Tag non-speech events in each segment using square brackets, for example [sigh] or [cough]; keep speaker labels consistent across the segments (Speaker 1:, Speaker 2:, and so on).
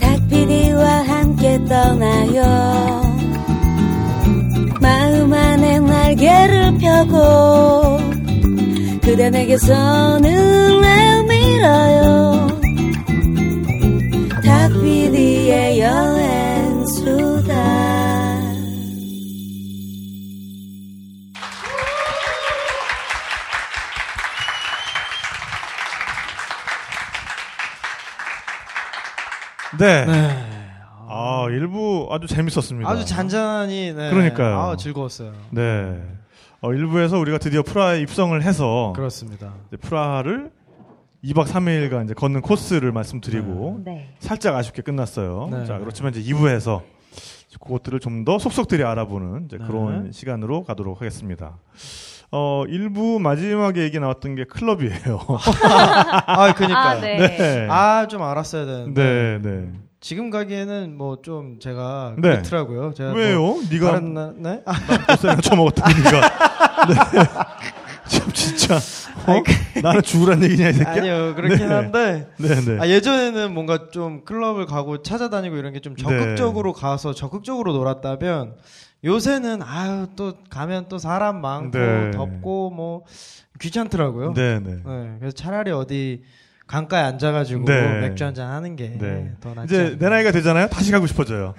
Speaker 1: 닭피디와 함께 떠나요 마음 안에 날개를 펴고 그대 내게서 눈을 밀어요 닭피디의 여행수다
Speaker 2: 네.
Speaker 3: 네.
Speaker 2: 아, 일부 아주 재밌었습니다.
Speaker 3: 아주 잔잔히. 네.
Speaker 2: 그러니까요.
Speaker 3: 아, 즐거웠어요.
Speaker 2: 네. 어, 일부에서 우리가 드디어 프라하에 입성을 해서
Speaker 3: 그렇습니다.
Speaker 2: 이제 프라하를 2박 3일간 이제 걷는 코스를 말씀드리고
Speaker 4: 네.
Speaker 2: 살짝 아쉽게 끝났어요.
Speaker 3: 네.
Speaker 2: 자, 그렇지만 이제 2부에서 그것들을 좀 더 속속들이 알아보는 이제
Speaker 3: 네.
Speaker 2: 그런 시간으로 가도록 하겠습니다. 어, 1부 마지막에 얘기 나왔던 게 클럽이에요.
Speaker 3: 아, 그니까.
Speaker 4: 아,
Speaker 2: [laughs]
Speaker 3: 요
Speaker 4: 네.
Speaker 3: 아, 좀 알았어야 되는데.
Speaker 2: 네, 네.
Speaker 3: 지금 가기에는 뭐 좀 제가
Speaker 2: 네.
Speaker 3: 그렇더라고요. 제가 뭐
Speaker 2: 왜요? 네가
Speaker 3: 다른 날, 네?
Speaker 2: [laughs]
Speaker 3: 아,
Speaker 2: 옷살이나 처먹었다 니가 네. [laughs] 참 진짜 어? 나는 죽으란 얘기냐 이 새끼야
Speaker 3: 그 아니요, 그렇긴
Speaker 2: 네.
Speaker 3: 한데.
Speaker 2: 네네
Speaker 3: 아, 예전에는 뭔가 좀 클럽을 가고 찾아다니고 이런 게
Speaker 2: 네.
Speaker 3: 좀 적극적으로 가서 적극적으로 놀았다면 요새는 아유 또 가면 또 사람 많고
Speaker 2: 네.
Speaker 3: 덥고 뭐 귀찮더라고요. 네.
Speaker 2: 네네
Speaker 3: 그래서 차라리 어디 강가에 앉아가지고
Speaker 2: 네.
Speaker 3: 맥주 한잔 하는 게 더
Speaker 2: 네.
Speaker 3: 낫지.
Speaker 2: 이제 내 나이가 되잖아요 다시 가고 싶어져요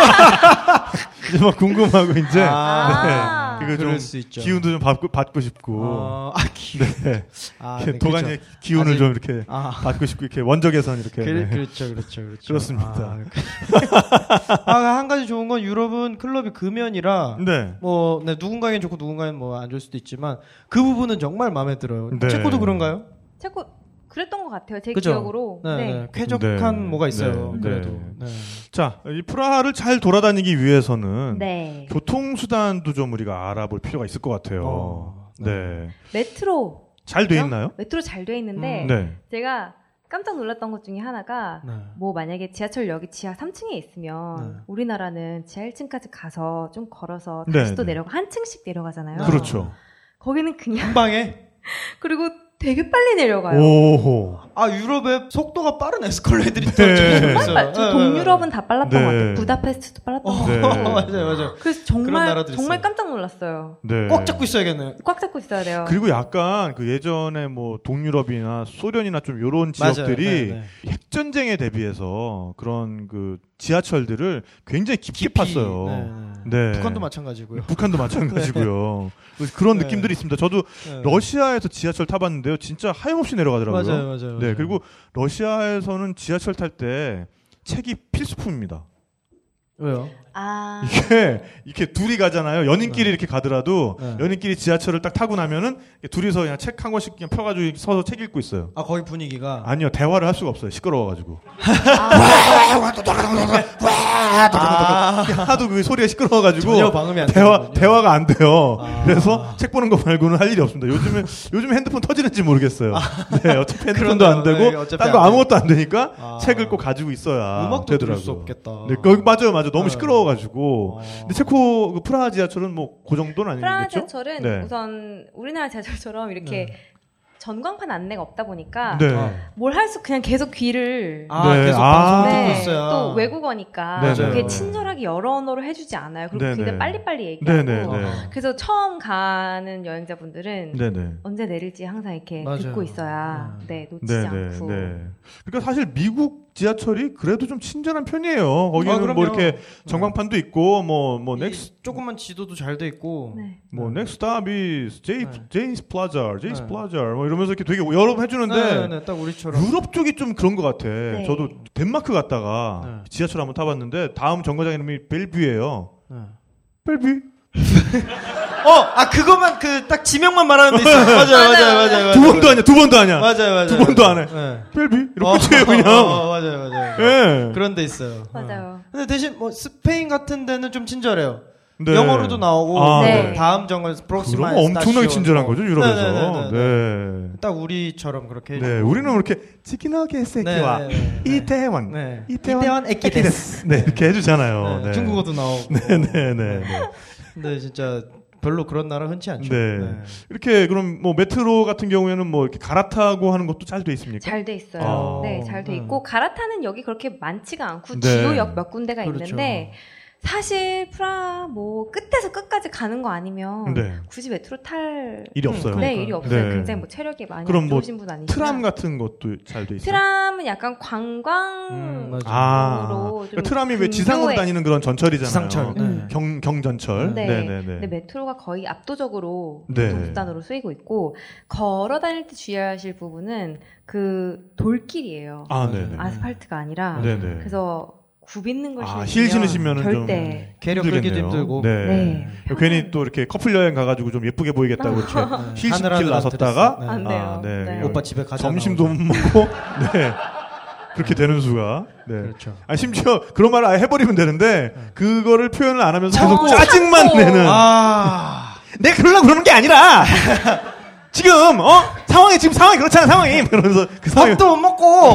Speaker 2: [laughs] 이제 막 궁금하고 이제
Speaker 3: 아.
Speaker 2: 네. 그거
Speaker 3: 그럴
Speaker 2: 좀
Speaker 3: 수 있죠.
Speaker 2: 기운도 좀 받고, 받고 싶고
Speaker 3: 어, 아 기운.
Speaker 2: 네.
Speaker 3: 아,
Speaker 2: 이렇게
Speaker 3: 네,
Speaker 2: 도가니의
Speaker 3: 그렇죠.
Speaker 2: 기운을
Speaker 3: 아직-
Speaker 2: 좀 이렇게
Speaker 3: 아,
Speaker 2: 받고 싶고 이렇게 원적 에선 이렇게
Speaker 3: 그,
Speaker 2: 네.
Speaker 3: 그렇죠, 그렇죠, 그렇죠.
Speaker 2: 그렇습니다.
Speaker 3: 아, 그- [laughs] 아, 한 가지 좋은 건 유럽은 클럽이 금연이라
Speaker 2: 네.
Speaker 3: 뭐 네, 누군가에겐 좋고 누군가에는 뭐 안 좋을 수도 있지만 그 부분은 정말 마음에 들어요.
Speaker 2: 네.
Speaker 3: 체코도 그런가요?
Speaker 4: 자꾸 그랬던 것 같아요. 제
Speaker 3: 그죠?
Speaker 4: 기억으로.
Speaker 3: 네,
Speaker 4: 네.
Speaker 3: 네. 쾌적한
Speaker 2: 네.
Speaker 3: 뭐가 있어요.
Speaker 2: 네.
Speaker 3: 그래도 네.
Speaker 2: 자, 이 프라하를 잘 돌아다니기
Speaker 3: 음.
Speaker 2: 위해서는
Speaker 4: 네.
Speaker 2: 교통수단도 좀 우리가 알아볼 필요가 있을 것 같아요.
Speaker 3: 어,
Speaker 2: 네.
Speaker 3: 네.
Speaker 4: 메트로.
Speaker 2: 잘 돼 있나요?
Speaker 4: 메트로 잘 돼 있는데
Speaker 3: 어? 음,
Speaker 2: 네.
Speaker 4: 제가 깜짝 놀랐던 것 중에 하나가
Speaker 3: 네.
Speaker 4: 뭐 만약에 지하철역이 지하 3층에 있으면
Speaker 3: 네.
Speaker 4: 우리나라는 지하 1층까지 가서 좀 걸어서
Speaker 2: 네,
Speaker 4: 다시 또
Speaker 2: 네.
Speaker 4: 내려가 한 층씩 내려가잖아요.
Speaker 2: 그렇죠.
Speaker 4: 거기는 그냥 [laughs]
Speaker 3: 한방에
Speaker 4: 그리고 되게 빨리 내려가요. 어,
Speaker 2: 오호.
Speaker 3: 아 유럽에 속도가 빠른 에스컬레이들이 또
Speaker 2: 네.
Speaker 3: 좀
Speaker 2: 정말
Speaker 3: 있어요.
Speaker 4: 정말 저
Speaker 3: 네,
Speaker 4: 아, 동유럽은 다 빨랐던
Speaker 2: 네.
Speaker 4: 것 같아요. 부다페스트도 빨랐던 것
Speaker 3: 네.
Speaker 4: 같아요.
Speaker 2: 네.
Speaker 3: 어, [laughs] 맞아요, 맞아요.
Speaker 4: 그래서
Speaker 3: 그런
Speaker 4: 정말
Speaker 3: 나라들이
Speaker 4: 정말
Speaker 3: 있어요.
Speaker 4: 깜짝 놀랐어요.
Speaker 2: 네.
Speaker 3: 꽉 잡고 있어야겠네요.
Speaker 4: 꽉 잡고 있어야 돼요.
Speaker 2: 그리고 약간 그 예전에 뭐 동유럽이나 소련이나 좀 요런
Speaker 3: 맞아요.
Speaker 2: 지역들이
Speaker 3: 네, 네.
Speaker 2: 핵전쟁에 대비해서 그런 그 지하철들을 굉장히 깊게 팠어요.
Speaker 3: 네,
Speaker 2: 네.
Speaker 3: 네. 북한도 마찬가지고요. [laughs]
Speaker 2: 북한도 마찬가지고요. 그래서 그런
Speaker 3: 네.
Speaker 2: 느낌들이 있습니다. 저도
Speaker 3: 네.
Speaker 2: 러시아에서 지하철 타봤는데요. 진짜 하염없이 내려가더라고요.
Speaker 3: 맞아요, 맞아요. 맞아요.
Speaker 2: 네, 그리고 러시아에서는 지하철 탈 때 책이 필수품입니다.
Speaker 3: 왜요?
Speaker 4: 아
Speaker 2: 이게 이렇게 둘이 가잖아요. 연인끼리
Speaker 3: 네.
Speaker 2: 이렇게 가더라도
Speaker 3: 네.
Speaker 2: 연인끼리 지하철을 딱 타고 나면은 이렇게 둘이서 그냥 책 한 권씩 그냥 펴가지고 이렇게 서서 책 읽고 있어요.
Speaker 3: 아 거기 분위기가
Speaker 2: 아니요, 대화를 할 수가 없어요. 시끄러워가지고.
Speaker 3: 아,
Speaker 2: 하도 그 소리가 시끄러워가지고
Speaker 3: 전혀 방음이 안
Speaker 2: 대화
Speaker 3: 되는군요.
Speaker 2: 대화가 안 돼요.
Speaker 3: 아.
Speaker 2: 그래서 책 보는 거 말고는 할 일이 없습니다. 요즘에 요즘에 핸드폰 터지는지 모르겠어요. 네,
Speaker 3: [laughs]
Speaker 2: 어차피 핸드폰도
Speaker 3: 아. 그러네요.
Speaker 2: 안
Speaker 3: 네,
Speaker 2: 되고 딴
Speaker 3: 어차피
Speaker 2: 거
Speaker 3: 안 돼요.
Speaker 2: 아무것도 안 되니까
Speaker 3: 아.
Speaker 2: 책을 꼭 가지고 있어야
Speaker 3: 음악도 들을
Speaker 2: 아, 되더라고요.
Speaker 3: 수 없겠다.
Speaker 2: 네, 거기 맞아요, 맞아요. 너무
Speaker 3: 네.
Speaker 2: 시끄러워가지고.
Speaker 3: 어.
Speaker 2: 근데 체코 그 프라하 지하철은 뭐 그 정도는
Speaker 4: 프라하
Speaker 2: 아니겠죠?
Speaker 4: 지하철은
Speaker 2: 네.
Speaker 4: 우선 우리나라 지하철처럼 이렇게 전광판 안내가 없다 보니까
Speaker 2: 네.
Speaker 3: 아.
Speaker 4: 뭘 할 수 그냥 계속 귀를
Speaker 3: 아
Speaker 2: 네.
Speaker 3: 계속
Speaker 2: 아.
Speaker 3: 방송 듣고
Speaker 4: 네,
Speaker 3: 있어야
Speaker 4: 또 외국어니까
Speaker 2: 네,
Speaker 3: 네.
Speaker 4: 그게 친절하게 여러 언어로 해주지 않아요. 그리고
Speaker 2: 네, 네.
Speaker 4: 굉장히 빨리빨리
Speaker 2: 네,
Speaker 4: 얘기하고
Speaker 2: 네,
Speaker 3: 어.
Speaker 2: 네.
Speaker 4: 그래서 처음 가는 여행자분들은
Speaker 2: 네, 네.
Speaker 4: 언제 내릴지 항상 이렇게
Speaker 3: 맞아요.
Speaker 4: 듣고 있어야
Speaker 3: 음.
Speaker 4: 네, 놓치지
Speaker 2: 네, 네,
Speaker 4: 않고
Speaker 2: 네. 그러니까 사실 미국 지하철이 그래도 좀 친절한 편이에요. 거기는
Speaker 3: 아, 그럼요. 네.
Speaker 2: 뭐 이렇게 전광판도 있고 뭐 뭐
Speaker 3: 이
Speaker 2: 넥스
Speaker 3: 어, 조금만 지도도 잘 돼 있고
Speaker 4: 네.
Speaker 2: 뭐 넥스 스탑이 제이
Speaker 3: 네.
Speaker 2: 제이스 플라자, 제이스
Speaker 3: 네.
Speaker 2: 플라자 뭐 이러면서 이렇게 되게 여러 번 해주는데
Speaker 3: 네, 네, 딱 우리처럼
Speaker 2: 유럽 쪽이 좀 그런 것 같아.
Speaker 4: 네.
Speaker 2: 저도 덴마크 갔다가
Speaker 3: 네.
Speaker 2: 지하철 한번 타봤는데 다음 정거장 이름이 벨뷰예요.
Speaker 3: 네.
Speaker 2: 벨뷰
Speaker 3: 어, 아 그거만 그 딱 지명만 말하는 데
Speaker 2: [laughs]
Speaker 3: 있어요. 맞아요, 맞아요, 맞아요. 맞아요.
Speaker 2: 두 번도 아니야, 두 번도 아니야.
Speaker 3: 네, 맞아요, 맞아요.
Speaker 2: 두 번도 안 해.
Speaker 3: 네.
Speaker 2: 벨뷰 이렇게
Speaker 3: 어,
Speaker 2: 끝이에요 그냥.
Speaker 3: [laughs] 어, 맞아요, 맞아요.
Speaker 2: 예.
Speaker 3: 그런 데 있어요.
Speaker 4: 맞아요.
Speaker 3: 네. 근데 대신 뭐 스페인 같은 데는 좀 친절해요.
Speaker 2: 네.
Speaker 3: 영어로도 나오고
Speaker 2: 아,
Speaker 4: 네.
Speaker 2: 네.
Speaker 3: 다음 정은
Speaker 2: 그런
Speaker 3: 프록시마
Speaker 2: 거 엄청나게
Speaker 3: 에스타시오.
Speaker 2: 친절한 거죠 유럽에서.
Speaker 3: 네, 네, 네,
Speaker 2: 네.
Speaker 3: 딱 우리처럼 그렇게 해주고.
Speaker 2: 네, 우리는 이렇게 치킨하게 새끼와
Speaker 3: 네, 네, 네.
Speaker 2: 이태원,
Speaker 3: 네.
Speaker 2: 이태원,
Speaker 3: 이태원 에끼데스.
Speaker 2: 네 이렇게 해주잖아요.
Speaker 3: 네, 중국어도 나오고.
Speaker 2: 네네네.
Speaker 3: 근데 진짜 별로 그런 나라 흔치 않죠.
Speaker 2: 네. 이렇게 그럼 뭐 메트로 같은 경우에는 뭐 이렇게 갈아타고 하는 것도 잘 돼 있습니까?
Speaker 4: 잘 돼 있어요.
Speaker 2: 네. 아.
Speaker 4: 네, 잘 돼 있고 갈아타는 역이 그렇게 많지가
Speaker 2: 네.
Speaker 4: 않고 주요역 몇 군데가
Speaker 3: 그렇죠.
Speaker 4: 있는데 사실 프라 뭐 끝에서 끝까지 가는 거 아니면
Speaker 2: 네.
Speaker 4: 굳이 메트로 탈
Speaker 2: 일이
Speaker 3: 음,
Speaker 2: 없어요.
Speaker 4: 네,
Speaker 3: 그러니까요.
Speaker 4: 일이 없어요.
Speaker 2: 네.
Speaker 4: 굉장히 뭐 체력이 많이
Speaker 2: 그럼 뭐
Speaker 4: 좋으신 분 아니시죠?
Speaker 2: 트람 같은 것도 잘 돼 있어요.
Speaker 4: 트람은 약간 관광
Speaker 3: 음, 맞아요.
Speaker 2: 아,
Speaker 4: 으로
Speaker 2: 그러니까
Speaker 4: 좀
Speaker 2: 트람이 왜 지상으로
Speaker 4: 근교에-
Speaker 2: 다니는 그런 전철이잖아요.
Speaker 3: 지상철.
Speaker 4: 네. 음.
Speaker 2: 경 경전철.
Speaker 4: 네.
Speaker 2: 네네네.
Speaker 4: 근데 메트로가 거의 압도적으로
Speaker 2: 네.
Speaker 4: 교통수단으로 쓰이고 있고 걸어 다닐 때 주의하실 부분은 그 돌길이에요.
Speaker 2: 아, 네네.
Speaker 3: 아,
Speaker 4: 아스팔트가 아니라
Speaker 2: 네네.
Speaker 4: 그래서 굽있는 걸
Speaker 2: 아,
Speaker 4: 신으시면
Speaker 2: 힐 신으시면은 좀
Speaker 4: 절대
Speaker 3: 계력
Speaker 2: 힘들겠네요.
Speaker 3: 끌기도 힘들고.
Speaker 2: 네.
Speaker 4: 네.
Speaker 2: 괜히 또 이렇게 커플 여행 가가지고 좀 예쁘게 보이겠다고
Speaker 4: [laughs]
Speaker 2: 이렇게 힐
Speaker 3: 하늘하늘
Speaker 2: 신길 나섰다가
Speaker 3: 들었어.
Speaker 4: 안
Speaker 3: 네.
Speaker 4: 돼요.
Speaker 2: 아, 네.
Speaker 4: 네.
Speaker 3: 오빠 집에 가자.
Speaker 2: 점심도 못
Speaker 3: 나오자.
Speaker 2: 먹고 [laughs] 네. 그렇게 되는 수가. 네.
Speaker 3: 그렇죠. 네.
Speaker 2: 아 심지어 그런 말을 아예 해버리면 되는데 그거를 표현을 안 하면서 계속
Speaker 4: 어,
Speaker 2: 짜증만
Speaker 4: 참고.
Speaker 2: 내는.
Speaker 3: 아.
Speaker 2: 내가 그러려고 그러는 게 아니라 [laughs] 지금 어 상황이 지금 상황이 그렇잖아 상황이 그러면서 그 상황이
Speaker 3: [laughs] 밥도 못 먹고.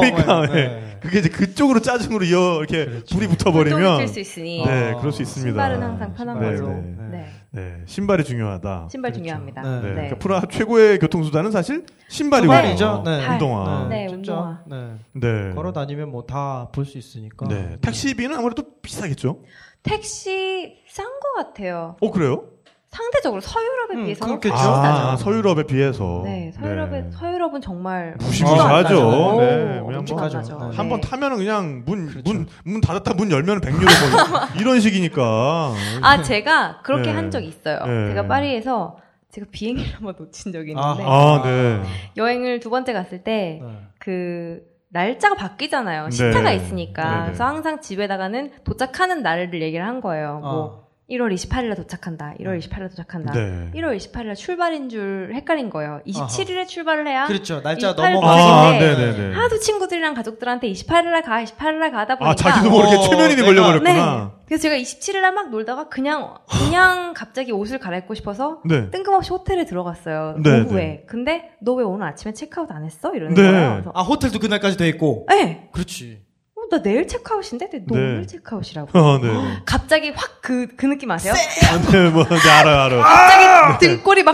Speaker 2: [laughs] 그러니까
Speaker 3: 네,
Speaker 2: 예.
Speaker 3: 네. 그렇죠.
Speaker 2: 그게 이제 그쪽으로 짜증으로 이어 이렇게 불이
Speaker 4: 운동이
Speaker 2: 붙어버리면
Speaker 4: 네. 칠수 있으니
Speaker 2: 네
Speaker 3: 아,
Speaker 2: 그럴 수 있습니다.
Speaker 4: 신발은 항상 편한
Speaker 2: 네,
Speaker 4: 걸로.
Speaker 2: 네.
Speaker 4: 네.
Speaker 2: 네 신발이 중요하다.
Speaker 4: 신발
Speaker 3: 그렇죠.
Speaker 4: 중요합니다.
Speaker 3: 네.
Speaker 2: 네,
Speaker 4: 네.
Speaker 2: 그러니까 프라 최고의 교통수단은 사실 신발이거든요.
Speaker 3: 신발이죠. 네.
Speaker 2: 운동화.
Speaker 4: 네,
Speaker 3: 진짜.
Speaker 4: 운동화.
Speaker 3: 네.
Speaker 2: 네.
Speaker 3: 걸어 다니면 뭐 다 볼 수
Speaker 4: 그러니까.
Speaker 3: 있으니까.
Speaker 2: 네. 택시비는 아무래도 비싸겠죠.
Speaker 4: 택시 싼 거 같아요.
Speaker 2: 어 그래요?
Speaker 4: 상대적으로 서유럽에
Speaker 3: 음,
Speaker 4: 비해서는
Speaker 3: 그렇겠죠.
Speaker 4: 훨씬 싸죠.
Speaker 2: 아, 서유럽에 비해서.
Speaker 4: 네, 서유럽에
Speaker 2: 네.
Speaker 4: 서유럽은 정말
Speaker 2: 무시무시하죠.
Speaker 4: 엄청
Speaker 2: 네,
Speaker 4: 안 나죠.
Speaker 2: 왜냐면
Speaker 4: 엄청 안 나죠.
Speaker 3: 네.
Speaker 2: 한 번 타면은 그냥 문 문 문
Speaker 3: 그렇죠.
Speaker 2: 닫았다 문 열면 100유로 뭐 이런 식이니까.
Speaker 4: [laughs] 아 제가 그렇게
Speaker 2: 네.
Speaker 4: 한 적 있어요.
Speaker 2: 네.
Speaker 4: 제가 파리에서 제가 비행기를 한번 놓친 적이 있는데
Speaker 2: 아,
Speaker 3: 아하.
Speaker 2: 네.
Speaker 4: 여행을 두 번째 갔을 때
Speaker 3: 네.
Speaker 4: 그 날짜가 바뀌잖아요.
Speaker 2: 네.
Speaker 4: 시차가
Speaker 2: 네,
Speaker 4: 있으니까.
Speaker 2: 네.
Speaker 4: 그래서 항상 집에다가는 도착하는 날을 얘기를 한
Speaker 3: 어,
Speaker 4: 거예요. 뭐 1월 28일에 도착한다. 1월 28일에 도착한다.
Speaker 2: 네.
Speaker 4: 1월 28일에 출발인 줄 헷갈린 거예요. 27일에 출발을 해야
Speaker 3: 아, 그렇죠. 날짜
Speaker 4: 이팔
Speaker 3: 넘어가.
Speaker 2: 아,
Speaker 4: 네.
Speaker 2: 네네네.
Speaker 4: 하도 친구들이랑 가족들한테 28일에 가, 28일에 가다 보니까
Speaker 2: 아, 자기도 모르게
Speaker 3: 어,
Speaker 2: 최면이
Speaker 3: 내가-
Speaker 2: 걸려버렸구나.
Speaker 4: 네. 그래서 제가 27일날 막 놀다가 그냥 그냥 갑자기 옷을 갈아입고 싶어서
Speaker 2: 네.
Speaker 4: 뜬금없이 호텔에 들어갔어요.
Speaker 2: 네,
Speaker 4: 오후에.
Speaker 2: 네.
Speaker 4: 근데 너 왜 오늘 아침에 체크아웃 안 했어? 이러는
Speaker 2: 네. 아.
Speaker 4: 거예요. 그래서
Speaker 3: 아, 호텔도 그날까지 돼 있고.
Speaker 4: 네.
Speaker 3: 그렇지.
Speaker 4: 어, 나 내일 체크아웃인데? 근데 너
Speaker 2: 네.
Speaker 4: 오늘 체크아웃이라고.
Speaker 2: 아, 네.
Speaker 4: 갑자기 확 그 그 느낌 아세요?
Speaker 2: 아, 네, 뭐, 네, 알아요, 알아요. 네.
Speaker 4: 갑자기 등골이 막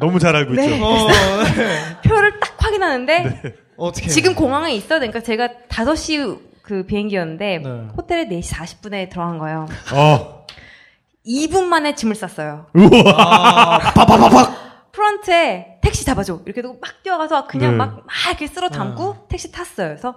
Speaker 2: 너무 잘 알고
Speaker 4: 네.
Speaker 2: 있죠.
Speaker 3: 네. 어,
Speaker 4: 표를 딱 확인하는데
Speaker 2: 네.
Speaker 3: 어떻게?
Speaker 4: 지금 공항에 있어야 되니까 제가 5시 그 비행기였는데
Speaker 3: 네.
Speaker 4: 호텔에 4시 40분에 들어간 거예요.
Speaker 2: 어,
Speaker 4: 2분 만에 짐을 쌌어요.
Speaker 3: 아,
Speaker 4: 프런트에 택시 잡아줘. 이렇게 하고 막 뛰어가서 그냥
Speaker 2: 네.
Speaker 4: 막, 막 이렇게 쓸어 담고
Speaker 3: 네.
Speaker 4: 택시 탔어요. 그래서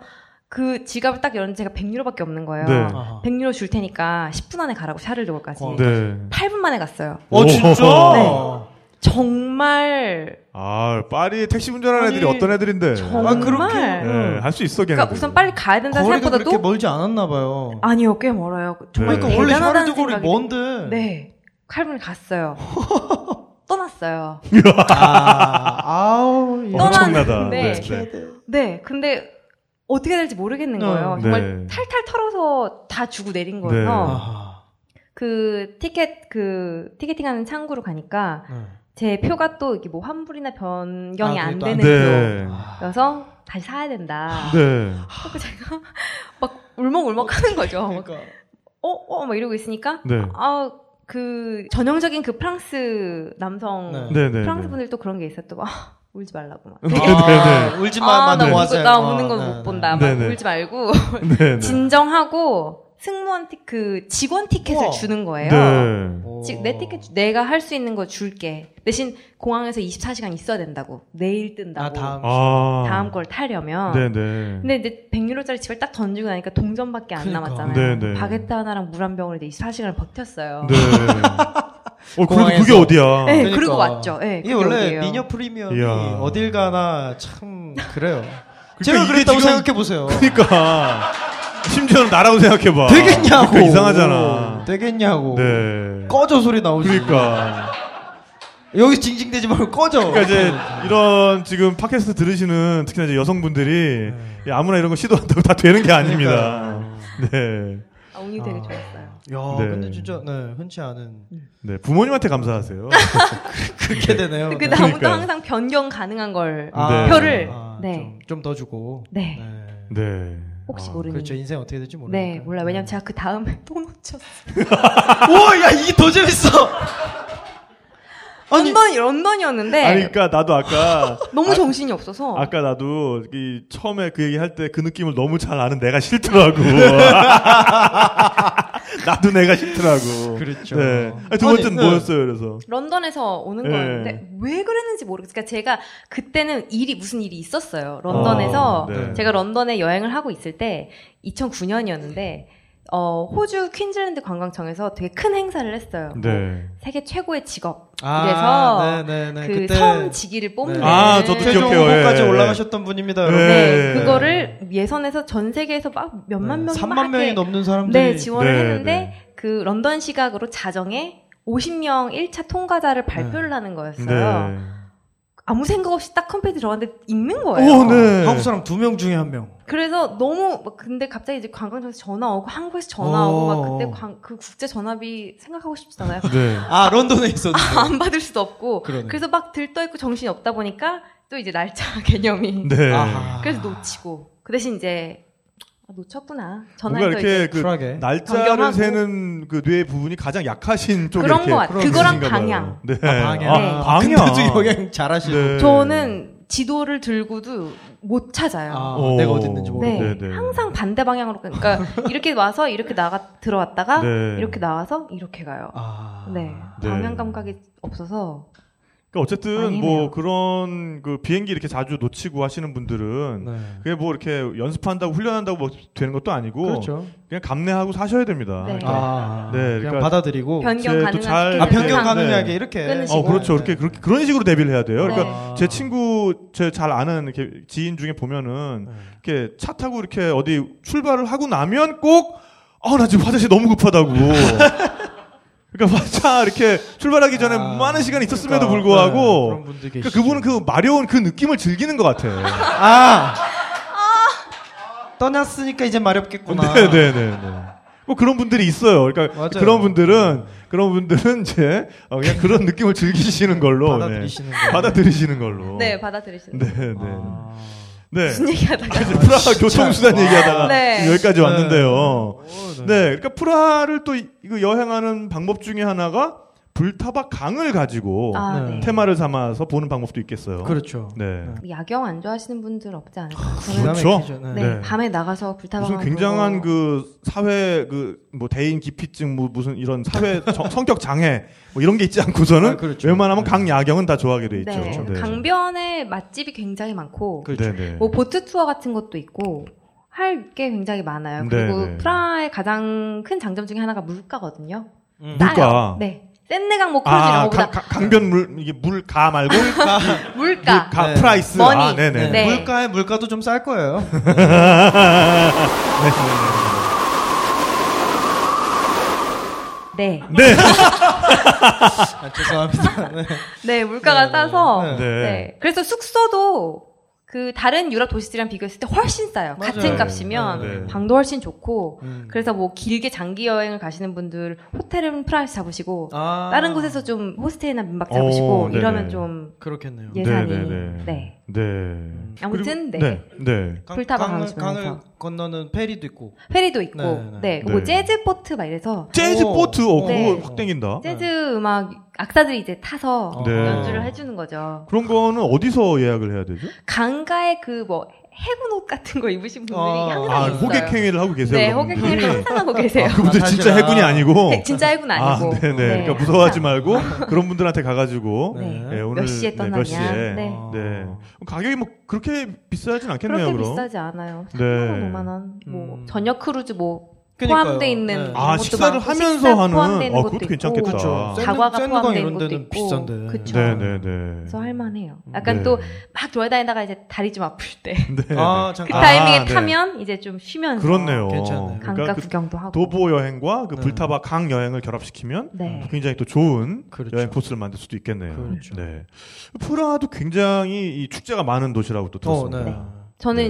Speaker 4: 그 지갑을 딱 열었는데 제가 100유로밖에 없는 거예요.
Speaker 2: 네.
Speaker 3: 아하.
Speaker 4: 100유로 줄 테니까 10분 안에 가라고 샤를 드골까지.
Speaker 3: 어,
Speaker 2: 네.
Speaker 4: 8분 만에 갔어요.
Speaker 3: 어 진짜.
Speaker 2: 네.
Speaker 3: 어.
Speaker 4: 정말
Speaker 2: 아, 파리 택시 운전하는 애들이
Speaker 3: 아니,
Speaker 2: 어떤 애들인데.
Speaker 4: 정말
Speaker 3: 아, 그렇게?
Speaker 2: 네, 할 수 있어, 걔네.
Speaker 4: 그러니까 우선 빨리 가야 된다는
Speaker 3: 거리가
Speaker 4: 생각보다도
Speaker 3: 그렇게 멀지 않았나 봐요.
Speaker 4: 아니요 꽤 멀어요. 정말
Speaker 2: 네.
Speaker 3: 그러니까 원래
Speaker 4: 대단하다는
Speaker 3: 샤르드골이
Speaker 4: 생각이
Speaker 3: 뭔데?
Speaker 4: 네. 칼문을 갔어요. 떠났어요.
Speaker 3: 아, 아우. 예.
Speaker 4: 떠나-
Speaker 2: 엄청나다.
Speaker 4: 네.
Speaker 2: 네.
Speaker 4: 네. 근데 어떻게 될지 모르겠는
Speaker 3: 네. 네.
Speaker 4: 거예요. 정말
Speaker 2: 네.
Speaker 4: 탈탈 털어서 다 주고 내린 거예요.
Speaker 3: 아하.
Speaker 4: 그 티켓 그 티켓팅하는 창구로 가니까
Speaker 3: 네.
Speaker 4: 제 표가 또 이게 뭐 환불이나 변경이
Speaker 3: 아,
Speaker 4: 안
Speaker 3: 그래도 안
Speaker 4: 되는
Speaker 2: 네.
Speaker 3: 아.
Speaker 4: 표여서 다시 사야 된다.
Speaker 2: 네.
Speaker 4: 그래서 제가 [laughs] 막 울먹울먹 하는 거죠. 막
Speaker 3: 그러니까.
Speaker 4: 어, 어, 막 이러고 있으니까
Speaker 2: 네.
Speaker 4: 아, 그 전형적인 그 프랑스 남성
Speaker 3: 네.
Speaker 2: 네, 네.
Speaker 4: 프랑스
Speaker 2: 네.
Speaker 4: 분들 또 그런 게 있었다고 아, [laughs] 울지 말라고 막.
Speaker 3: 아, 울지 마,
Speaker 4: 아, 나,
Speaker 3: 만나고
Speaker 4: 우
Speaker 3: 하세요.
Speaker 4: 나 우는 건
Speaker 3: 아,
Speaker 4: 못
Speaker 3: 네,
Speaker 4: 본다.
Speaker 2: 네,
Speaker 4: 막
Speaker 2: 네.
Speaker 4: 울지 말고
Speaker 2: 네. 네.
Speaker 4: 진정하고 승무원 티, 그 직원 티켓을
Speaker 3: 우와.
Speaker 4: 주는 거예요.
Speaker 2: 네.
Speaker 3: 네.
Speaker 4: 즉, 내 티켓 주- 내가 할 수 있는 거 줄게. 대신 공항에서 24시간 있어야 된다고. 내일 뜬다고.
Speaker 3: 아, 다음.
Speaker 2: 아.
Speaker 4: 어. 다음 걸 타려면.
Speaker 2: 네네.
Speaker 4: 근데 이제 100유로짜리 집을 딱 던지고 나니까 동전밖에 안
Speaker 3: 그러니까.
Speaker 2: 네,
Speaker 4: 남았잖아요.
Speaker 2: 네.
Speaker 4: 바게트 하나랑 물 한 병을 24시간을 버텼어요.
Speaker 2: 네.
Speaker 4: [laughs]
Speaker 2: 어, 그래도 그게
Speaker 3: 공항에서.
Speaker 2: 어디야?
Speaker 4: 네,
Speaker 3: 그러니까.
Speaker 4: 그리고 왔죠. 네,
Speaker 3: 이게
Speaker 4: 그게
Speaker 3: 원래
Speaker 4: 어디예요.
Speaker 3: 미녀 프리미엄이
Speaker 2: 이야.
Speaker 3: 어딜 가나 참 그래요.
Speaker 2: 그러니까
Speaker 3: 제가
Speaker 2: 이게
Speaker 3: 그랬다고
Speaker 2: 지금-
Speaker 3: 생각해 보세요.
Speaker 2: 그러니까. 심지어는 나라고 생각해봐.
Speaker 3: 되겠냐고.
Speaker 2: 그러니까 이상하잖아.
Speaker 3: 되겠냐고.
Speaker 2: 네.
Speaker 3: 꺼져 소리 나오지.
Speaker 2: 그러니까.
Speaker 3: 여기 징징대지 말고 꺼져.
Speaker 2: 그러니까 이제 이런 지금 팟캐스트 들으시는 특히나 이제 여성분들이
Speaker 4: 네.
Speaker 2: 예, 아무나 이런 거 시도한다고 다 되는 게 아닙니다. 네.
Speaker 4: 아, 운이 되게
Speaker 3: 아.
Speaker 4: 좋았어요.
Speaker 3: 야,
Speaker 2: 네.
Speaker 3: 근데 진짜 네, 흔치 않은
Speaker 2: 네. 부모님한테
Speaker 4: [laughs]
Speaker 2: 감사하세요.
Speaker 3: 그렇게 되네요.
Speaker 4: 그
Speaker 3: 네.
Speaker 4: 다음부터
Speaker 2: 그러니까요.
Speaker 4: 항상 변경 가능한 걸.
Speaker 2: 네.
Speaker 4: 아. 표를. 네.
Speaker 3: 네. 좀 더 주고.
Speaker 4: 네.
Speaker 2: 네.
Speaker 4: 혹시
Speaker 2: 아,
Speaker 4: 모르니.
Speaker 3: 그렇죠. 인생 어떻게 될지 모르니까.
Speaker 4: 네,
Speaker 3: [laughs]
Speaker 4: [laughs] 몰라. 왜냐면 제가 그 다음에 또 놓쳤어.
Speaker 2: [laughs]
Speaker 3: 오, 야 이게 더 재밌어. 아니-
Speaker 4: 런던 런던이었는데
Speaker 2: 아니 그러니까 나도 아까
Speaker 4: 너무
Speaker 2: 아-
Speaker 4: 정신이 없어서
Speaker 2: 아까 나도 이 처음에 그 얘기 할 때 그 느낌을 너무 잘 아는 내가 싫더라고. [laughs] 나도 내가 싫더라고.
Speaker 3: 그렇죠.
Speaker 2: 네. 아니, 두
Speaker 3: 아니,
Speaker 2: 번째는
Speaker 3: 네.
Speaker 2: 뭐였어요? 그래서
Speaker 4: 런던에서 오는
Speaker 2: 예.
Speaker 4: 거였는데 왜 그랬는지 모르겠어요. 그러니까 제가 그때는 일이 무슨 일이 있었어요. 런던에서
Speaker 2: 아, 네.
Speaker 4: 제가 런던에 여행을 하고 있을 때 2009년이었는데 어, 호주 퀸즐랜드 관광청에서 되게 큰 행사를 했어요.
Speaker 2: 네.
Speaker 4: 세계 최고의 직업
Speaker 3: 아, 네네네.
Speaker 4: 그
Speaker 3: 그때
Speaker 4: 섬 지기를 뽑는
Speaker 2: 아, 저도
Speaker 3: 최종
Speaker 2: 기억해요.
Speaker 3: 후보까지
Speaker 2: 예, 예.
Speaker 3: 올라가셨던 분입니다,
Speaker 2: 네.
Speaker 3: 여러분.
Speaker 4: 네,
Speaker 2: 예.
Speaker 4: 그거를 예선에서 전 세계에서 막 몇만 명이
Speaker 3: 3만 명이
Speaker 4: 막
Speaker 3: 넘는
Speaker 4: 이렇게
Speaker 3: 사람들이
Speaker 4: 네, 지원을
Speaker 2: 네,
Speaker 4: 했는데
Speaker 2: 네.
Speaker 4: 그 런던 시각으로 자정에 50명 1차 통과자를
Speaker 2: 네.
Speaker 4: 발표를 하는 거였어요. 아무 생각 없이 딱 컴퓨터 들어갔는데 있는 거예요.
Speaker 2: 오, 네.
Speaker 3: 한국 사람 두 명 중에 한 명.
Speaker 4: 그래서 너무 막 근데 갑자기 이제 관광청에서 전화 오고 한국에서 전화
Speaker 3: 어.
Speaker 4: 오고 막 그때 광- 그 국제 전화비 생각하고 싶잖아요. [laughs]
Speaker 2: 네.
Speaker 3: 아, 런던에 있었는데.
Speaker 4: 안 받을 수도 없고
Speaker 3: 그러네.
Speaker 4: 그래서 막 들떠 있고 정신이 없다 보니까 또 이제 날짜 [laughs] 개념이
Speaker 2: 네.
Speaker 3: [laughs] 아하.
Speaker 4: 그래서 놓치고 그 대신 이제 아, 놓쳤구나
Speaker 2: 뭔가
Speaker 4: 전화해서 이제
Speaker 2: 이렇게 그
Speaker 3: 쿨하게.
Speaker 2: 날짜를
Speaker 4: 변경하고.
Speaker 2: 세는 그 뇌 부분이 가장 약하신 쪽이
Speaker 4: 그런
Speaker 2: 이렇게
Speaker 4: 것 같-
Speaker 2: 그런
Speaker 4: 그거랑
Speaker 2: 분이신가 봐요.
Speaker 4: 방향.
Speaker 2: 네.
Speaker 3: 아, 방향.
Speaker 4: 네.
Speaker 2: 아, 방향.
Speaker 3: 근데도 영향 잘하시는.
Speaker 2: 네.
Speaker 4: 저는 지도를 들고도 못 찾아요.
Speaker 3: 아,
Speaker 2: 오.
Speaker 3: 내가 어디 있는지 모르고.
Speaker 4: 네.
Speaker 2: 네, 네.
Speaker 4: 항상 반대 방향으로 가- 그러니까
Speaker 2: [laughs]
Speaker 4: 이렇게 와서 이렇게 나가 들어왔다가
Speaker 2: 네.
Speaker 4: 이렇게 나와서 이렇게 가요.
Speaker 3: 아.
Speaker 4: 네.
Speaker 2: 네.
Speaker 4: 방향 감각이 없어서
Speaker 2: 그러니까 어쨌든 뭐
Speaker 4: 아니네요.
Speaker 2: 그런 그 비행기 이렇게 자주 놓치고 하시는 분들은
Speaker 3: 네.
Speaker 2: 그게 뭐 이렇게 연습한다고 훈련한다고 뭐 되는 것도 아니고
Speaker 3: 그렇죠.
Speaker 2: 그냥 감내하고 사셔야 됩니다.
Speaker 4: 네.
Speaker 2: 그러니까
Speaker 3: 아,
Speaker 2: 네,
Speaker 3: 그냥
Speaker 2: 그러니까
Speaker 3: 받아들이고.
Speaker 4: 변경
Speaker 2: 이제 또
Speaker 4: 가능한
Speaker 2: 잘- 네.
Speaker 4: 티켓을
Speaker 3: 아, 변경
Speaker 4: 항상-
Speaker 3: 가능하게 이렇게.
Speaker 4: 끊으시고. 네.
Speaker 2: 어, 그렇죠.
Speaker 3: 네.
Speaker 2: 그렇게, 그렇게, 그런 식으로 대비를 해야 돼요. 그러니까
Speaker 3: 아.
Speaker 2: 제 친구, 제 잘 아는 이렇게 지인 중에 보면은, 이렇게 차 타고 이렇게 어디 출발을 하고 나면 꼭, 아, 나 지금 화장실 너무
Speaker 3: [laughs]
Speaker 2: 급하다고. 그러니까 차 이렇게 출발하기 전에
Speaker 3: 아,
Speaker 2: 많은 시간이 있었음에도
Speaker 3: 그러니까, 네, 그런
Speaker 2: 불구하고,
Speaker 3: 분들
Speaker 2: 그러니까
Speaker 3: 계시죠.
Speaker 2: 그분은 그 마려운 그 느낌을 즐기는 것
Speaker 3: [laughs]
Speaker 2: 같아요.
Speaker 3: 아. 떠났으니까 이제 마렵겠구나.
Speaker 2: 네네네. 뭐 그런 분들이 있어요. 그러니까
Speaker 3: 맞아요. 네.
Speaker 2: 그런 분들은 그런 분들은 이제 어, 그냥 그런 느낌을 즐기시는 걸로 네.
Speaker 3: 받아들이시는 거예요.
Speaker 2: 받아들이시는 걸로.
Speaker 4: 네, 받아들이시는.
Speaker 2: 네,
Speaker 4: 네.
Speaker 2: 네.
Speaker 3: 아.
Speaker 2: 네.
Speaker 4: 무슨 [laughs] 얘기하다가
Speaker 2: 이제 프라하 교통수단
Speaker 3: 와.
Speaker 2: 얘기하다가
Speaker 4: 네.
Speaker 2: 지금 여기까지 왔는데요.
Speaker 3: 오,
Speaker 2: 네. 그러니까 프라하를 또 이- 이거 여행하는 방법 중에 하나가 불타박 강을 가지고
Speaker 4: 아,
Speaker 3: 네.
Speaker 4: 네.
Speaker 2: 테마를 삼아서 보는 방법도 있겠어요.
Speaker 3: 그렇죠.
Speaker 2: 네.
Speaker 4: 야경 안 좋아하시는 분들 없지 않을까? 저는
Speaker 3: 기가
Speaker 2: 그렇죠.
Speaker 3: 막히죠. 네.
Speaker 4: 네,
Speaker 2: 네.
Speaker 4: 밤에 나가서 불타방
Speaker 2: 무슨 굉장한 그 사회 그 뭐 대인 기피증 뭐 무슨 이런
Speaker 4: [laughs]
Speaker 2: 사회 정- 성격 장애 뭐 이런 게 있지 않고서는
Speaker 3: 아, 그렇죠.
Speaker 2: 웬만하면
Speaker 3: 네.
Speaker 2: 강 야경은 다 좋아하게 돼 있죠.
Speaker 4: 네, 강변에 맛집이 굉장히 많고
Speaker 3: 그-
Speaker 2: 네네.
Speaker 4: 뭐 보트 투어 같은 것도 있고 할 게 굉장히 많아요.
Speaker 2: 네,
Speaker 4: 그리고
Speaker 2: 네.
Speaker 4: 프라하의 가장 큰 장점 중에 하나가 물가거든요.
Speaker 3: 음.
Speaker 2: 물가.
Speaker 4: 싸요. 네. 샌내강 뭐 크루즈 이런
Speaker 2: 아,
Speaker 4: 거보다
Speaker 2: 강, 강- 강변 물 이게 물 가 말고
Speaker 4: 물가.
Speaker 2: 가
Speaker 3: 네.
Speaker 2: 프라이스
Speaker 4: 머니.
Speaker 2: 아, 네네.
Speaker 3: 네.
Speaker 4: 네.
Speaker 3: 물가에 물가도 좀 쌀
Speaker 2: [laughs]
Speaker 3: 거예요.
Speaker 4: 네.
Speaker 2: 네.
Speaker 3: 아, 죄송합니다. 네.
Speaker 4: 네, 물가가
Speaker 3: 네,
Speaker 4: 싸서.
Speaker 3: 네.
Speaker 4: 네.
Speaker 2: 네.
Speaker 4: 그래서 숙소도 그 다른 유럽 도시들이랑 비교했을 때 훨씬 싸요.
Speaker 3: 맞아요.
Speaker 4: [laughs] 같은 값이면
Speaker 3: 네, 네.
Speaker 4: 방도 훨씬 좋고.
Speaker 3: 음.
Speaker 4: 그래서 뭐 길게 장기 여행을 가시는 분들 호텔은 프라이스 잡으시고
Speaker 3: 아.
Speaker 4: 다른 곳에서 좀 호스텔이나 민박
Speaker 2: 어,
Speaker 4: 잡으시고
Speaker 2: 네네.
Speaker 4: 이러면 좀
Speaker 3: 그렇겠네요.
Speaker 4: 예. 예산이.
Speaker 2: 네네네.
Speaker 4: 네.
Speaker 2: 네.
Speaker 4: 아무튼
Speaker 2: 그리고-
Speaker 4: 네.
Speaker 2: 네. 네.
Speaker 3: 강-
Speaker 4: 불타방
Speaker 3: 강을,
Speaker 4: 가시면서.
Speaker 3: 강을 건너는 페리도 있고.
Speaker 4: 페리도 있고
Speaker 3: 네, 네.
Speaker 4: 네, 그리고
Speaker 2: 네.
Speaker 4: 재즈 보트 막 이래서
Speaker 2: 재즈
Speaker 3: 오.
Speaker 2: 보트 어 그거
Speaker 4: 네.
Speaker 2: 확 땡긴다.
Speaker 4: 재즈 음악 악사들이 이제 타서
Speaker 3: 어.
Speaker 2: 네.
Speaker 4: 연주를 해주는 거죠.
Speaker 2: 그런 거는 어디서 예약을 해야 되죠?
Speaker 4: 네. 강가에 그 뭐 해군 옷 같은 거 입으신 분들이
Speaker 3: 아,
Speaker 4: 항상
Speaker 2: 아,
Speaker 4: 있어요.
Speaker 2: 호객 행위를 하고 계세요.
Speaker 4: 네,
Speaker 2: 그런
Speaker 4: 호객
Speaker 2: 분들이?
Speaker 4: 행위를 항상 하고 계세요.
Speaker 3: 아,
Speaker 2: 그분들 진짜
Speaker 3: 사실은-
Speaker 2: 해군이 아니고 어.
Speaker 4: 네, [laughs] 진짜 해군 아니고.
Speaker 2: 아, 네네. 그러니까
Speaker 4: 항상.
Speaker 2: 무서워하지 말고 그런 분들한테 가가지고
Speaker 3: 네.
Speaker 2: 네, 오늘
Speaker 4: 몇 시에
Speaker 2: 네,
Speaker 4: 떠나냐.
Speaker 2: 몇 시에.
Speaker 4: 네.
Speaker 3: 어.
Speaker 2: 네. 가격이 뭐 그렇게 비싸진 않겠네요.
Speaker 4: 그렇게
Speaker 2: 럼
Speaker 4: 비싸지 않아요.
Speaker 2: 네.
Speaker 4: 3만 원, 5만 원. 뭐
Speaker 3: 음.
Speaker 4: 저녁 크루즈 뭐
Speaker 3: 그러니까요.
Speaker 4: 포함돼 있는
Speaker 3: 네.
Speaker 2: 아,
Speaker 4: 것도
Speaker 2: 식사를
Speaker 4: 많고,
Speaker 2: 하면서
Speaker 4: 식사
Speaker 2: 하는-
Speaker 4: 포함돼 있는
Speaker 2: 어,
Speaker 4: 것도
Speaker 2: 그것도
Speaker 4: 있고,
Speaker 2: 괜찮겠다.
Speaker 3: 그렇죠. 샌드-
Speaker 4: 자과가
Speaker 3: 샌드강
Speaker 4: 포함된
Speaker 3: 이런
Speaker 4: 것도
Speaker 3: 데는
Speaker 4: 있고.
Speaker 3: 비싼데.
Speaker 4: 그쵸.
Speaker 2: 네, 네, 네.
Speaker 4: 그래서 할만해요. 약간
Speaker 2: 네.
Speaker 4: 또 막 돌아다니다가 이제 다리 좀 아플 때 그
Speaker 2: 네. 네.
Speaker 3: 아, 잠깐.
Speaker 4: 타이밍에
Speaker 2: 아, 네.
Speaker 4: 타면 이제 좀 쉬면서
Speaker 2: 그렇네요.
Speaker 3: 괜찮네요.
Speaker 4: 강가
Speaker 2: 그러니까 그
Speaker 4: 구경도 하고.
Speaker 2: 도보 여행과 그
Speaker 3: 네.
Speaker 2: 불타바 강 여행을 결합시키면
Speaker 4: 네.
Speaker 2: 굉장히 또 좋은
Speaker 3: 그렇죠.
Speaker 2: 여행 코스를 만들 수도 있겠네요.
Speaker 3: 그렇죠.
Speaker 2: 네. 프라하도 굉장히 이 축제가 많은 도시라고 또
Speaker 3: 어,
Speaker 2: 들었습니다.
Speaker 3: 네.
Speaker 4: 저는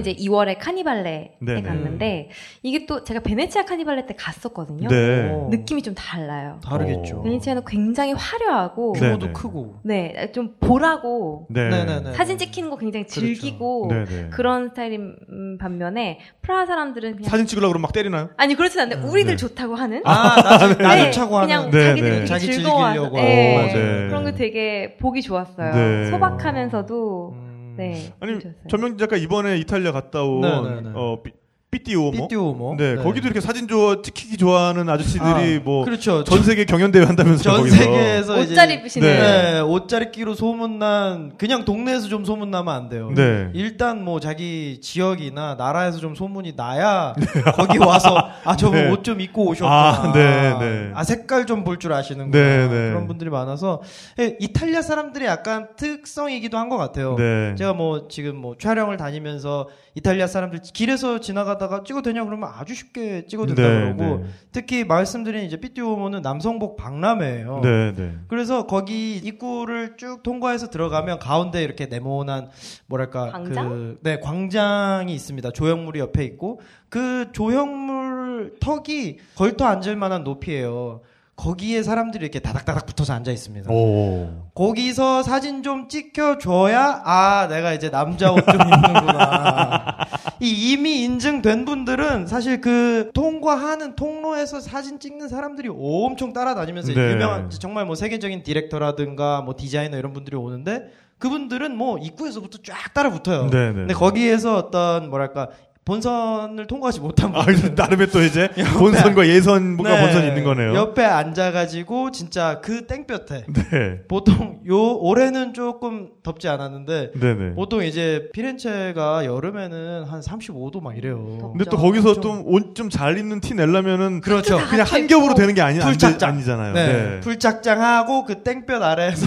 Speaker 2: 네.
Speaker 4: 이제 2월에 카니발레에
Speaker 2: 네네.
Speaker 4: 갔는데 이게 또 제가 베네치아 카니발레 때 갔었거든요.
Speaker 2: 네.
Speaker 3: 어.
Speaker 4: 느낌이 좀 달라요.
Speaker 3: 다르겠죠.
Speaker 2: 어.
Speaker 4: 베네치아는 굉장히 화려하고
Speaker 2: 네.
Speaker 3: 규모도
Speaker 2: 네네.
Speaker 3: 크고.
Speaker 4: 네, 좀 보라고
Speaker 2: 네.
Speaker 3: 네네네.
Speaker 4: 사진 찍히는 거 굉장히
Speaker 3: 그렇죠.
Speaker 4: 즐기고
Speaker 2: 네네.
Speaker 4: 그런 스타일인 음, 반면에 프라하 사람들은 그냥
Speaker 2: 사진 찍으려고 그러면 막 때리나요?
Speaker 4: 아니 그렇진 않은데 우리들
Speaker 2: 네.
Speaker 4: 좋다고 하는
Speaker 3: 음, 아, 나도
Speaker 4: 네,
Speaker 3: 나도 차고
Speaker 4: 그냥
Speaker 3: 하는. 어,
Speaker 2: 네,
Speaker 4: 자기들
Speaker 2: 네.
Speaker 4: 되게
Speaker 3: 자기
Speaker 4: 즐거워하는
Speaker 3: 즐기려고
Speaker 4: 네.
Speaker 2: 하고. 네.
Speaker 4: 그런 게 되게 보기 좋았어요.
Speaker 2: 네.
Speaker 4: 소박하면서도
Speaker 3: 음.
Speaker 4: 네
Speaker 2: 아니
Speaker 4: 좋았어요.
Speaker 2: 전명진 작가 이번에 이탈리아 갔다 온
Speaker 3: 네네네.
Speaker 2: 어, 삐- 삐띠오모.
Speaker 3: 띠띠오 뭐.
Speaker 2: 네, 거기도 이렇게 사진 좋아 찍히기 좋아하는 아저씨들이
Speaker 3: 아,
Speaker 2: 뭐 전
Speaker 3: 그렇죠.
Speaker 2: 세계 경연 대회 한다면서
Speaker 3: 전
Speaker 2: 거기서.
Speaker 3: 세계에서 이제
Speaker 4: 옷잘 입으시는
Speaker 2: 네.
Speaker 3: 네, 옷자리끼로 소문난 그냥 동네에서 좀 소문나면 안 돼요.
Speaker 2: 네.
Speaker 3: 일단 뭐 자기 지역이나 나라에서 좀 소문이
Speaker 2: [laughs]
Speaker 3: 나야 거기 와서 아 저분
Speaker 2: 네.
Speaker 3: 옷 좀 입고 오셨구나.
Speaker 2: 아, 네, 네.
Speaker 3: 아, 색깔 좀 볼 줄 아시는구나.
Speaker 2: 네, 네.
Speaker 3: 그런 분들이 많아서 예, 이탈리아 사람들의 약간 특성이기도 한 것 같아요.
Speaker 2: 네.
Speaker 3: 제가 뭐 지금 뭐 촬영을 다니면서 이탈리아 사람들 길에서 지나가다가 찍어도 되냐 그러면 아주 쉽게 찍어준다
Speaker 2: 네,
Speaker 3: 그러고 특히 말씀드린 이제 삐띠오모는 남성복 박람회예요.
Speaker 2: 네, 네.
Speaker 3: 그래서 거기 입구를 쭉 통과해서 들어가면 가운데 이렇게 네모난 뭐랄까
Speaker 4: 광장?
Speaker 3: 그, 네 광장이 있습니다. 조형물이 옆에 있고 그 조형물 턱이 걸터 앉을 만한 높이에요. 거기에 사람들이 이렇게 다닥다닥 붙어서 앉아 있습니다.
Speaker 2: 오.
Speaker 3: 거기서 사진 좀 찍혀줘야 아 내가 이제 남자 옷 좀
Speaker 2: [laughs]
Speaker 3: 입는구나. 이 이미 인증된 분들은 사실 그 통과하는 통로에서 사진 찍는 사람들이 엄청 따라다니면서
Speaker 2: 네.
Speaker 3: 유명한 정말 뭐 세계적인 디렉터라든가 뭐 디자이너 이런 분들이 오는데 그분들은 뭐 입구에서부터 쫙 따라붙어요.
Speaker 2: 네, 네.
Speaker 3: 근데 거기에서 어떤 뭐랄까 본선을 통과하지 못한
Speaker 2: 아,
Speaker 3: 분들
Speaker 2: 그래서 나름의 또 이제 본선과 예선과
Speaker 3: 네.
Speaker 2: 본선이 있는 거네요.
Speaker 3: 옆에 앉아가지고 진짜 그 땡볕에
Speaker 2: 네.
Speaker 3: 보통 요 올해는 조금 덥지 않았는데
Speaker 2: 네, 네.
Speaker 3: 보통 이제 피렌체가 여름에는 한 35도 막
Speaker 4: 네.
Speaker 3: 이래요.
Speaker 2: 근데 또
Speaker 4: 좀-
Speaker 2: 거기서
Speaker 3: 좀-
Speaker 2: 좀 옷 좀 잘 입는 티 내려면은
Speaker 3: 그렇죠.
Speaker 2: 그냥 한 겹으로 되는 게 아니,
Speaker 3: 풀착장.
Speaker 2: 아니, 잖아요
Speaker 3: 네,
Speaker 2: 네.
Speaker 3: 풀착장하고 그 땡볕 아래에서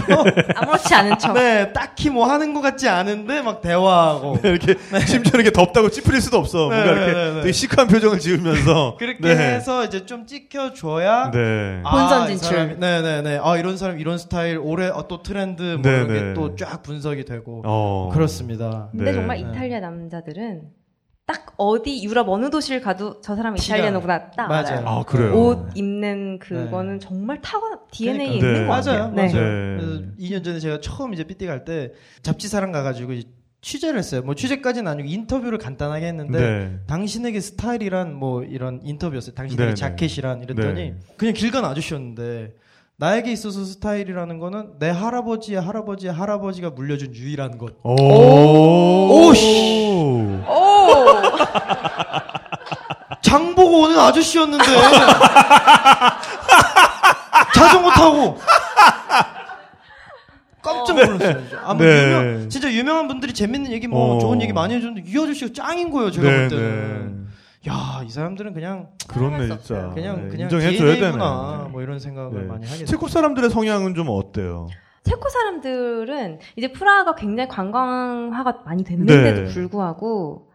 Speaker 4: 아무렇지 않은 척.
Speaker 3: [laughs] 네, 딱히 뭐 하는 것 같지 않은데 막
Speaker 2: [laughs]
Speaker 3: 대화하고
Speaker 2: 네, 이렇게 심지어 이렇게 덥다고 찌푸릴 수도 없어.
Speaker 3: 네,
Speaker 2: 뭔가 이렇게
Speaker 3: 네, 네, 네.
Speaker 2: 되게 시크한 표정을 지으면서
Speaker 3: [laughs] 그렇게
Speaker 2: 네.
Speaker 3: 해서 이제 좀 찍혀줘야
Speaker 2: 네.
Speaker 3: 아,
Speaker 4: 본선
Speaker 3: 이
Speaker 4: 진출.
Speaker 3: 사람이- 네네네. 아 이런 사람 이런 스타일 올해 어, 또 트렌드 뭐
Speaker 2: 네네.
Speaker 3: 이런 게 또 쫙 분석이 되고
Speaker 2: 어.
Speaker 3: 그렇습니다.
Speaker 4: 근데
Speaker 2: 네.
Speaker 4: 정말 이탈리아 남자들은 딱 어디 유럽 어느 도시를 가도 저 사람은
Speaker 3: 티가
Speaker 4: 이탈리아노구나 딱
Speaker 3: 맞아요.
Speaker 4: 알아요.
Speaker 2: 아, 그래요?
Speaker 4: 옷 입는
Speaker 3: 네.
Speaker 4: 그거는 정말 타고 DNA에
Speaker 2: 그러니까요.
Speaker 4: 있는
Speaker 2: 네.
Speaker 4: 거 같아요.
Speaker 3: 맞아요.
Speaker 4: 네.
Speaker 2: 네.
Speaker 3: 맞아요. 그래서 2년 전에 제가 처음 이제 삐띠 갈 때 잡지사랑 가가지고 이제 취재를 했어요. 뭐 취재까지는 아니고 인터뷰를 간단하게 했는데
Speaker 2: 네.
Speaker 3: 당신에게 스타일이란 뭐 이런 인터뷰였어요. 당신에게
Speaker 2: 네, 네.
Speaker 3: 자켓이란 이랬더니
Speaker 2: 네.
Speaker 3: 그냥 길 가는 아저씨였는데 나에게 있어서 스타일이라는 거는 내 할아버지의 할아버지의 할아버지가 물려준 유일한 것.
Speaker 2: 오.
Speaker 3: 오, 씨. 어,
Speaker 4: 오!
Speaker 3: 장 보고 오는 아저씨였는데 [laughs] 자전거 타고 깜짝 놀랐어요. 진짜. 아, 뭐
Speaker 2: 네.
Speaker 3: 유명, 진짜 유명한 분들이 재밌는 얘기 뭐
Speaker 2: 어.
Speaker 3: 좋은 얘기 많이 해줬는데 이 아저씨가 짱인 거예요 제가
Speaker 2: 네,
Speaker 3: 볼 때는.
Speaker 2: 네.
Speaker 3: 야이 사람들은 그냥
Speaker 2: 그렇네
Speaker 4: 사랑할 수
Speaker 2: 진짜.
Speaker 3: 그냥
Speaker 2: 네,
Speaker 3: 그냥
Speaker 2: 인정해줘야 되네.
Speaker 3: DNA구나 뭐 이런 생각을
Speaker 2: 네.
Speaker 3: 많이 하게 돼요.
Speaker 2: 체코 사람들의 성향은 좀 어때요?
Speaker 4: 체코 사람들은 이제 프라하가 굉장히 관광화가 많이 됐는데도
Speaker 2: 네.
Speaker 4: 불구하고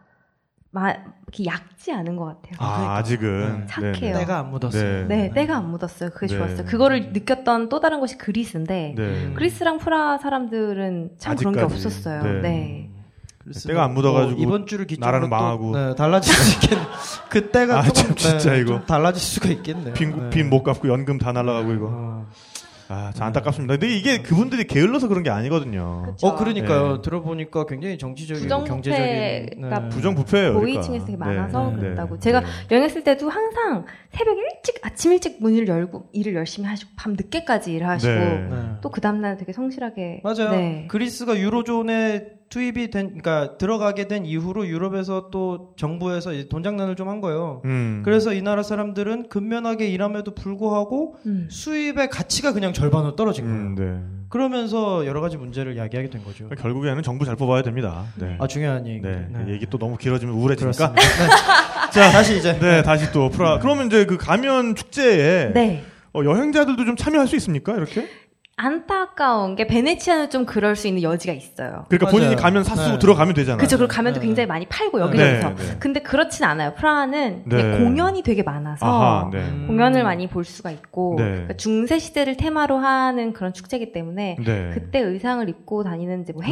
Speaker 4: 마, 이렇게 얕지 않은 것 같아요. 그러니까.
Speaker 2: 아, 아직은
Speaker 3: 네.
Speaker 4: 착해요.
Speaker 3: 때가 안 묻었어요.
Speaker 4: 네, 때가 안 묻었어요. 그게
Speaker 2: 네.
Speaker 4: 좋았어요. 그거를 느꼈던 또 다른 것이 그리스인데
Speaker 2: 네.
Speaker 4: 그리스랑 프라하 사람들은 참 그런 게
Speaker 2: 아직까지.
Speaker 4: 없었어요.
Speaker 2: 네.
Speaker 4: 네.
Speaker 3: 음. 그래서
Speaker 2: 때가 안 묻어가지고
Speaker 3: 어, 이번 주를 기점으로
Speaker 2: 나라는
Speaker 3: 또,
Speaker 2: 망하고.
Speaker 3: 네, 달라질 수 있겠. 그때가
Speaker 2: 아, 참,
Speaker 3: 조금
Speaker 2: 진짜
Speaker 3: 네,
Speaker 2: 이거.
Speaker 3: 좀 달라질 수가 있겠네요. 네.
Speaker 2: 빈못 갚고 연금 다 날라가고
Speaker 4: 음.
Speaker 2: 이거.
Speaker 3: 어.
Speaker 2: 아, 참 안타깝습니다. 근데 이게 그분들이 게을러서 그런 게 아니거든요.
Speaker 4: 그쵸.
Speaker 3: 어 그러니까요
Speaker 2: 네.
Speaker 3: 들어보니까 굉장히 정치적이고 경제적인
Speaker 4: 부정부패가
Speaker 3: 네.
Speaker 2: 부정부패예요. 그러니까.
Speaker 4: 고위층에서 되게 많아서
Speaker 2: 네, 네,
Speaker 4: 그런다고.
Speaker 2: 네.
Speaker 4: 제가
Speaker 2: 네.
Speaker 4: 여행했을 때도 항상 새벽 일찍 아침 일찍 문을 열고 일을 열심히 하시고 밤 늦게까지 일하시고
Speaker 2: 네.
Speaker 4: 또 그 다음날 되게 성실하게
Speaker 3: 맞아요
Speaker 4: 네.
Speaker 3: 그리스가 유로존에 투입이 된 그러니까 들어가게 된 이후로 유럽에서 또 정부에서 이제 돈 장난을 좀 한 거예요
Speaker 2: 음.
Speaker 3: 그래서 이 나라 사람들은 근면하게 일함에도 불구하고
Speaker 2: 그
Speaker 4: 음.
Speaker 3: 수입의 가치가 그냥 절반으로 떨어진 거예요
Speaker 2: 음, 네.
Speaker 3: 그러면서 여러 가지 문제를 야기하게 된 거죠
Speaker 2: 그러니까 결국에는 정부 잘 뽑아야 됩니다. 네.
Speaker 3: 아 중요한 얘기
Speaker 2: 네. 얘기 또 너무 길어지면 우울해지니까.
Speaker 3: 그렇습니다 네. 자 다시 이제
Speaker 2: [laughs] 네, 다시 또 프라. 그러면 이제 그 가면 축제에
Speaker 4: 네.
Speaker 2: 어, 여행자들도 좀 참여할 수 있습니까? 이렇게?
Speaker 4: 안타까운 게 베네치아는 좀 그럴 수 있는 여지가 있어요.
Speaker 2: 그러니까 본인이
Speaker 3: 맞아요.
Speaker 2: 가면 사쓰고
Speaker 3: 네.
Speaker 2: 들어가면 되잖아요.
Speaker 4: 그죠. 그리고 가면도
Speaker 3: 네.
Speaker 4: 굉장히 많이 팔고
Speaker 3: 네.
Speaker 4: 여기저기서.
Speaker 2: 네, 네.
Speaker 4: 근데 그렇진 않아요. 프라하는 그냥
Speaker 2: 네.
Speaker 4: 공연이 되게 많아서
Speaker 2: 아하, 네.
Speaker 3: 음.
Speaker 4: 공연을 많이 볼 수가 있고
Speaker 2: 네.
Speaker 4: 그러니까 중세 시대를 테마로 하는 그런 축제이기 때문에
Speaker 2: 네.
Speaker 4: 그때 의상을 입고 다니는 이제 뭐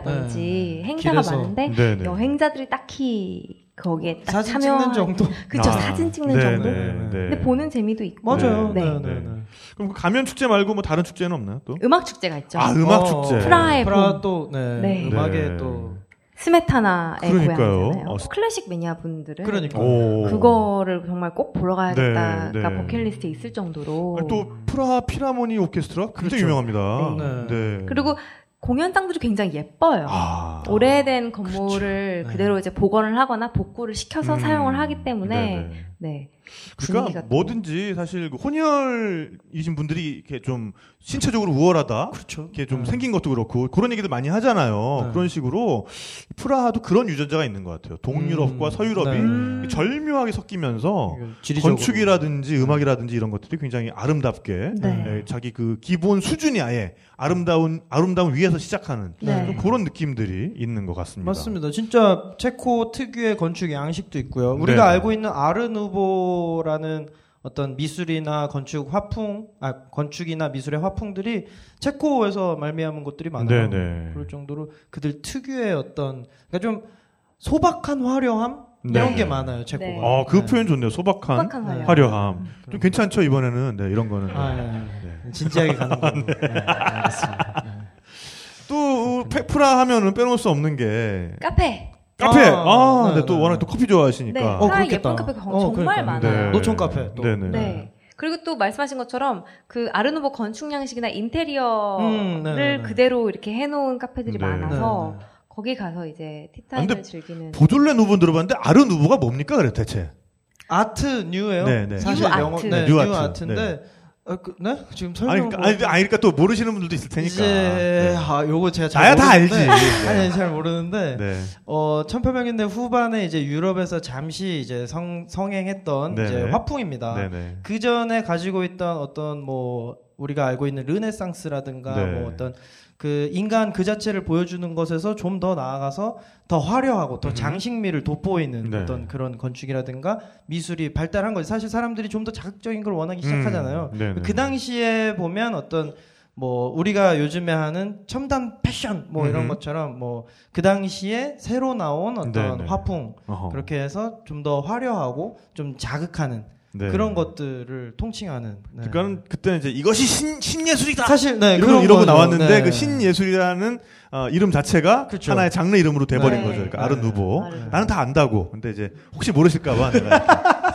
Speaker 4: 행진이라든지
Speaker 3: 네.
Speaker 4: 행사가
Speaker 3: 길에서.
Speaker 4: 많은데
Speaker 2: 네, 네.
Speaker 4: 여행자들이 딱히 거기에 딱
Speaker 3: 사진
Speaker 4: 참여
Speaker 3: 찍는 정도.
Speaker 4: 그쵸
Speaker 2: 아,
Speaker 4: 사진 찍는
Speaker 2: 네,
Speaker 4: 정도.
Speaker 2: 네, 네.
Speaker 4: 근데 보는 재미도 있고.
Speaker 3: 맞아요.
Speaker 4: 네.
Speaker 3: 네, 네, 네.
Speaker 2: 네. 그럼 그 가면 축제 말고 뭐 다른 축제는 없나요? 또?
Speaker 4: 음악 축제가 있죠.
Speaker 2: 아, 음악
Speaker 3: 어,
Speaker 2: 축제.
Speaker 4: 프라하의
Speaker 3: 프라
Speaker 4: 봄.
Speaker 3: 또 네.
Speaker 4: 네.
Speaker 3: 음악에
Speaker 2: 네.
Speaker 3: 또
Speaker 4: 스메타나의
Speaker 2: 그러니까요.
Speaker 4: 고향이잖아요.
Speaker 2: 어, 스-
Speaker 4: 클래식 매니아 분들은
Speaker 3: 그러니까.
Speaker 2: 오.
Speaker 4: 그거를 정말 꼭 보러 가야겠다가
Speaker 2: 네, 네.
Speaker 4: 버킷리스트에 있을 정도로.
Speaker 2: 아니, 또 프라 피라모니 오케스트라 굉장히
Speaker 3: 그렇죠.
Speaker 2: 유명합니다. 네.
Speaker 4: 그리고 공연장들이 굉장히 예뻐요.
Speaker 2: 아. 네.
Speaker 4: 오래된 건물을
Speaker 3: 그렇죠.
Speaker 4: 그대로 이제 복원을 하거나 복구를 시켜서
Speaker 2: 음.
Speaker 4: 사용을 하기 때문에
Speaker 2: 네네.
Speaker 4: 네.
Speaker 2: 그러니까
Speaker 4: 분위기가 또-
Speaker 2: 뭐든지 사실 그 혼혈이신 분들이 이렇게 좀 신체적으로 우월하다.
Speaker 3: 그렇죠.
Speaker 2: 이렇게 좀
Speaker 3: 네.
Speaker 2: 생긴 것도 그렇고 그런 얘기도 많이 하잖아요.
Speaker 3: 네.
Speaker 2: 그런 식으로 프라하도 그런 유전자가 있는 것 같아요. 동유럽과
Speaker 3: 음,
Speaker 2: 서유럽이
Speaker 3: 네.
Speaker 4: 음.
Speaker 2: 절묘하게 섞이면서
Speaker 3: 이건 지리적으로.
Speaker 2: 건축이라든지 음악이라든지 이런 것들이 굉장히 아름답게
Speaker 4: 네.
Speaker 2: 예, 자기 그 기본 수준이 아예 아름다운 아름다운 위에서 시작하는
Speaker 4: 네.
Speaker 2: 좀 그런 느낌들이 있는 것 같습니다.
Speaker 3: 맞습니다. 진짜 체코 특유의 건축 양식도 있고요. 우리가
Speaker 2: 네.
Speaker 3: 알고 있는 아르누보라는 어떤 미술이나 건축 화풍, 아 건축이나 미술의 화풍들이 체코에서 말미암은 것들이 많아요. 그렇죠.
Speaker 2: 네네.
Speaker 3: 그럴 정도로 그들 특유의 어떤 그러니까 좀 소박한 화려함
Speaker 2: 네.
Speaker 3: 이런 게 많아요. 체코가.
Speaker 4: 네.
Speaker 2: 아, 그
Speaker 3: 네.
Speaker 2: 표현 좋네요. 소박한,
Speaker 4: 소박한 화려함.
Speaker 2: 화려함. 좀 괜찮죠, 이번에는. 네, 이런 거는.
Speaker 3: 음, 아, 예, 예. 진지하게
Speaker 2: [laughs]
Speaker 3: 가는 걸로. 네, 알겠습니다. 네.
Speaker 2: 또, 어, 페프라 하면은 빼놓을 수 없는 게.
Speaker 4: 카페.
Speaker 2: 카페!
Speaker 3: 아,
Speaker 2: 아,
Speaker 3: 네,
Speaker 2: 근데 또
Speaker 3: 네,
Speaker 2: 워낙
Speaker 3: 네.
Speaker 2: 또 커피 좋아하시니까.
Speaker 4: 네.
Speaker 3: 어,
Speaker 4: 프라하
Speaker 3: 그렇겠다.
Speaker 4: 예쁜 카페가
Speaker 3: 어,
Speaker 4: 정말
Speaker 3: 그러니까요.
Speaker 4: 많아요.
Speaker 3: 노천 카페 또.
Speaker 2: 네. 네네.
Speaker 4: 네. 그리고 또 말씀하신 것처럼 그 아르누보 건축 양식이나 인테리어를
Speaker 3: 음, 네, 네, 네.
Speaker 4: 그대로 이렇게 해놓은 카페들이
Speaker 2: 네.
Speaker 4: 많아서
Speaker 3: 네, 네.
Speaker 4: 거기 가서 이제
Speaker 2: 아, 근데
Speaker 4: 티타임을 즐기는
Speaker 2: 보졸레 누브는 들어봤는데, 아르 누브가 뭡니까, 그래, 대체?
Speaker 3: 아트 뉴예요.
Speaker 2: 네, 네.
Speaker 3: 사실
Speaker 4: 뉴 아트.
Speaker 3: 영어 네,
Speaker 2: 뉴
Speaker 3: 뉴
Speaker 2: 아트.
Speaker 3: 아트인데 어, 그, 네? 지금
Speaker 2: 아니,
Speaker 3: 설명
Speaker 2: 그러니까, 아니, 아니, 그러니까 또 모르시는 분들도 있을 테니까.
Speaker 3: 이제
Speaker 2: 네.
Speaker 3: 아 요거 제가 잘
Speaker 2: 나야 다
Speaker 3: 모르는데-
Speaker 2: 알지. 네.
Speaker 3: [laughs] 아니 잘 모르는데
Speaker 2: 네.
Speaker 3: 어 1800년대 후반에 이제 유럽에서 잠시 이제 성 성행했던
Speaker 2: 네네.
Speaker 3: 이제 화풍입니다.
Speaker 2: 네네.
Speaker 3: 그 전에 가지고 있던 어떤 뭐 우리가 알고 있는 르네상스라든가
Speaker 2: 네.
Speaker 3: 뭐 어떤 그 인간 그 자체를 보여주는 것에서 좀 더 나아가서 더 화려하고 더 장식미를 돋보이는
Speaker 2: 음. 네.
Speaker 3: 어떤 그런 건축이라든가 미술이 발달한 거지 사실 사람들이 좀 더 자극적인 걸 원하기 시작하잖아요.
Speaker 2: 음, 네네.
Speaker 3: 그 당시에 보면 어떤 뭐 우리가 요즘에 하는 첨단 패션 뭐 이런
Speaker 2: 음흠.
Speaker 3: 것처럼 뭐 그 당시에 새로 나온 어떤
Speaker 2: 네네.
Speaker 3: 화풍
Speaker 2: 어허.
Speaker 3: 그렇게 해서 좀 더 화려하고 좀 자극하는
Speaker 2: 네.
Speaker 3: 그런 것들을 통칭하는. 네.
Speaker 2: 그러니까는 그때는 이제 이것이 신, 신예술이다!
Speaker 3: 사실 네,
Speaker 2: 이러고, 이러고
Speaker 3: 거죠.
Speaker 2: 나왔는데
Speaker 3: 네.
Speaker 2: 그 신예술이라는 어, 이름 자체가
Speaker 3: 그쵸.
Speaker 2: 하나의 장르 이름으로 돼버린
Speaker 4: 네.
Speaker 2: 거죠. 그러니까
Speaker 3: 네.
Speaker 2: 아른 누보.
Speaker 4: 아른 누보.
Speaker 2: 나는 다 안다고. 근데 이제 혹시 모르실까봐 내가.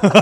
Speaker 3: [laughs]
Speaker 2: 이렇게.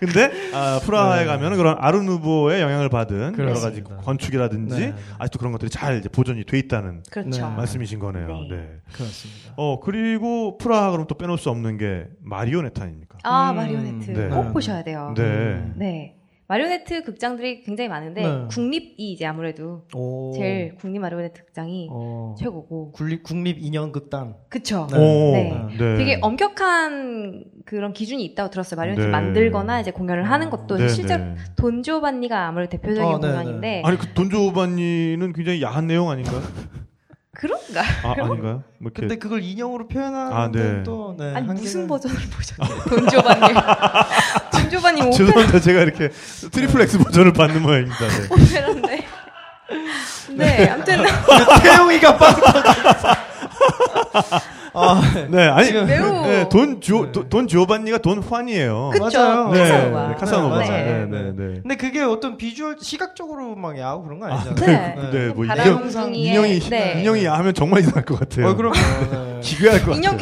Speaker 2: 근데 아, 프라하에
Speaker 3: 네.
Speaker 2: 가면 그런 아른 누보의 영향을 받은 여러 가지
Speaker 3: 그렇습니다.
Speaker 2: 건축이라든지
Speaker 3: 네.
Speaker 2: 아직도 그런 것들이 잘 이제 보존이 돼 있다는
Speaker 4: 그렇죠.
Speaker 3: 네.
Speaker 2: 말씀이신 거네요. 네.
Speaker 4: 네.
Speaker 3: 그렇습니다.
Speaker 2: 어 그리고 프라하 그럼 또 빼놓을 수 없는 게 마리오네타 아닙니까?
Speaker 4: 아
Speaker 3: 음,
Speaker 4: 마리오네트
Speaker 2: 네.
Speaker 4: 꼭 보셔야 돼요.
Speaker 2: 네.
Speaker 3: 음.
Speaker 4: 네. 마리오네트 극장들이 굉장히 많은데
Speaker 3: 네.
Speaker 4: 국립이 이제 아무래도
Speaker 3: 오.
Speaker 4: 제일 국립 마리오네트 극장이
Speaker 3: 어.
Speaker 4: 최고고
Speaker 3: 국립 국립 인형 극단.
Speaker 4: 그쵸
Speaker 3: 네.
Speaker 2: 오,
Speaker 4: 네.
Speaker 2: 네.
Speaker 4: 되게 엄격한 그런 기준이 있다고 들었어요 마리오네트
Speaker 2: 네.
Speaker 4: 만들거나 이제 공연을 하는 것도
Speaker 2: 네,
Speaker 4: 실제로
Speaker 2: 네.
Speaker 4: 돈지오반니가 아무래도 대표적인
Speaker 3: 어, 네,
Speaker 4: 공연인데
Speaker 2: 아니 그 돈조반니는 굉장히 야한 내용 아닌가요?
Speaker 4: 그런가?
Speaker 2: 아 아닌가요? 뭐 이렇게
Speaker 3: 근데 그걸 인형으로 표현하는
Speaker 2: 아, 네.
Speaker 3: 또 네,
Speaker 4: 아니
Speaker 3: 한계가-
Speaker 4: 무슨 버전을
Speaker 2: [laughs]
Speaker 4: 보셨나요? 돈조반님
Speaker 2: 아,
Speaker 4: 돈조반님 오페라
Speaker 2: [laughs] 죄송합니다. 제가 이렇게 트리플렉스 버전을 받는 모양입니다. 네.
Speaker 4: 어, 오페라인데 네 아무튼
Speaker 2: [laughs]
Speaker 3: 태용이가 빠져.
Speaker 4: [laughs]
Speaker 3: 아, 네.
Speaker 2: 네, 아니
Speaker 3: 지금
Speaker 4: 매우-
Speaker 2: 네, 돈 주오
Speaker 3: 네.
Speaker 2: 돈 주오반니가 돈 환이에요.
Speaker 4: 그쵸
Speaker 3: 맞아요.
Speaker 2: 네,
Speaker 4: 카사노바
Speaker 2: 네, 카사노바.
Speaker 3: 네,
Speaker 2: 네,
Speaker 3: 맞아요.
Speaker 2: 네, 네.
Speaker 3: 근데 그게 어떤 비주얼 시각적으로 막 야하고 그런 거 아니잖아요.
Speaker 4: 네.
Speaker 2: 네,
Speaker 3: 네.
Speaker 2: 뭐 인형
Speaker 4: 바람둥이의
Speaker 2: 인형이
Speaker 4: 네.
Speaker 2: 인형이 하면 정말 이상할 것 같아요.
Speaker 3: 어, 그럼 네.
Speaker 2: 기괴할 것
Speaker 4: 인형
Speaker 2: 같아요.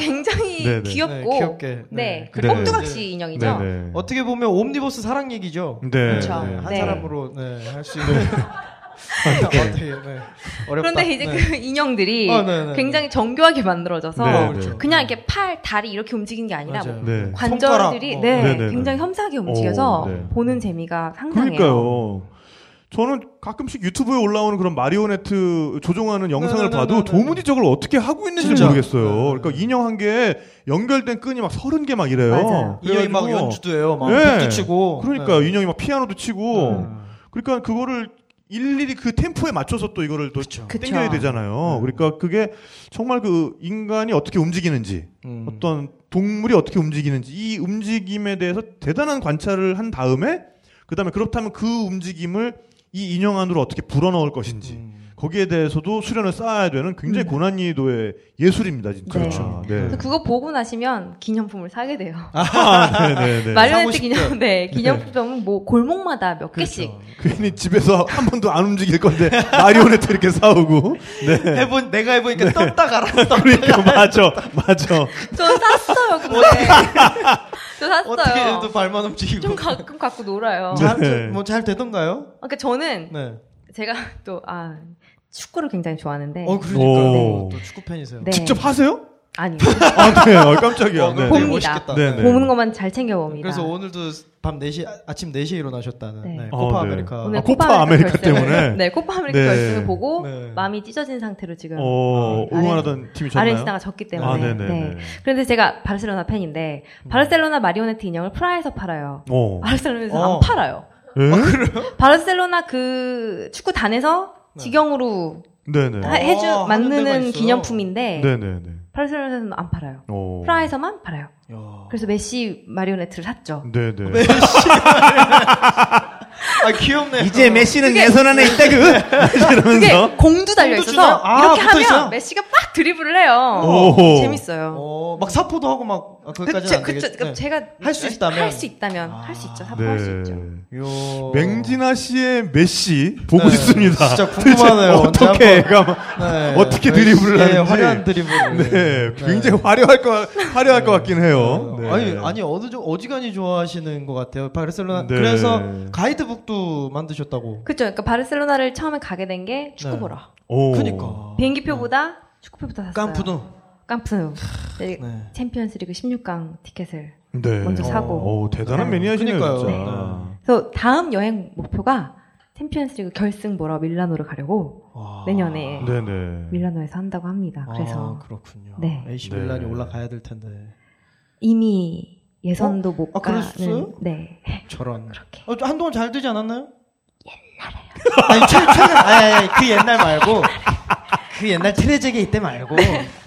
Speaker 2: [laughs]
Speaker 4: 굉장히
Speaker 2: 네, 네.
Speaker 4: 귀엽고
Speaker 3: 네, 귀엽게.
Speaker 4: 네,
Speaker 2: 네.
Speaker 4: 그리고 꼼두박씨 인형이죠.
Speaker 2: 네, 네.
Speaker 3: 어떻게 보면 옴니버스 사랑 얘기죠.
Speaker 2: 네.
Speaker 4: 그렇죠.
Speaker 2: 네.
Speaker 3: 한
Speaker 4: 네.
Speaker 3: 사람으로 할 수 있는 [laughs] 어떻게 네. 어렵다.
Speaker 4: 그런데 이제
Speaker 3: 네.
Speaker 4: 그 [laughs] 인형들이
Speaker 3: 어, 네, 네, 네.
Speaker 4: 굉장히 정교하게 만들어져서
Speaker 2: 네, 네.
Speaker 3: 그렇죠.
Speaker 4: 그냥 이렇게 팔, 다리 이렇게 움직이는 게 아니라
Speaker 3: 맞아요.
Speaker 4: 뭐
Speaker 2: 네.
Speaker 4: 관절들이
Speaker 3: 손가락,
Speaker 2: 네,
Speaker 3: 어.
Speaker 4: 네,
Speaker 2: 네, 네.
Speaker 4: 굉장히 섬세하게 움직여서
Speaker 2: 오, 네.
Speaker 4: 보는 재미가 상당해요.
Speaker 2: 그러니까요. 저는 가끔씩 유튜브에 올라오는 그런 마리오네트 조종하는 영상을
Speaker 3: 네, 네,
Speaker 2: 봐도
Speaker 3: 네, 네, 네.
Speaker 2: 도무지 저걸 어떻게 하고 있는지
Speaker 3: 진짜.
Speaker 2: 모르겠어요.
Speaker 3: 네, 네, 네.
Speaker 2: 그러니까 인형 한 개에 연결된 끈이 막 서른 개 막 이래요.
Speaker 4: 맞아요.
Speaker 3: 인형이 막
Speaker 2: 그래가지고
Speaker 3: 연주도 해요. 막
Speaker 2: 네.
Speaker 3: 북도 치고.
Speaker 2: 그러니까요.
Speaker 3: 어, 네.
Speaker 2: 인형이 막 피아노도 치고. 그러니까 그거를 일일이 그 템포에 맞춰서 또 이거를 또
Speaker 4: 그쵸.
Speaker 2: 땡겨야 되잖아요.
Speaker 3: 음.
Speaker 2: 그러니까 그게 정말 그 인간이 어떻게 움직이는지
Speaker 3: 음.
Speaker 2: 어떤 동물이 어떻게 움직이는지 이 움직임에 대해서 대단한 관찰을 한 다음에 그다음에 그렇다면 그 움직임을 이 인형 안으로 어떻게 불어넣을 것인지
Speaker 3: 음.
Speaker 2: 거기에 대해서도 수련을 쌓아야 되는 굉장히
Speaker 4: 음.
Speaker 2: 고난이도의 예술입니다, 진짜.
Speaker 4: 그렇죠.
Speaker 2: 네.
Speaker 4: 그래서 그거 보고 나시면 기념품을 사게 돼요.
Speaker 2: 아, 네네네.
Speaker 3: 사고
Speaker 4: [laughs] 마리오네트
Speaker 3: 싶죠.
Speaker 4: 기념, 네, 기념품은 뭐 골목마다 몇 개씩.
Speaker 3: 그렇죠.
Speaker 2: 괜히 집에서 한 번도 안 움직일 건데 마리오네트 이렇게 싸우고. 네.
Speaker 3: 해본 내가 해보니까 떴다 가라 떴다
Speaker 2: 그러니까 맞아, 맞아.
Speaker 4: 저 샀어요, 근데. [laughs] 저
Speaker 3: [laughs] 네. 어떻게 해도
Speaker 4: 샀어요.
Speaker 3: 발만 움직이고
Speaker 4: 좀 가끔 갖고 놀아요.
Speaker 2: 네.
Speaker 3: 뭐잘 되던가요?
Speaker 4: 그러니까 저는
Speaker 3: 네.
Speaker 4: 제가 [laughs] 또, 아, 축구를 굉장히 좋아하는데.
Speaker 3: 어
Speaker 2: 오.
Speaker 3: 그러니까 또 축구 팬이세요.
Speaker 4: 네.
Speaker 2: 직접 하세요?
Speaker 4: 아니,
Speaker 2: 아, 네. 어, 깜짝이야.
Speaker 3: 어,
Speaker 2: 네.
Speaker 3: 그럼
Speaker 4: 봅니다.
Speaker 3: 되게 멋있겠다.
Speaker 2: 네, 네.
Speaker 4: 보는 것만 잘 챙겨봅니다.
Speaker 3: 그래서 오늘도 밤 4시 아- 아침 4시에 일어나셨다는
Speaker 4: 네.
Speaker 3: 네.
Speaker 2: 어,
Speaker 3: 코파
Speaker 2: 네.
Speaker 3: 아메리카.
Speaker 4: 오늘
Speaker 2: 아, 코파 아메리카
Speaker 4: 결승을-
Speaker 2: 때문에?
Speaker 4: [laughs] 네, 코파 아메리카
Speaker 2: 네.
Speaker 4: 결승을 보고
Speaker 3: 네.
Speaker 4: 마음이 찢어진 상태로 지금
Speaker 2: 어, 응원하던 팀이 졌나요?
Speaker 4: 아르헨티나가 졌기 때문에.
Speaker 2: 아, 네네.
Speaker 4: 네.
Speaker 2: 네. 음.
Speaker 4: 그런데 제가 바르셀로나 팬인데 바르셀로나 마리오네트 인형을 프라에서 팔아요.
Speaker 2: 어.
Speaker 4: 바르셀로나에서
Speaker 3: 어.
Speaker 4: 안 팔아요.
Speaker 2: 예?
Speaker 4: 바르셀로나 그 축구단에서
Speaker 3: 네.
Speaker 4: 직영으로
Speaker 2: 네네.
Speaker 4: 하- 해주
Speaker 3: 어,
Speaker 2: 아,
Speaker 3: 하는 데가
Speaker 4: 만드는
Speaker 3: 있어요.
Speaker 4: 기념품인데
Speaker 2: 네네네.
Speaker 4: 바르셀로나에서는 안 팔아요.
Speaker 2: 어.
Speaker 4: 프라에서만 팔아요.
Speaker 3: 야.
Speaker 4: 그래서 메시 마리오네트를 샀죠.
Speaker 2: 네네.
Speaker 3: 네. [laughs] 아 귀엽네요.
Speaker 5: 이제 메시는 예선 안에 있다
Speaker 2: 네.
Speaker 5: 그
Speaker 4: 그게
Speaker 5: 이러면서
Speaker 4: 공도 달려
Speaker 3: 공도 주나요?
Speaker 4: 있어서
Speaker 3: 아,
Speaker 4: 이렇게
Speaker 3: 붙어
Speaker 4: 하면
Speaker 3: 있어요?
Speaker 4: 메시가 빡 드리블을 해요.
Speaker 2: 오.
Speaker 4: 재밌어요.
Speaker 3: 어, 막 사포도 하고 막 아, 거기까지
Speaker 4: 그쵸,
Speaker 3: 안
Speaker 4: 그쵸.
Speaker 3: 되겠지.
Speaker 4: 그러니까 제가
Speaker 3: 할수 있다면?
Speaker 4: 할 수 있다면
Speaker 3: 아.
Speaker 4: 할 수 있죠.
Speaker 2: 네.
Speaker 4: 사포할 수 있죠.
Speaker 3: 요.
Speaker 2: 맹진아 씨의 메시 보고
Speaker 3: 어. 네.
Speaker 2: 싶습니다. [laughs]
Speaker 3: 진짜 궁금하네요. 언제
Speaker 2: 어떻게
Speaker 3: 한번-
Speaker 2: 애가 막- [laughs]
Speaker 3: 네.
Speaker 2: 어떻게
Speaker 3: 메시의
Speaker 2: 드리블을 하는지.
Speaker 3: 화려한 드리블.
Speaker 2: 네, 굉장히 화려할 것 화려할 것 같긴 해요. 네.
Speaker 3: 아니 아니 어느 정 어지간히 좋아하시는 것 같아요 바르셀로나
Speaker 2: 네.
Speaker 3: 그래서 가이드북도 만드셨다고
Speaker 4: 그쵸. 그러니까 바르셀로나를 처음에 가게 된 게 축구
Speaker 3: 네.
Speaker 4: 보러.
Speaker 2: 오.
Speaker 3: 그니까
Speaker 4: 비행기표보다 축구표부터 샀어요.
Speaker 3: 깐푸도
Speaker 4: 깜푸누. 네,
Speaker 3: 네.
Speaker 4: 챔피언스리그 16강 티켓을.
Speaker 2: 네.
Speaker 4: 먼저 사고.
Speaker 2: 오, 대단한
Speaker 3: 네.
Speaker 2: 매니아시네요,
Speaker 3: 그러니까요.
Speaker 2: 진짜.
Speaker 4: 그래서 다음 여행 목표가 챔피언스리그 결승 보러 밀라노를 가려고
Speaker 3: 와.
Speaker 4: 내년에
Speaker 2: 네, 네.
Speaker 4: 밀라노에서 한다고 합니다. 그래서
Speaker 3: 아, 그렇군요.
Speaker 4: 네.
Speaker 3: AC
Speaker 2: 네.
Speaker 3: 밀란이 올라가야 될 텐데
Speaker 4: 이미 예선도 못
Speaker 3: 아,
Speaker 4: 가는.
Speaker 3: 그랬어요?
Speaker 4: 네.
Speaker 3: 저런.
Speaker 4: 그렇게.
Speaker 3: 어, 한동안 잘 되지 않았나요? 옛날에요. 아니 최, 최근 아니, 아니, 그 옛날 말고 그 옛날 트레제게 이때 말고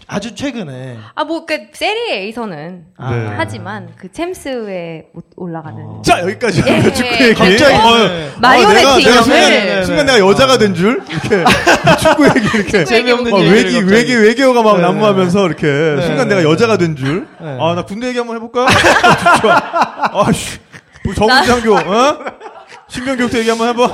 Speaker 3: 아주 최근에
Speaker 4: 아, 뭐, 그, 세리에 A서는.
Speaker 3: 아,
Speaker 2: 네.
Speaker 4: 하지만, 그, 챔스에 못 올라가는.
Speaker 3: 어.
Speaker 2: 자, 여기까지
Speaker 4: 예, 예,
Speaker 2: 축구 얘기.
Speaker 3: 네. 갑자기
Speaker 2: 어, 내가,
Speaker 4: 마리오네트
Speaker 2: 내가
Speaker 4: 인형을-
Speaker 2: 순간,
Speaker 3: 네,
Speaker 2: 순간
Speaker 3: 네.
Speaker 2: 내가 여자가 된 줄?
Speaker 3: [laughs]
Speaker 2: 이렇게. 축구 얘기 이렇게.
Speaker 4: 축구 얘기
Speaker 3: 재미없는
Speaker 2: 막
Speaker 3: 얘기를
Speaker 2: 외기,
Speaker 3: 갑자기.
Speaker 2: 외기, 외계어가 막
Speaker 3: 네,
Speaker 2: 난무하면서 이렇게. 순간
Speaker 3: 네,
Speaker 2: 내가
Speaker 3: 네.
Speaker 2: 여자가 된 줄.
Speaker 3: 네.
Speaker 2: 아, 나 군대 얘기 한번
Speaker 3: [laughs]
Speaker 2: 해볼까? 좋아. 아씨. 뭐 정상교, 어? 신병교육도 얘기 한번 해봐.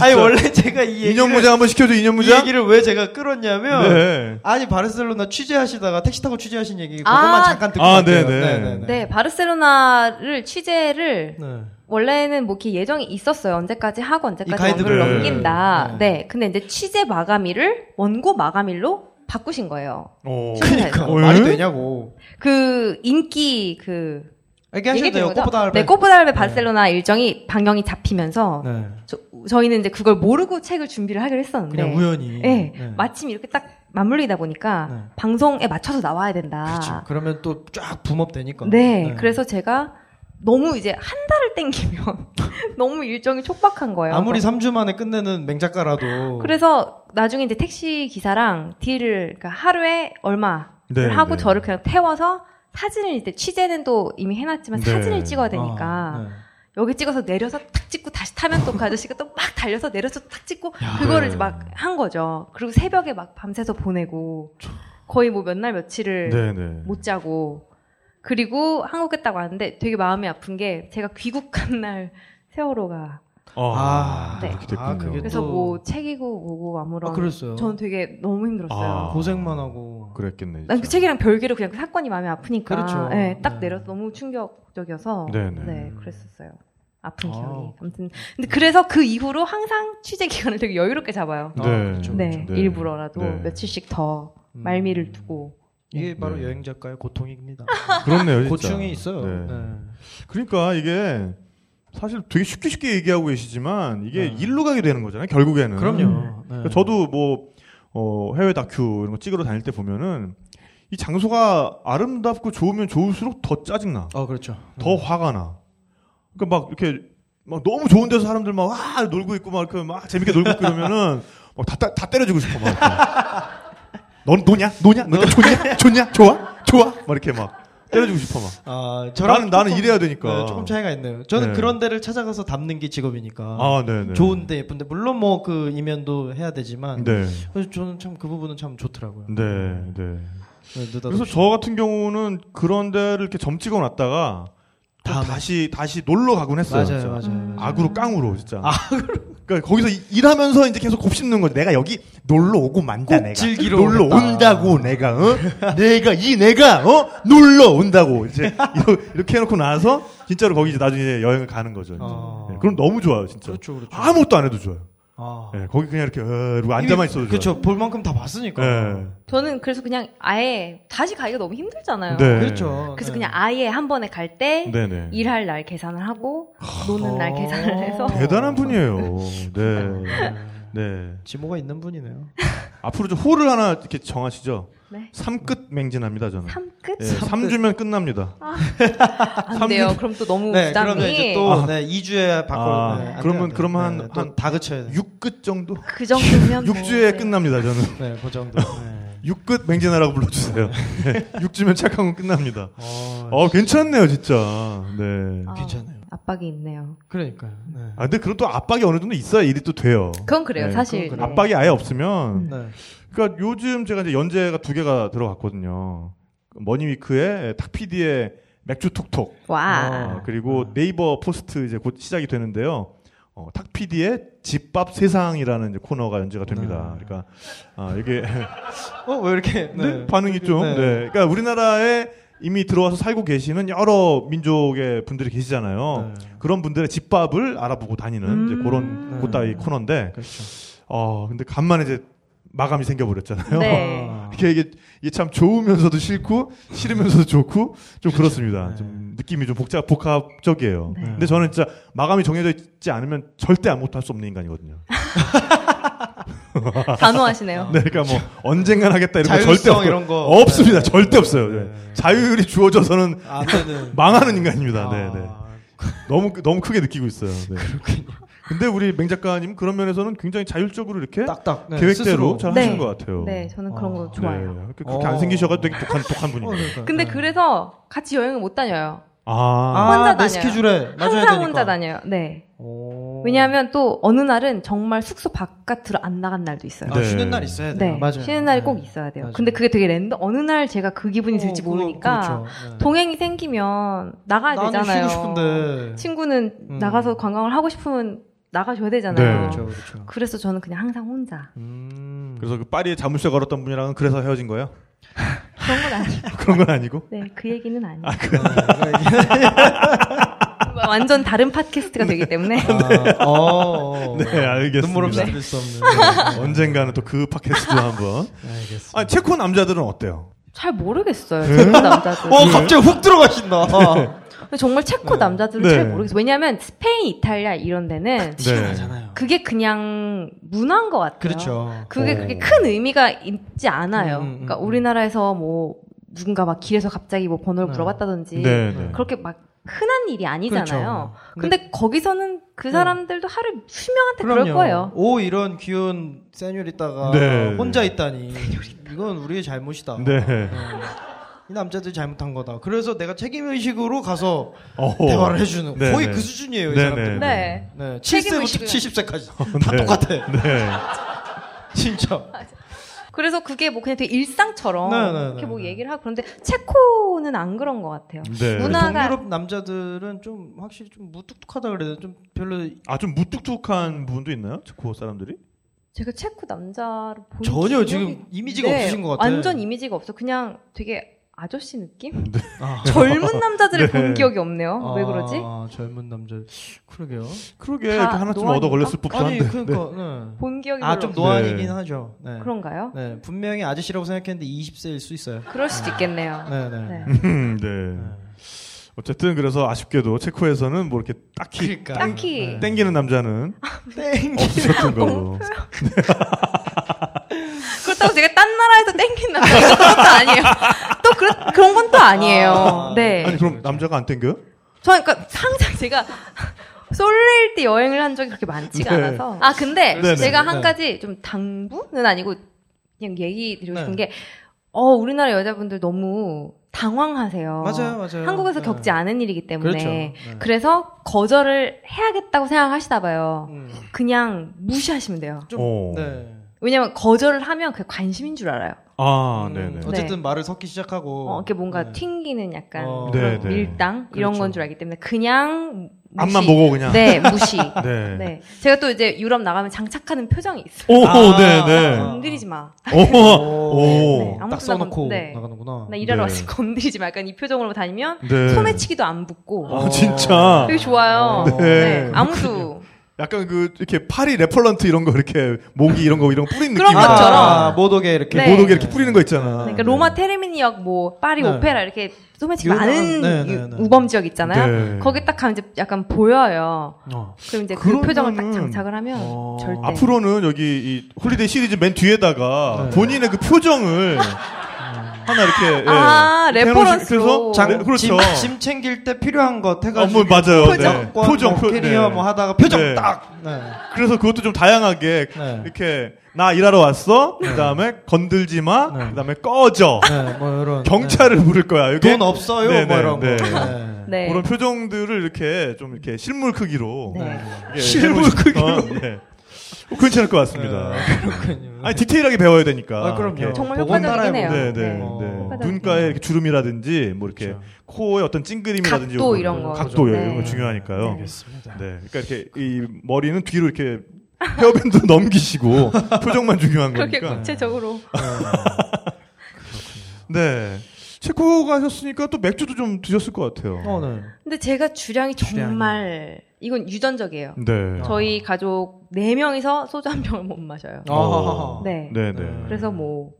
Speaker 3: 아니 원래 제가 이
Speaker 2: 인형
Speaker 3: 얘기를
Speaker 2: 모자 한번 시켜줘, 인형
Speaker 3: 이
Speaker 2: 모자.
Speaker 3: 얘기를 왜 제가 끌었냐면
Speaker 2: 네.
Speaker 3: 아니 바르셀로나 취재하시다가 택시 타고 취재하신 얘기
Speaker 4: 아.
Speaker 3: 그것만 잠깐 듣고
Speaker 2: 아,
Speaker 3: 갈게요.
Speaker 2: 네네.
Speaker 3: 네네네.
Speaker 4: 네, 바르셀로나를 취재를
Speaker 3: 네.
Speaker 4: 원래는 뭐 이렇게 예정이 있었어요. 언제까지 하고 언제까지
Speaker 3: 이 가이드를.
Speaker 4: 원고를 넘긴다.
Speaker 3: 네.
Speaker 4: 네. 근데 이제 취재 마감일을 원고 마감일로 바꾸신 거예요.
Speaker 2: 어.
Speaker 3: 그러니까
Speaker 2: 어,
Speaker 3: 말이
Speaker 2: 예?
Speaker 3: 되냐고.
Speaker 4: 그 인기 그
Speaker 3: 얘기하셔도
Speaker 4: 얘기드린
Speaker 3: 돼요.
Speaker 4: 거죠?
Speaker 3: 꽃보다 할배.
Speaker 4: 네, 꽃보다 할배 바르셀로나 일정이 반경이 잡히면서
Speaker 3: 네.
Speaker 4: 저, 희는 이제 그걸 모르고 책을 준비를 하기로 했었는데
Speaker 3: 그냥 우연히.
Speaker 4: 네,
Speaker 3: 네.
Speaker 4: 마침 이렇게 딱 맞물리다 보니까
Speaker 3: 네.
Speaker 4: 방송에 맞춰서 나와야 된다.
Speaker 3: 그렇죠. 그러면 또 쫙 붐업되니까.
Speaker 4: 아. 네, 그래서 제가 너무 이제 한 달을 땡기면 [laughs] 너무 일정이 촉박한 거예요.
Speaker 3: 아무리 3주 만에 끝내는 맹작가라도.
Speaker 4: 그래서 나중에 이제 택시 기사랑 딜을 그러니까 하루에 얼마를
Speaker 2: 네, 네.
Speaker 4: 하고 저를 그냥 태워서 사진을 이제 취재는 또 이미 해놨지만
Speaker 2: 네.
Speaker 4: 사진을 찍어야
Speaker 3: 아,
Speaker 4: 되니까
Speaker 3: 네.
Speaker 4: 여기 찍어서 내려서 탁 찍고 다시 타면 또 그 아저씨가 또 막 달려서 내려서 탁 찍고
Speaker 2: 야,
Speaker 4: 그거를
Speaker 2: 네.
Speaker 4: 이제 막 한 거죠. 그리고 새벽에 막 밤새서 보내고 거의 뭐 몇 날 며칠을
Speaker 2: 네네.
Speaker 4: 못 자고 그리고 한국 갔다고 왔는데 되게 마음이 아픈 게 제가 귀국한 [laughs] 날 세월호가
Speaker 2: 아,
Speaker 3: 아,
Speaker 4: 네.
Speaker 2: 그렇게
Speaker 3: 아,
Speaker 2: 됐군요.
Speaker 3: 그게
Speaker 4: 그래서
Speaker 3: 또-
Speaker 4: 뭐 책이고 뭐고 아무런
Speaker 3: 아, 그랬어요.
Speaker 4: 저는 되게 너무 힘들었어요.
Speaker 2: 아.
Speaker 3: 고생만 하고.
Speaker 2: 그랬겠네.
Speaker 4: 난 그 책이랑 별개로 그냥 그 사건이 마음에 아프니까
Speaker 3: 그렇죠.
Speaker 4: 예, 딱
Speaker 3: 네.
Speaker 4: 내려서 너무 충격적이어서
Speaker 2: 네네.
Speaker 4: 네, 그랬었어요. 아픈
Speaker 3: 아.
Speaker 4: 기억이. 아무튼 근데 그래서 그 이후로 항상 취재 기간을 되게 여유롭게 잡아요.
Speaker 3: 아, 그렇죠,
Speaker 4: 네,
Speaker 3: 그렇죠.
Speaker 4: 일부러라도
Speaker 2: 네.
Speaker 4: 며칠씩 더
Speaker 3: 음.
Speaker 4: 말미를 두고
Speaker 3: 이게 바로
Speaker 2: 네.
Speaker 3: 여행작가의 고통입니다.
Speaker 2: 그렇네요. 진짜.
Speaker 3: 고충이 있어요.
Speaker 2: 네.
Speaker 3: 네.
Speaker 2: 그러니까 이게 사실 되게 쉽게 쉽게 얘기하고 계시지만 이게
Speaker 3: 네.
Speaker 2: 일로 가게 되는 거잖아요. 결국에는.
Speaker 3: 그럼요. 네.
Speaker 2: 그러니까 저도 뭐 어, 해외 다큐 이런 거 찍으러 다닐 때 보면은 이 장소가 아름답고 좋으면 좋을수록 더 짜증나.
Speaker 3: 어, 그렇죠.
Speaker 2: 더 화가 나. 그러니까 막 이렇게 막 너무 좋은 데서 사람들 막 와 놀고 있고 막 이렇게 막 재밌게 놀고 있고 이러면은 [laughs] 막다 다, 다 때려주고 싶어 막. 이렇게. 넌 노냐? 노냐? 너냐?
Speaker 3: [laughs]
Speaker 2: 좋냐? 좋냐? 좋아? 좋아? 막 이렇게 막 때려주고 싶어 막.
Speaker 3: 아,
Speaker 2: 나는- 나는 이래야 되니까.
Speaker 3: 네, 조금 차이가 있네요. 저는
Speaker 2: 네.
Speaker 3: 그런 데를 찾아가서 담는 게 직업이니까.
Speaker 2: 아, 네네.
Speaker 3: 좋은데 예쁜데 물론 뭐 그 이면도 해야 되지만.
Speaker 2: 네.
Speaker 3: 그래서 저는 참 그 부분은 참 좋더라고요.
Speaker 2: 네, 네.
Speaker 3: 네, 느닷없이.
Speaker 2: 그래서 저 같은 경우는 그런 데를 이렇게 점찍어 놨다가 또
Speaker 3: 다음에.
Speaker 2: 다시 다시 놀러 가곤 했어요. 진짜.
Speaker 3: 맞아요, 맞아요. 맞아요.
Speaker 2: 악으로 깡으로 진짜.
Speaker 3: 아,
Speaker 2: 그러니까 거기서 이- 일하면서 이제 계속 곱씹는 거지. 내가 여기 놀러 오고 만다
Speaker 5: 꼭
Speaker 2: 내가.
Speaker 3: 즐기러
Speaker 2: 놀러
Speaker 3: 오겠다.
Speaker 2: 온다고 내가. 어? 내가 이 내가 어? 놀러 온다고 이제 이러- 이렇게 해놓고 나서 진짜로 거기 이제 나중에 여행을 가는 거죠. 이제.
Speaker 3: 아.
Speaker 2: 예, 그럼 너무 좋아요, 진짜.
Speaker 3: 그렇죠, 그렇죠.
Speaker 2: 아무것도 안 해도 좋아요.
Speaker 3: 아.
Speaker 2: 예, 거기 그냥 이렇게 어, 이러고 앉아만 있어도 좋아요.
Speaker 3: 그렇죠. 볼 만큼 다 봤으니까.
Speaker 2: 예.
Speaker 4: 저는 그래서 그냥 아예 다시 가기가 너무 힘들잖아요.
Speaker 2: 네.
Speaker 3: 그렇죠.
Speaker 4: 그래서
Speaker 3: 네.
Speaker 4: 그냥 아예 한 번에 갈 때
Speaker 2: 네네.
Speaker 4: 일할 날 계산을 하고 아, 노는 날
Speaker 3: 어.
Speaker 4: 계산을 해서
Speaker 2: 대단한 분이에요. 네. 네.
Speaker 3: 지모가 있는 분이네요.
Speaker 2: 앞으로 좀 호를 하나 이렇게 정하시죠.
Speaker 4: 네.
Speaker 2: 삼끝 맹진합니다,
Speaker 3: 네.
Speaker 2: 저는.
Speaker 4: 삼끝
Speaker 2: 예, 삼 주면 끝납니다.
Speaker 4: 안
Speaker 2: 삼
Speaker 4: 돼요.
Speaker 2: 주-
Speaker 4: 그럼 또 너무
Speaker 3: 네,
Speaker 4: 부담이
Speaker 3: 그러면 이제 또
Speaker 2: 아.
Speaker 3: 네, 2주에 바꿔.
Speaker 2: 아,
Speaker 3: 네, 안
Speaker 2: 그러면-
Speaker 3: 돼요, 안 돼요.
Speaker 2: 그러면 한-
Speaker 3: 네, 또
Speaker 2: 한-
Speaker 3: 다 그쳐야 돼.
Speaker 2: 예, 육끝 정도?
Speaker 4: 그 정도면
Speaker 2: 육주에
Speaker 4: 뭐,
Speaker 2: 끝납니다, 저는.
Speaker 3: 네, 그 정도. 네.
Speaker 2: 육끝 맹진하라고 불러주세요. 네, 육주면 착한 건 끝납니다.
Speaker 3: 어,
Speaker 2: 어, 괜찮네요, 진짜. 네.
Speaker 4: 아,
Speaker 3: 괜찮아요.
Speaker 4: 압박이 있네요.
Speaker 3: 그러니까요. 네.
Speaker 2: 아, 근데 그럼 또 압박이 어느 정도 있어야 일이 또 돼요.
Speaker 4: 그건 그래요.
Speaker 2: 네,
Speaker 4: 사실
Speaker 3: 그건 그래요.
Speaker 2: 압박이 아예 없으면
Speaker 3: 네.
Speaker 2: 그러니까 요즘 제가 이제 연재가 두 개가 들어갔거든요. 머니위크의 탁피디의 맥주 톡톡
Speaker 4: 와
Speaker 2: 어, 그리고 네이버 포스트 이제 곧 시작이 되는데요. 어, 탁피디의 집밥 세상이라는 이제 코너가 연재가 됩니다.
Speaker 3: 네.
Speaker 2: 그러니까 아, 이게
Speaker 3: 어, 왜 이렇게 네.
Speaker 2: 네, 반응이 좀
Speaker 3: 네.
Speaker 2: 네. 그러니까 우리나라에 이미 들어와서 살고 계시는 여러 민족의 분들이 계시잖아요.
Speaker 3: 네.
Speaker 2: 그런 분들의 집밥을 알아보고 다니는 이제
Speaker 4: 음.
Speaker 2: 그런
Speaker 3: 네.
Speaker 2: 곳다이 코너인데
Speaker 3: 그렇죠.
Speaker 2: 어 근데 간만에 이제 마감이 생겨버렸잖아요.
Speaker 4: 네.
Speaker 3: 아.
Speaker 2: [laughs] 이게 이게 이게 참 좋으면서도 싫고 싫으면서도 좋고 좀 그렇습니다.
Speaker 3: 네.
Speaker 2: 좀 느낌이 좀 복잡 복합적이에요.
Speaker 4: 네.
Speaker 2: 근데 저는 진짜 마감이 정해져 있지 않으면 절대 아무것도 할 수 없는 인간이거든요.
Speaker 3: 아.
Speaker 4: 단호하시네요.
Speaker 2: 네, 그러니까 뭐 언젠간 하겠다 이런 거
Speaker 3: 그렇죠. 자율성
Speaker 2: 절대 없고,
Speaker 3: 이런 거
Speaker 2: 없습니다.
Speaker 3: 네.
Speaker 2: 절대 없어요. 네.
Speaker 3: 네. 아,
Speaker 2: 자율이 주어져서는
Speaker 3: 안 되는
Speaker 2: 망하는 인간입니다.
Speaker 3: 아,
Speaker 2: 네, 네. 너무 너무 크게 느끼고 있어요.
Speaker 3: [laughs]
Speaker 2: 네. 근데 우리 맹 작가님 그런 면에서는 굉장히 자율적으로 이렇게
Speaker 3: 딱딱 네,
Speaker 2: 계획대로
Speaker 3: 스스로.
Speaker 2: 잘
Speaker 4: 네.
Speaker 2: 하시는 것 같아요.
Speaker 4: 네, 저는
Speaker 3: 어.
Speaker 4: 그런 거
Speaker 2: 네,
Speaker 4: 좋아요.
Speaker 2: 그렇게 그렇게
Speaker 3: 어.
Speaker 2: 안 생기셔가 되게 독한
Speaker 3: [laughs]
Speaker 2: 독한 분이에요.
Speaker 3: 어, 그러니까.
Speaker 4: 근데
Speaker 3: 네.
Speaker 4: 그래서 같이 여행을 못 다녀요.
Speaker 2: 아,
Speaker 4: 혼자
Speaker 3: 아, 내
Speaker 4: 다녀요.
Speaker 3: 스케줄에 맞아야
Speaker 4: 항상
Speaker 3: 되니까.
Speaker 4: 혼자 다녀요. 네.
Speaker 3: 오.
Speaker 4: 왜냐하면 또 어느 날은 정말 숙소 바깥으로 안 나간 날도 있어요.
Speaker 3: 아,
Speaker 2: 네.
Speaker 3: 쉬는 날 있어야 돼요.
Speaker 4: 네.
Speaker 3: 맞아요.
Speaker 4: 쉬는 날이
Speaker 3: 네.
Speaker 4: 꼭 있어야 돼요.
Speaker 3: 맞아요.
Speaker 4: 근데 그게 되게 랜덤. 어느 날 제가 그 기분이
Speaker 3: 어,
Speaker 4: 들지
Speaker 3: 그거-
Speaker 4: 모르니까
Speaker 3: 그렇죠. 네.
Speaker 4: 동행이 생기면 나가야
Speaker 3: 나는
Speaker 4: 되잖아요.
Speaker 3: 쉬고 싶은데.
Speaker 4: 친구는
Speaker 3: 음.
Speaker 4: 나가서 관광을 하고 싶으면 나가줘야
Speaker 2: 네.
Speaker 4: 되잖아요.
Speaker 3: 그렇죠, 그렇죠.
Speaker 4: 그래서 저는 그냥 항상 혼자
Speaker 3: 음.
Speaker 2: 그래서 그 파리에 자물쇠 걸었던 분이랑은 그래서 헤어진 거예요?
Speaker 4: [laughs] 그런 건 아니고
Speaker 2: 그런 건 아니고?
Speaker 4: 네, [laughs] 그 얘기는 아니에요.
Speaker 3: 아,
Speaker 4: 완전 다른 팟캐스트가 되기 때문에
Speaker 3: 아, 어, 어.
Speaker 2: 네, 알겠습니다.
Speaker 3: 눈물 없이 들을 수 없는.
Speaker 2: 언젠가는 또 그 팟캐스트도
Speaker 3: [laughs]
Speaker 2: 한번.
Speaker 3: 네, 알겠습니다.
Speaker 2: 아, 체코 남자들은 어때요?
Speaker 4: [laughs] 잘 모르겠어요. 체코 남자들.
Speaker 2: 그
Speaker 3: 어, 갑자기 훅 들어가신다. [laughs]
Speaker 4: 근데 정말 체코 남자들은
Speaker 2: 네.
Speaker 4: 잘 모르겠어요. 왜냐하면 스페인, 이탈리아 이런 데는
Speaker 2: 네.
Speaker 3: 나잖아요.
Speaker 4: 그게 그냥 문화인 것 같아요.
Speaker 3: 그렇죠.
Speaker 4: 그게
Speaker 2: 오.
Speaker 4: 그렇게 큰 의미가 있지 않아요.
Speaker 3: 음, 음, 음.
Speaker 4: 그러니까 우리나라에서 뭐 누군가 막 길에서 갑자기 뭐 번호를
Speaker 3: 네.
Speaker 4: 물어봤다든지
Speaker 2: 네.
Speaker 4: 그렇게 막 흔한 일이 아니잖아요.
Speaker 3: 그렇죠. 네.
Speaker 4: 근데, 거기서는 그 사람들도 하루 수명한테 그럴
Speaker 3: 그럼요.
Speaker 4: 거예요.
Speaker 3: 오 이런 귀여운 세뇨리따가
Speaker 2: 네.
Speaker 3: 혼자 있다니. 이건 우리의 잘못이다. 어,
Speaker 2: 네.
Speaker 3: 이 남자들이 잘못한 거다. 그래서 내가 책임 의식으로 가서
Speaker 2: 어허.
Speaker 3: 대화를 해주는
Speaker 2: 네,
Speaker 3: 거의
Speaker 2: 네.
Speaker 3: 그 수준이에요. 이
Speaker 2: 네,
Speaker 3: 사람들.
Speaker 2: 네.
Speaker 3: 네.
Speaker 4: 네.
Speaker 3: 네.
Speaker 4: 책임
Speaker 3: 7세부터
Speaker 4: 의식은.
Speaker 3: 70세까지 다
Speaker 2: 네.
Speaker 3: 똑같아.
Speaker 2: 네.
Speaker 3: 진짜.
Speaker 4: 그래서 그게 뭐 그냥 되게 일상처럼
Speaker 3: 네, 네,
Speaker 4: 이렇게
Speaker 3: 네,
Speaker 4: 뭐
Speaker 3: 네.
Speaker 4: 얘기를 하고 그런데 체코는 안 그런 것 같아요.
Speaker 2: 네.
Speaker 4: 문화- 문화가-
Speaker 3: 동유럽 남자들은 좀 확실히 좀 무뚝뚝하다 그래요. 좀 별로
Speaker 2: 아, 좀 무뚝뚝한 부분도 있나요? 체코 사람들이?
Speaker 4: 제가 체코 남자로 본
Speaker 3: 전혀
Speaker 4: 기억이-
Speaker 3: 지금 이미지가
Speaker 4: 네,
Speaker 3: 없으신 것 같아요.
Speaker 4: 완전 이미지가 없어. 그냥 되게 아저씨
Speaker 3: [laughs]
Speaker 4: 느낌?
Speaker 3: 아.
Speaker 4: 젊은 남자들을
Speaker 2: 네.
Speaker 4: 본 기억이 없네요.
Speaker 3: 아,
Speaker 4: 어, 왜 그러지?
Speaker 3: 젊은 남자. 그러게요.
Speaker 2: 그러게
Speaker 4: 다
Speaker 2: 이렇게 하나쯤
Speaker 4: 노안인가?
Speaker 2: 얻어 걸렸을 법도
Speaker 3: 아니
Speaker 2: 한데.
Speaker 3: 그러니까. 네.
Speaker 4: 본 기억이 별로
Speaker 3: 아좀
Speaker 4: 없어요.
Speaker 3: 노안이긴
Speaker 2: 네.
Speaker 3: 하죠. 네.
Speaker 4: 그런가요?
Speaker 3: 네 분명히 아저씨라고 생각했는데 20세일 수 있어요.
Speaker 4: 그럴 수도 있겠네요.
Speaker 3: 네네.
Speaker 4: 네.
Speaker 2: 음, 네. 어쨌든 그래서 아쉽게도 체코에서는 뭐 이렇게 딱히
Speaker 3: 그러니까.
Speaker 4: 딱히.
Speaker 3: 네.
Speaker 2: 땡기는 남자는
Speaker 3: 땡.
Speaker 2: 없으셨던 거로.
Speaker 4: 그렇다고 제가 딴 나라에서 땡긴 남자 이런 것도 아니에요. 또 그런 그런 건 또 아니에요.
Speaker 3: 아,
Speaker 4: 네.
Speaker 2: 아니, 그럼 남자가 안 땡겨요?
Speaker 4: 저 그러니까 항상 제가 솔레일 때 여행을 한 적이 그렇게 많지가
Speaker 2: 네.
Speaker 4: 않아서. 아, 근데
Speaker 2: 네네.
Speaker 4: 제가 한
Speaker 3: 네.
Speaker 4: 가지 좀 당부는 아니고 그냥 얘기 드리고 싶은
Speaker 3: 네.
Speaker 4: 게, 어, 우리나라 여자분들 너무
Speaker 3: [laughs]
Speaker 4: 당황하세요.
Speaker 3: 맞아요, 맞아요.
Speaker 4: 한국에서
Speaker 3: 네.
Speaker 4: 겪지 않은 일이기 때문에.
Speaker 3: 그렇죠. 네.
Speaker 4: 그래서 거절을 해야겠다고 생각하시다 봐요.
Speaker 3: 음,
Speaker 4: 그냥 무시하시면 돼요.
Speaker 3: 좀
Speaker 2: 어.
Speaker 3: 네.
Speaker 4: 왜냐면 거절을 하면 그게 관심인 줄 알아요.
Speaker 2: 아,
Speaker 3: 음,
Speaker 2: 네네.
Speaker 3: 어쨌든 말을 섞기 시작하고.
Speaker 4: 어, 이렇게 뭔가
Speaker 3: 네.
Speaker 4: 튕기는 약간
Speaker 3: 어.
Speaker 2: 네,
Speaker 4: 그런
Speaker 2: 네.
Speaker 4: 밀당 이런
Speaker 3: 그렇죠.
Speaker 4: 건 줄 알기 때문에 그냥 무시.
Speaker 2: 앞만 보고 그냥.
Speaker 4: 네,
Speaker 2: [laughs]
Speaker 4: 무시.
Speaker 2: 네.
Speaker 4: 네. 제가 또 이제 유럽 나가면 장착하는 표정이 있어요.
Speaker 2: 오,
Speaker 3: 아.
Speaker 2: 네네.
Speaker 3: 아.
Speaker 4: 건드리지 마.
Speaker 2: 어! 오,
Speaker 3: 오.
Speaker 4: 네, 아무렇게나
Speaker 3: 딱 써놓고
Speaker 4: 건- 네.
Speaker 3: 나가는구나.
Speaker 4: 나 일하러
Speaker 2: 네.
Speaker 4: 왔으니 [laughs] 건드리지 마. 약간 이 표정으로 다니면
Speaker 2: 네.
Speaker 4: 소매치기도 안 붙고
Speaker 2: 아, 진짜.
Speaker 4: 되게 좋아요.
Speaker 2: 네.
Speaker 4: 네. 아무도
Speaker 2: 약간 그 이렇게 파리 레펄런트 이런 거 이렇게 모기 이런 거 이런 거 뿌리는
Speaker 4: 그런
Speaker 2: 느낌.
Speaker 4: 것처럼.
Speaker 3: 아, 모독에 이렇게.
Speaker 4: 네.
Speaker 2: 모독에 이렇게 뿌리는 거 있잖아. 네.
Speaker 4: 그러니까 로마 테르미니역 뭐 파리
Speaker 3: 네.
Speaker 4: 오페라 이렇게 소매치기
Speaker 3: 유명한-
Speaker 4: 많은
Speaker 3: 네, 네, 네.
Speaker 4: 유- 우범 지역 있잖아요.
Speaker 2: 네.
Speaker 4: 거기 딱 가면 이제 약간 보여요.
Speaker 3: 어.
Speaker 4: 그럼 이제 그
Speaker 2: 그러면은-
Speaker 4: 표정을 딱 장착을 하면
Speaker 3: 어,
Speaker 4: 절대
Speaker 2: 앞으로는 여기 이 홀리데이 시리즈 맨 뒤에다가
Speaker 3: 네.
Speaker 2: 본인의 그 표정을 하나 이렇게 예.
Speaker 4: 아,
Speaker 2: 이렇게
Speaker 4: 레퍼런스로.
Speaker 2: 해놓으시- 그래서
Speaker 4: 장-
Speaker 2: 네, 그렇죠.
Speaker 3: 짐, 어, 짐 챙길 때 필요한 거
Speaker 2: 아,
Speaker 3: 태가지고.
Speaker 2: 뭐 맞아요. 네.
Speaker 3: 무조건
Speaker 2: 표정,
Speaker 3: 뭐
Speaker 2: 표-
Speaker 3: 캐리어
Speaker 2: 네.
Speaker 3: 뭐 하다가 표정
Speaker 2: 네.
Speaker 3: 딱. 네.
Speaker 2: 그래서 그것도 좀 다양하게
Speaker 3: 네.
Speaker 2: 이렇게 나 일하러 왔어. 그다음에 건들지 마.
Speaker 3: 네.
Speaker 2: 그다음에 꺼져.
Speaker 3: 네, 뭐 이런.
Speaker 2: 경찰을 부를 거야.
Speaker 3: 네.
Speaker 2: 이게
Speaker 3: 돈 없어요,
Speaker 2: 네,
Speaker 3: 뭐
Speaker 2: 네,
Speaker 3: 이런 거.
Speaker 2: 네.
Speaker 3: 네.
Speaker 4: 네.
Speaker 2: 그런 표정들을 이렇게 좀 이렇게 실물 크기로
Speaker 4: 네.
Speaker 2: 예,
Speaker 3: 실물
Speaker 2: 해보시-
Speaker 3: 크기로?
Speaker 2: 어, 네. 어, 괜찮을 것 같습니다. 네.
Speaker 3: 그렇군요.
Speaker 2: 아니 디테일하게 배워야 되니까. 예.
Speaker 3: 아, 그럼요.
Speaker 2: 이렇게.
Speaker 4: 정말
Speaker 3: 보건
Speaker 4: 효과적이긴 해요.
Speaker 2: 네, 네,
Speaker 4: 네.
Speaker 2: 네.
Speaker 3: 어.
Speaker 2: 눈가에 이렇게 주름이라든지 뭐 이렇게
Speaker 3: 그렇죠.
Speaker 2: 코에 어떤 찡그림이라든지
Speaker 4: 각도
Speaker 2: 이런
Speaker 4: 이런
Speaker 2: 거.
Speaker 4: 거.
Speaker 2: 각도
Speaker 4: 네.
Speaker 2: 이런 거 중요하니까요. 네.
Speaker 3: 알겠습니다.
Speaker 2: 그러니까 이렇게 이 머리는 뒤로 이렇게 헤어밴드 [laughs]
Speaker 4: [laughs]
Speaker 2: 넘기시고 표정만 중요한
Speaker 4: 그렇게
Speaker 2: 거니까.
Speaker 4: 구체적으로
Speaker 2: 네. 체코 가셨으니까 또 맥주도 좀 드셨을 것 같아요.
Speaker 3: 어, 네.
Speaker 4: 근데 제가 주량이 정말 이건 유전적이에요.
Speaker 2: 네.
Speaker 4: 저희 가족 네 명이서 소주 한 병을 못 마셔요.
Speaker 2: 어.
Speaker 3: 아하하.
Speaker 4: 네.
Speaker 2: 네,
Speaker 3: 네.
Speaker 4: 그래서 뭐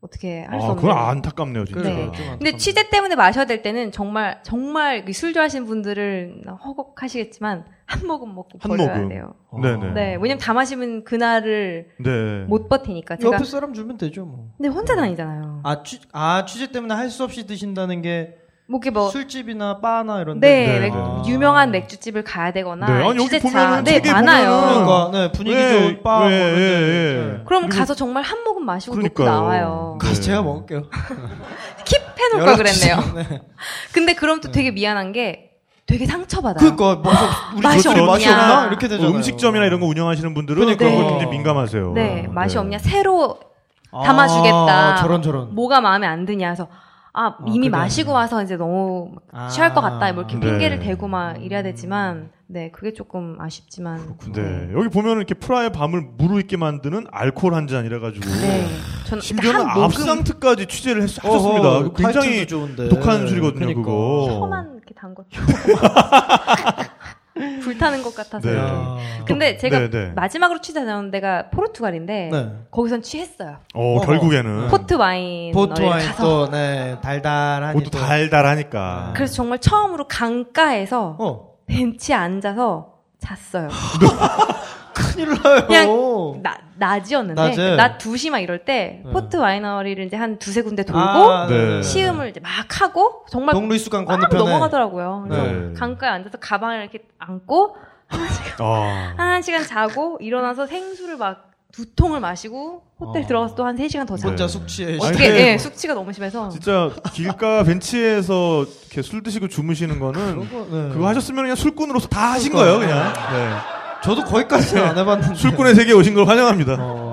Speaker 4: 어떻게 할 수
Speaker 2: 아,
Speaker 4: 없는.
Speaker 2: 그건 안타깝네요, 진짜.
Speaker 4: 그래요.
Speaker 3: 좀
Speaker 4: 근데
Speaker 3: 안타깝네요.
Speaker 4: 취재 때문에 마셔야 될 때는 정말 정말 그술 좋아하시는 분들은 허걱하시겠지만 한 모금 먹고
Speaker 2: 한
Speaker 4: 버려야
Speaker 2: 모금.
Speaker 4: 돼요.
Speaker 3: 어.
Speaker 2: 네네.
Speaker 4: 네, 왜냐면 다 마시면 그날을
Speaker 2: 네.
Speaker 4: 못 버티니까 제가
Speaker 3: 옆에 사람 주면 되죠, 뭐.
Speaker 4: 근데 혼자 다니잖아요.
Speaker 3: 아, 취, 아 취재 때문에 할 수 없이 드신다는 게
Speaker 4: 뭐 이렇게 뭐
Speaker 3: 술집이나 바나 이런 데. 아.
Speaker 2: 네,
Speaker 4: 네, 맥-
Speaker 2: 네.
Speaker 4: 유명한 맥주집을 가야 되거나
Speaker 2: 네, 아니, 여기
Speaker 4: 취재차
Speaker 2: 보면은
Speaker 4: 네
Speaker 2: 책에 보면은
Speaker 4: 많아요.
Speaker 3: 그러니까 네, 분위기
Speaker 2: 예,
Speaker 3: 좋은 바.
Speaker 2: 예,
Speaker 3: 뭐 이런 데.
Speaker 2: 예, 예.
Speaker 3: 네.
Speaker 4: 그럼
Speaker 2: 그리고-
Speaker 4: 가서 정말 한 모금 마시고 놓고
Speaker 2: 그러니까요.
Speaker 4: 나와요.
Speaker 2: 네.
Speaker 3: 가서 제가 먹을게요.
Speaker 4: 킵 해놓을 걸
Speaker 3: 연락 [laughs]
Speaker 4: 그랬네요.
Speaker 3: 주세요. 네.
Speaker 4: 근데 그럼 또 되게 미안한 게 되게 상처받아요.
Speaker 3: 그니까 뭐, 우리
Speaker 4: 맛이
Speaker 3: 집이 맛이
Speaker 4: 없냐.
Speaker 3: 없나 이렇게 되잖아요.
Speaker 2: 그렇죠. 음식점이나 이런 거 운영하시는 분들은
Speaker 3: 그러니까요.
Speaker 2: 그런 거
Speaker 4: 네.
Speaker 2: 굉장히 민감하세요.
Speaker 4: 네, 맛이
Speaker 2: 네.
Speaker 4: 없냐? 새로
Speaker 3: 아,
Speaker 4: 담아주겠다.
Speaker 3: 저런 저런.
Speaker 4: 뭐가 마음에 안 드냐 해서 아
Speaker 3: 그게
Speaker 4: 이미 마시고
Speaker 3: 아니라.
Speaker 4: 와서 이제 너무
Speaker 3: 아.
Speaker 4: 취할 것 같다 뭐 이렇게
Speaker 2: 네.
Speaker 4: 핑계를 대고 막 이래야 되지만 네 그게 조금 아쉽지만
Speaker 2: 네.
Speaker 3: 어.
Speaker 2: 여기 보면 이렇게 프라의 밤을 무르익게 만드는 알코올 한 잔이라 가지고
Speaker 4: 네 저는
Speaker 2: 심지어는
Speaker 4: 한 모금
Speaker 2: 압상트까지 취재를 했,
Speaker 3: 어허,
Speaker 2: 하셨습니다. 그 굉장히
Speaker 3: 타이틀도 좋은데.
Speaker 2: 독한 술이거든요,
Speaker 3: 그러니까.
Speaker 2: 그거
Speaker 4: 혀만 이렇게 담궜죠 불타는 것 같아서
Speaker 2: 네.
Speaker 4: 요
Speaker 3: 야.
Speaker 4: 근데 제가
Speaker 2: 네, 네.
Speaker 4: 마지막으로 취재다녀온 데가 포르투갈인데
Speaker 3: 네.
Speaker 4: 거기선 취했어요
Speaker 2: 어,
Speaker 3: 어허. 네.
Speaker 2: 결국에는
Speaker 4: 포트 와인
Speaker 3: 보트 와인
Speaker 4: 가서
Speaker 3: 또, 네, 달달하니.
Speaker 2: 옷도 달달하니까.
Speaker 3: 네.
Speaker 4: 그래서 정말 처음으로 강가에서
Speaker 3: 어,
Speaker 4: 벤치에 앉아서 잤어요
Speaker 3: 큰일 나요.
Speaker 4: 그냥 나, 낮이었는데
Speaker 3: 낮에.
Speaker 4: 그러니까 낮 2시 막 이럴 때
Speaker 3: 네.
Speaker 4: 포트 와이너리를 이제 한 두세 군데 돌고
Speaker 3: 아,
Speaker 2: 네.
Speaker 4: 시음을 이제 막 하고 정말
Speaker 3: 동루이수강
Speaker 4: 막
Speaker 3: 건너편에.
Speaker 4: 넘어가더라고요. 그래서
Speaker 2: 네.
Speaker 4: 강가에 앉아서 가방을 이렇게 안고
Speaker 2: 아.
Speaker 4: 한 시간 자고 일어나서 생수를 막 두 통을 마시고 호텔
Speaker 3: 어.
Speaker 4: 들어가서 또 한 세시간더 자고
Speaker 2: 혼자
Speaker 3: 혼자 숙취에.
Speaker 4: 어떻게
Speaker 2: 아니,
Speaker 4: 예,
Speaker 2: 뭐-
Speaker 4: 숙취가 너무
Speaker 3: 아.
Speaker 4: 심해서
Speaker 2: 진짜 길가 벤치에서 이렇게 술 드시고 주무시는 거는
Speaker 3: 네.
Speaker 2: 그거 하셨으면 그냥 술꾼으로서 다 하신 거예요, 그냥. 네.
Speaker 3: 저도 거기까지는 안 해봤는데.
Speaker 2: 술꾼의 세계에 오신 걸 환영합니다.
Speaker 3: 어.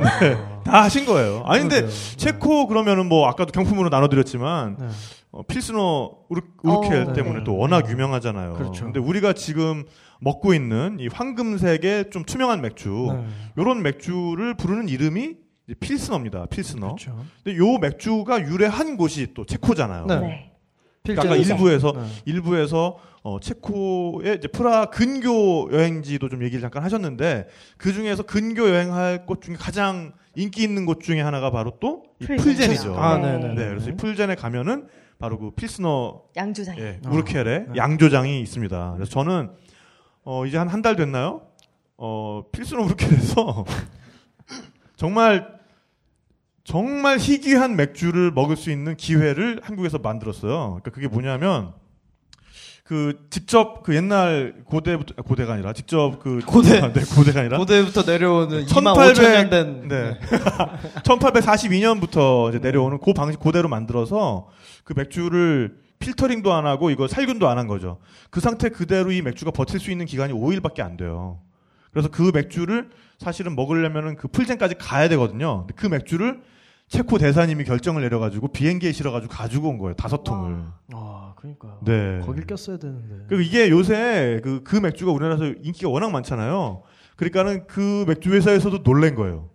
Speaker 2: 다 하신 거예요. 아니 근데
Speaker 3: 그러게요. 네.
Speaker 2: 체코 그러면은 뭐 아까도 경품으로 나눠드렸지만
Speaker 3: 네.
Speaker 2: 어, 필스너 우르, 우르켈
Speaker 4: 어,
Speaker 2: 때문에
Speaker 4: 네.
Speaker 2: 또 워낙 유명하잖아요.
Speaker 3: 그렇죠.
Speaker 2: 근데 우리가 지금 먹고 있는 이 황금색의 좀 투명한 맥주
Speaker 3: 네.
Speaker 2: 요런 맥주를 부르는 이름이 이제 필스너입니다. 필스너.
Speaker 3: 그렇죠.
Speaker 2: 근데 요 맥주가 유래한 곳이 또 체코잖아요.
Speaker 3: 네.
Speaker 4: 네.
Speaker 2: 그러니까 아까
Speaker 3: 필자에서.
Speaker 2: 일부에서
Speaker 3: 네.
Speaker 2: 일부에서 어, 체코의 이제 프라 근교 여행지도 좀 얘기를 잠깐 하셨는데 그 중에서 근교 여행할 곳 중에 가장 인기 있는 곳 중에 하나가 바로 또 이
Speaker 4: 풀젠.
Speaker 2: 풀젠이죠.
Speaker 3: 아,
Speaker 4: 네.
Speaker 3: 네네.
Speaker 2: 네, 그래서 이 풀젠에 가면은 바로 그 필스너
Speaker 4: 양조장. 이
Speaker 2: 예, 우르켈의
Speaker 3: 네.
Speaker 2: 양조장이 있습니다. 그래서 저는 어, 이제 한 한 달 됐나요? 어, 필스너 우르켈에서 [laughs] 정말 정말 희귀한 맥주를 먹을 수 있는 기회를 한국에서 만들었어요. 그러니까 그게 뭐냐면 그 직접 그 옛날 고대부터 아, 고대가 아니라 직접 그
Speaker 3: 고대.
Speaker 2: 아, [laughs] 네, 고대가 아니라
Speaker 3: 고대부터 내려오는
Speaker 2: 1800
Speaker 3: 25,000년 된
Speaker 2: 네. [laughs] 1842년부터 이제 내려오는 그 방식 그대로 만들어서 그 맥주를 필터링도 안 하고 이거 살균도 안 한 거죠. 그 상태 그대로 이 맥주가 버틸 수 있는 기간이 5일밖에 안 돼요. 그래서 그 맥주를 사실은 먹으려면은 그 풀젠까지 가야 되거든요. 근데 그 맥주를 체코 대사님이 결정을 내려가지고 비행기에 실어가지고 가지고 온 거예요. 다섯 통을.
Speaker 3: 아, 그러니까요.
Speaker 2: 네.
Speaker 3: 거길 꼈어야 되는데.
Speaker 2: 그리고 이게 요새 그, 그 맥주가 우리나라에서 인기가 워낙 많잖아요. 그러니까는 그 맥주 회사에서도 놀란 거예요.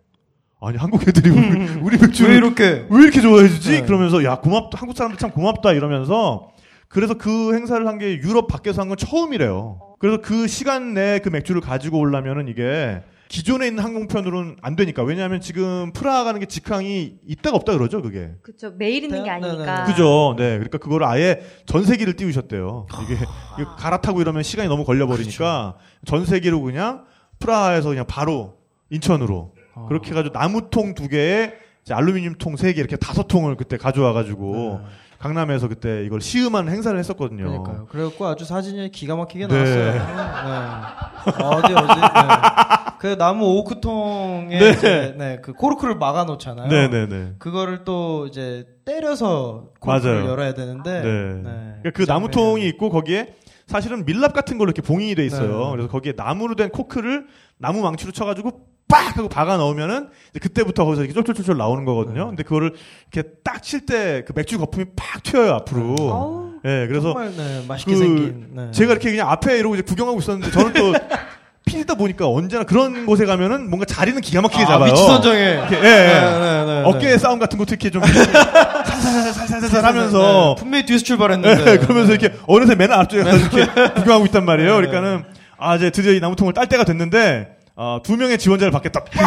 Speaker 2: 아니 한국 애들이 우리, 우리 맥주를
Speaker 3: 음. 왜
Speaker 2: 왜,
Speaker 3: 이렇게?
Speaker 2: 이렇게 좋아해 주지?
Speaker 3: 네.
Speaker 2: 그러면서 야 고맙다 한국 사람들 참 고맙다 이러면서 그래서 그 행사를 한 게 유럽 밖에서 한 건 처음이래요. 그래서 그 시간 내에 그 맥주를 가지고 오려면은 이게 기존에 있는 항공편으로는 안 되니까 왜냐하면 지금 프라하 가는 게 직항이 있다가 없다 그러죠 그게
Speaker 4: 그쵸. 매일 있는 게
Speaker 3: 네, 네, 네.
Speaker 4: 아니니까.
Speaker 2: 그죠. 네. 그러니까 그걸 아예 전 세기를 띄우셨대요. 이게 이거 갈아타고 이러면 시간이 너무 걸려버리니까
Speaker 3: 그렇죠.
Speaker 2: 전 세기로 그냥 프라하에서 그냥 바로 인천으로
Speaker 3: 어.
Speaker 2: 그렇게 해가지고 나무통 두 개에 이제 알루미늄 통 세 개 이렇게 다섯 통을 그때 가져와가지고
Speaker 3: 네.
Speaker 2: 강남에서 그때 이걸 시음하는 행사를 했었거든요.
Speaker 3: 그러니까요. 그래갖고 아주 사진이 기가 막히게
Speaker 2: 어. 네.
Speaker 3: 나왔어요. 네. 아, 어디 어디. 네. 그 나무 오크통에
Speaker 2: 네.
Speaker 3: 이제, 네, 그 코르크를 막아 놓잖아요.
Speaker 2: 네네네.
Speaker 3: 그거를 또 이제 때려서 코르크를
Speaker 2: 맞아요.
Speaker 3: 열어야
Speaker 2: 네.
Speaker 3: 되는데.
Speaker 2: 그러니까 그
Speaker 3: 장면이-
Speaker 2: 나무통이 있고 거기에 사실은 밀랍 같은 걸로 이렇게 봉인이 돼 있어요.
Speaker 3: 네, 네.
Speaker 2: 그래서 거기에 나무로 된 코크를 나무 망치로 쳐가지고 빡 하고 박아 넣으면은 이제 그때부터 거기서 이렇게 쫄쫄쫄쫄 나오는 거거든요.
Speaker 3: 네.
Speaker 2: 근데 그거를 이렇게 딱 칠 때 그 맥주 거품이 팍 튀어요 앞으로.
Speaker 4: 어우,
Speaker 2: 예, 그래서
Speaker 3: 정말 네, 맛있게
Speaker 2: 그
Speaker 3: 생긴. 네.
Speaker 2: 제가 이렇게 그냥 앞에 이러고 이제 구경하고 있었는데 저는 또
Speaker 3: [laughs]
Speaker 2: 피디다 보니까 언제나 그런 곳에 가면은 뭔가 자리는 기가 막히게
Speaker 3: 아,
Speaker 2: 잡아요.
Speaker 3: 위치 선정에.
Speaker 2: 이렇게, 예,
Speaker 3: 네,
Speaker 2: 예.
Speaker 3: 네, 네, 네.
Speaker 2: 어깨 싸움 같은 것도
Speaker 3: [laughs]
Speaker 2: 이렇게 좀 살살살살살살 하면서
Speaker 3: 네, 분명히 뒤에서 출발했는데
Speaker 2: 네, 그러면서 이렇게 어느새 맨 앞쪽에 가서
Speaker 3: [laughs]
Speaker 2: 이렇게 구경하고 있단 말이에요.
Speaker 3: 네.
Speaker 2: 그러니까는 아 이제 드디어 이 나무통을 딸 때가 됐는데 아, 두 명의 지원자를 받겠다.
Speaker 3: 네,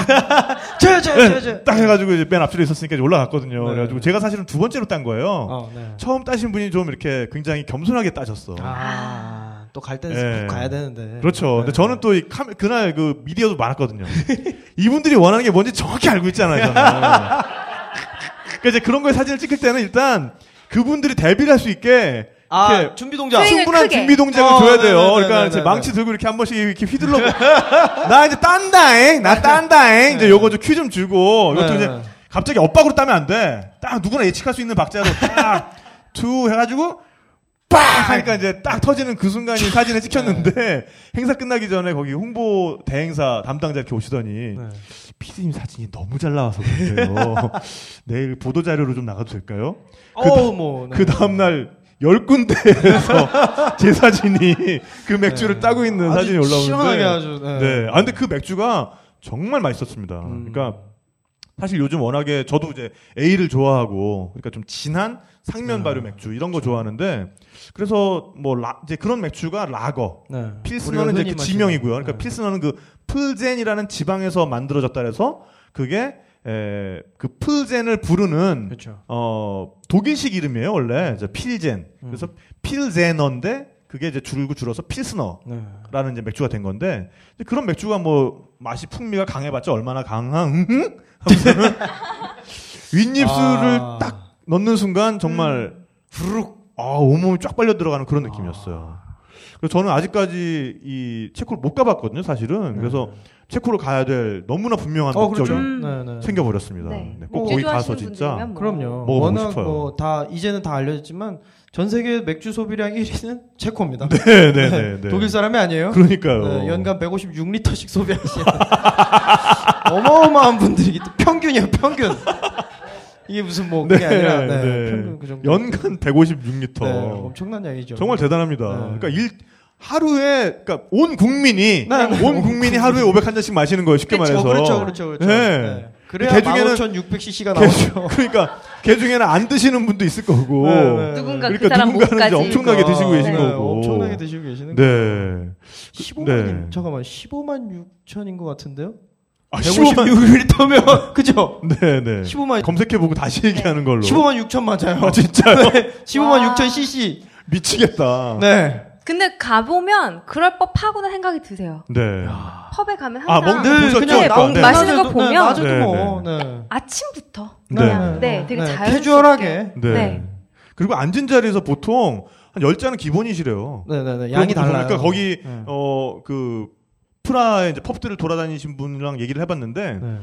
Speaker 3: 저요 저요 저요 저요
Speaker 2: 딱 해가지고 이제 맨 앞줄에 있었으니까 이제 올라갔거든요.
Speaker 3: 그렇죠. 네.
Speaker 2: 그래가지고 제가 사실은 두 번째로 딴 거예요.
Speaker 3: 어, 네.
Speaker 2: 처음 따신 분이 좀 이렇게 굉장히 겸손하게 따셨어.
Speaker 3: 아, 또 갈 때는
Speaker 2: 예.
Speaker 3: 꼭 가야 되는데.
Speaker 2: 그렇죠. 근데
Speaker 3: 네.
Speaker 2: 저는 또 이 카메- 그날 그 미디어도 많았거든요. [laughs] 이분들이 원하는 게 뭔지 정확히 알고 있잖아요.
Speaker 3: [laughs]
Speaker 2: 저는. 그러니까 이제 그런 거에 사진을 찍을 때는 일단 그분들이 대비를 할 수 있게
Speaker 3: 아,
Speaker 2: 이렇게
Speaker 3: 준비 동작.
Speaker 4: 스윙을
Speaker 2: 충분한
Speaker 4: 예, 크게.
Speaker 2: 준비 동작을
Speaker 3: 어,
Speaker 2: 줘야
Speaker 3: 네네네네네. 네.
Speaker 2: 돼요. 그러니까 이제 망치 들고 이렇게 한 번씩 이렇게 휘둘러. [laughs] 나 이제 딴다잉, 나 딴다잉. 이제 요거 좀 큐 좀 주고 이것도
Speaker 3: 네.
Speaker 2: 이제 갑자기 엇박으로 따면 안 돼. 딱 누구나 예측할 수 있는 박자로 딱투 해가지고 빡 하니까 이제 딱 터지는 그 순간이 사진에
Speaker 3: 네.
Speaker 2: 찍혔는데 [laughs] 행사 끝나기 전에 거기 홍보 대행사 담당자 이렇게 오시더니
Speaker 3: 네.
Speaker 2: 피디님 사진이 너무 잘 나와서 그래요.
Speaker 3: [laughs]
Speaker 2: 내일 보도 자료로 좀 나가도 될까요?
Speaker 3: 어우, 뭐. 네.
Speaker 2: 그 다음날 열 군데에서 [laughs] 제 사진이 그 맥주를
Speaker 3: 네.
Speaker 2: 따고 있는
Speaker 3: 아주
Speaker 2: 사진이 올라오는데
Speaker 3: 시원하게 아주. 네.
Speaker 2: 네. 아 근데 그 맥주가 정말 맛있었습니다.
Speaker 3: 음.
Speaker 2: 그러니까 사실 요즘 워낙에 저도 이제 A를 좋아하고 그러니까 좀 진한 상면
Speaker 3: 아.
Speaker 2: 발효 맥주 이런 거 좋아하는데 그래서 뭐 라- 이제 그런 맥주가 라거
Speaker 3: 네.
Speaker 2: 필스너는
Speaker 3: 우리가
Speaker 2: 이제
Speaker 3: 흔히
Speaker 2: 그
Speaker 3: 마시는-
Speaker 2: 지명이고요. 그러니까
Speaker 3: 네.
Speaker 2: 필스너는 그 풀젠이라는 지방에서 만들어졌다 그래서 그게 에, 그 풀젠을 부르는
Speaker 3: 그렇죠.
Speaker 2: 어, 독일식 이름이에요, 원래. 이제 필젠.
Speaker 3: 음.
Speaker 2: 그래서 필제너인데 그게 이제 줄고 줄어서 필스너라는
Speaker 3: 네.
Speaker 2: 이제 맥주가 된 건데 이제 그런 맥주가 뭐 맛이 풍미가 강해봤자 얼마나 강한 음, 음?
Speaker 3: [laughs]
Speaker 2: 하면서는 윗입술을
Speaker 3: 아. 음.
Speaker 2: 딱 넣는 순간 정말 부르륵 아, 온몸이 쫙 빨려 들어가는 그런 느낌이었어요.
Speaker 3: 아.
Speaker 2: 그래서 저는 아직까지 이 체코를 못 가봤거든요, 사실은. 그래서 체코를 가야 될 너무나 분명한
Speaker 3: 네. 어,
Speaker 2: 목적이
Speaker 3: 그렇죠.
Speaker 4: 음.
Speaker 3: 네, 네.
Speaker 2: 생겨버렸습니다.
Speaker 4: 네.
Speaker 2: 네, 꼭
Speaker 4: 맥주
Speaker 2: 거기 가서
Speaker 4: 좋아하시는
Speaker 2: 진짜
Speaker 4: 분들이면 뭐.
Speaker 3: 그럼요.
Speaker 2: 먹어보고
Speaker 3: 워낙
Speaker 2: 싶어요.
Speaker 3: 뭐 다 이제는 다 알려졌지만 전 세계 맥주 소비량 1위는 체코입니다.
Speaker 2: 네, 네, 네, 네.
Speaker 3: 독일 사람이 아니에요.
Speaker 2: 그러니까요.
Speaker 3: 네, 연간 156리터씩 소비하시는 [laughs] 어마어마한 분들이기 때 평균이에요. 평균. 이게 무슨 뭐 그게 아니라 네, 평균 그 정도.
Speaker 2: 연간 156리터.
Speaker 3: 네, 엄청난 양이죠.
Speaker 2: 정말 대단합니다.
Speaker 3: 네.
Speaker 2: 그러니까 일 하루에 그러니까 온 국민이
Speaker 3: 네, 네.
Speaker 2: 온 국민이 하루에 500한 잔씩 마시는 거예요. 쉽게
Speaker 3: 그렇죠,
Speaker 2: 말해서.
Speaker 3: 그렇죠, 그렇죠, 그렇죠.
Speaker 2: 네.
Speaker 3: 네. 그래야
Speaker 2: 그 중에는-
Speaker 3: 15,600cc가
Speaker 2: 걔-
Speaker 3: 나오죠.
Speaker 2: 그러니까 걔 중에는 안 드시는 분도 있을 거고.
Speaker 3: 네, 네.
Speaker 4: 누군가 그
Speaker 2: 그러니까
Speaker 4: 사람
Speaker 2: 누군가는 이제
Speaker 4: 목까지.
Speaker 2: 엄청나게 드시고 계신
Speaker 4: 네,
Speaker 2: 거고.
Speaker 3: 엄청나게 드시고 계시는 거예요.
Speaker 2: 네.
Speaker 3: 15만
Speaker 2: 네.
Speaker 3: 인, 잠깐만 15만 6천인 것 같은데요?
Speaker 2: 아, [laughs]
Speaker 3: [laughs] 156리터면 그죠?
Speaker 2: 네, 네.
Speaker 3: 15만
Speaker 2: 검색해 보고 다시
Speaker 4: 네.
Speaker 2: 얘기하는 걸로.
Speaker 3: 15만 6천 맞아요.
Speaker 2: 아, 진짜요? 아.
Speaker 3: 15만 6천 cc.
Speaker 2: [laughs] 미치겠다.
Speaker 3: 네.
Speaker 4: 근데 가보면 그럴 법하구나 생각이 드세요.
Speaker 2: 네.
Speaker 4: 펍에 가면
Speaker 2: 아,
Speaker 4: 항상
Speaker 2: 먹는
Speaker 3: 늘
Speaker 2: 보셨죠?
Speaker 3: 그냥
Speaker 2: 네,
Speaker 3: 나-
Speaker 2: 네.
Speaker 4: 마시는 거
Speaker 3: 낮에도-
Speaker 4: 보면-
Speaker 3: 그러니까. 네, 낮에도
Speaker 2: 네,
Speaker 3: 뭐. 네.
Speaker 4: 침부터
Speaker 2: 네.
Speaker 4: 그냥 네, 되게 자연스럽게.
Speaker 3: 캐주얼하게.
Speaker 2: 네.
Speaker 4: 네.
Speaker 2: 그리고 앉은 자리에서 보통 한 한 10잔은 기본이시래요.
Speaker 3: 네네네. 양이
Speaker 2: 그러니까
Speaker 3: 달라요.
Speaker 2: 그러니까 거기
Speaker 3: 네.
Speaker 2: 어 그 프라의 이제 펍들을 돌아다니신 분이랑 얘기를 해봤는데
Speaker 3: 네.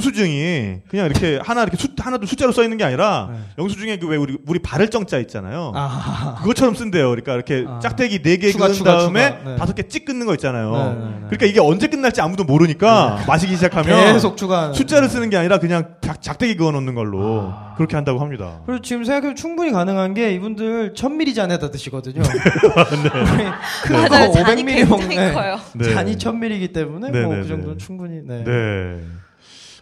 Speaker 2: 영수증이 그냥 이렇게 하나 이렇게 숫 하나도 숫자로 써 있는 게 아니라
Speaker 3: 네.
Speaker 2: 영수증에 그 왜 우리 우리 바를 정자 있잖아요.
Speaker 3: 아.
Speaker 2: 그것처럼 쓴대요. 그러니까 이렇게
Speaker 3: 아.
Speaker 2: 짝대기 네 개
Speaker 3: 추가,
Speaker 2: 긋은
Speaker 3: 추가,
Speaker 2: 다음에
Speaker 3: 추가. 네.
Speaker 2: 다섯 개 찍 긋는 거 있잖아요.
Speaker 3: 네, 네, 네.
Speaker 2: 그러니까 이게 언제 끝날지 아무도 모르니까 마시기
Speaker 3: 아,
Speaker 2: 시작하면
Speaker 3: 계속 추가.
Speaker 2: 숫자를 쓰는 게 아니라 그냥 작, 작대기 그어 놓는 걸로
Speaker 3: 아.
Speaker 2: 그렇게 한다고 합니다.
Speaker 3: 그리고 지금 생각해보면 충분히 가능한 게 이분들 1000ml 잔에다
Speaker 2: [laughs]
Speaker 3: 드시거든요. 네. 그거
Speaker 4: 맞아요. 잔이
Speaker 3: 500ml
Speaker 4: 굉장히
Speaker 3: 먹네.
Speaker 4: 커요.
Speaker 2: 네.
Speaker 3: 잔이 1000ml이기 때문에 뭐
Speaker 2: 네네네.
Speaker 3: 그 정도는 충분히. 네.
Speaker 2: 네.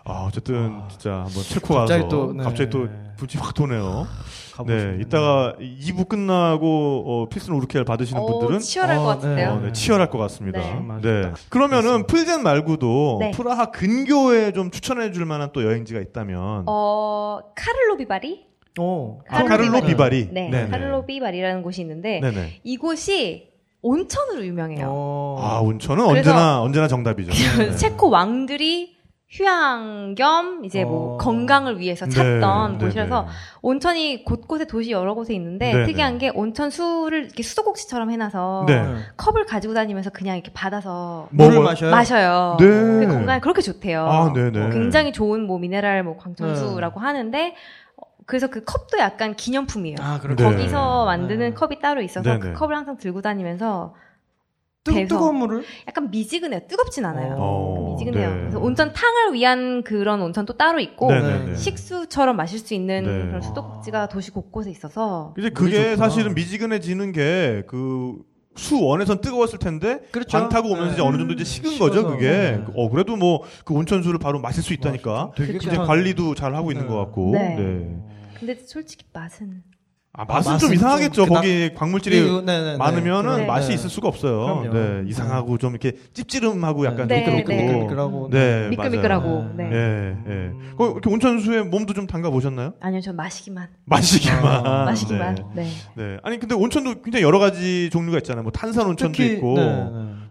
Speaker 2: 아, 어쨌든
Speaker 3: 아.
Speaker 2: 진짜 한번 체코 가서
Speaker 3: 갑자기
Speaker 2: 갑자기 또,
Speaker 3: 또, 네. 아,
Speaker 2: 불이 확 도네요.
Speaker 3: 가보시면.
Speaker 2: 네, 이따가 2부 끝나고 어, 필슨 오르케를 받으시는
Speaker 4: 어,
Speaker 2: 분들은
Speaker 4: 치열할
Speaker 3: 어,
Speaker 4: 것
Speaker 3: 네.
Speaker 4: 같은데요.
Speaker 2: 어, 네, 치열할 것 같습니다.
Speaker 4: 네.
Speaker 2: 네. 그러면은 풀젠 말고도
Speaker 4: 네.
Speaker 2: 프라하 근교에 좀 추천해 줄 만한 또 여행지가 있다면
Speaker 4: 어, 카를로 비바리?
Speaker 3: 어.
Speaker 2: 아, 카를로 비바리.
Speaker 4: 네,
Speaker 2: 네네.
Speaker 4: 카를로 비바리라는 곳이 있는데
Speaker 2: 네네.
Speaker 4: 이곳이 온천으로 [laughs] 유명해요.
Speaker 3: 어.
Speaker 2: 아, 온천은
Speaker 4: 그래서-
Speaker 2: 언제나 언제나
Speaker 4: [laughs]
Speaker 2: 정답이죠. 네.
Speaker 4: 체코 왕들이 휴양 겸 이제 뭐
Speaker 3: 어.
Speaker 4: 건강을 위해서
Speaker 2: 네,
Speaker 4: 찾던 곳이라서
Speaker 2: 네네.
Speaker 4: 온천이 곳곳에 도시 여러 곳에 있는데
Speaker 2: 네,
Speaker 4: 특이한 게 온천 수를 이렇게 수도꼭지처럼 해놔서
Speaker 2: 네.
Speaker 4: 컵을 가지고 다니면서 그냥 이렇게 받아서
Speaker 2: 뭐,
Speaker 3: 물을
Speaker 2: 뭐-
Speaker 3: 마셔요?
Speaker 4: 마셔요.
Speaker 2: 네.
Speaker 4: 그 건강에 그렇게 좋대요.
Speaker 2: 아, 네네.
Speaker 4: 어, 굉장히 좋은 뭐 미네랄 뭐 광천수라고 하는데 어, 그래서 그 컵도 약간 기념품이에요.
Speaker 3: 아,
Speaker 2: 네.
Speaker 3: 그렇군요.
Speaker 4: 거기서 만드는
Speaker 3: 네.
Speaker 4: 컵이 따로 있어서
Speaker 2: 네네.
Speaker 4: 그 컵을 항상 들고 다니면서
Speaker 3: 뜨,
Speaker 4: 배에서.
Speaker 3: 뜨거운 물을?
Speaker 4: 약간 미지근해요. 뜨겁진 않아요.
Speaker 2: 어,
Speaker 4: 미지근해요.
Speaker 2: 네.
Speaker 4: 그래서 온천 탕을 위한 그런 온천도 따로 있고
Speaker 2: 네네네.
Speaker 3: 네.
Speaker 4: 식수처럼 마실 수 있는
Speaker 2: 네.
Speaker 4: 그런 수도꼭지가 도시 곳곳에 있어서
Speaker 2: 이제
Speaker 3: 물이
Speaker 2: 그게
Speaker 3: 좋구나.
Speaker 2: 사실은 미지근해지는 게 그 수원에선 뜨거웠을 텐데
Speaker 3: 그렇죠.
Speaker 2: 반 타고 오면서
Speaker 3: 네.
Speaker 2: 이제 어느 정도 이제 식은
Speaker 3: 식어서.
Speaker 2: 거죠 그게
Speaker 3: 네.
Speaker 2: 어 그래도 뭐 그 온천수를 바로 마실 수 있다니까
Speaker 3: 되게
Speaker 2: 이제
Speaker 3: 괜찮은데.
Speaker 2: 관리도 잘 하고 있는
Speaker 3: 네.
Speaker 2: 것 같고
Speaker 4: 네.
Speaker 2: 네.
Speaker 4: 근데 솔직히 맛은
Speaker 2: 아, 맛은
Speaker 3: 맛은
Speaker 2: 좀
Speaker 3: 좀
Speaker 2: 이상하겠죠
Speaker 3: 그 나-
Speaker 2: 거기 광물질이
Speaker 3: 네, 네, 네.
Speaker 2: 많으면은
Speaker 4: 네.
Speaker 2: 맛이
Speaker 3: 네.
Speaker 2: 있을 수가 없어요
Speaker 3: 그럼요.
Speaker 2: 네 이상하고 좀 이렇게 찝찝하고 약간
Speaker 4: 네,
Speaker 2: 좀
Speaker 4: 네.
Speaker 2: 그렇고
Speaker 3: 미끌미끌하고.
Speaker 2: 네 맞아요.
Speaker 4: 미끌미끌하고
Speaker 3: 맞아요.
Speaker 4: 네.
Speaker 2: 예, 예.
Speaker 3: 음.
Speaker 2: 그 이렇게 온천수에 몸도 좀 담가 보셨나요?
Speaker 4: 아니요 전 마시기만
Speaker 2: 마시기만.
Speaker 3: 아,
Speaker 4: 마시기만
Speaker 2: 네.
Speaker 4: 네.
Speaker 2: 네. 아니 근데 온천도 굉장히 여러 가지 종류가 있잖아요. 뭐 탄산 온천도
Speaker 3: 특히,
Speaker 2: 있고
Speaker 3: 네, 네.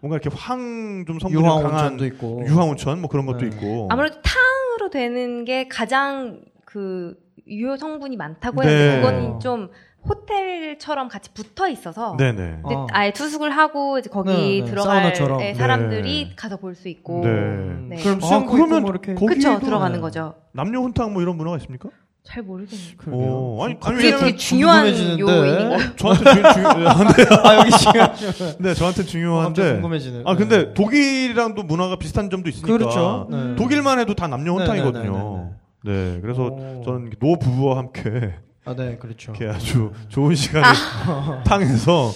Speaker 2: 뭔가 이렇게 황 좀 성분이
Speaker 3: 유황
Speaker 2: 강한
Speaker 3: 온천도 있고.
Speaker 2: 유황 온천 뭐 그런 것도
Speaker 3: 네.
Speaker 2: 있고.
Speaker 4: 아무래도 탕으로 되는 게 가장 그 유효 성분이 많다고 해요.
Speaker 2: 네.
Speaker 4: 그건 좀 호텔처럼 같이 붙어 있어서
Speaker 2: 네네.
Speaker 4: 근데
Speaker 3: 아.
Speaker 4: 아예 투숙을 하고 이제 거기
Speaker 3: 네, 네.
Speaker 4: 들어갈
Speaker 3: 사우나처럼.
Speaker 4: 예, 사람들이
Speaker 2: 네.
Speaker 4: 가서 볼 수 있고
Speaker 2: 네.
Speaker 4: 네.
Speaker 3: 그럼
Speaker 2: 아,
Speaker 3: 수영복
Speaker 2: 그러면
Speaker 3: 입고 뭐 이렇게
Speaker 2: 거기-
Speaker 4: 그쵸
Speaker 2: 거기도- 네.
Speaker 4: 들어가는 거죠.
Speaker 2: 남녀 혼탕 뭐 이런 문화가 있습니까?
Speaker 4: 잘 모르겠네요.
Speaker 3: 그러게요.
Speaker 2: 오, 어, 아니, 아니,
Speaker 4: 그게 되게
Speaker 2: 왜냐면
Speaker 4: 중요한
Speaker 3: 궁금해지는데.
Speaker 4: 요인인가요?
Speaker 2: 저한테 주, 주, [laughs] 네,
Speaker 3: [laughs] 아 여기 지금
Speaker 2: 네, 저한테
Speaker 3: 갑자기
Speaker 2: 중요한데.
Speaker 3: 궁금해지네.
Speaker 2: 아 근데 독일이랑도 문화가 비슷한 점도 있으니까.
Speaker 3: 그렇죠. 네.
Speaker 2: 독일만 해도 다 남녀 혼탕이거든요. 네, 그래서
Speaker 3: 오.
Speaker 2: 저는 노 부부와 함께
Speaker 3: 아, 네, 그렇죠.
Speaker 2: 이렇게 아주 좋은 시간을 탕에서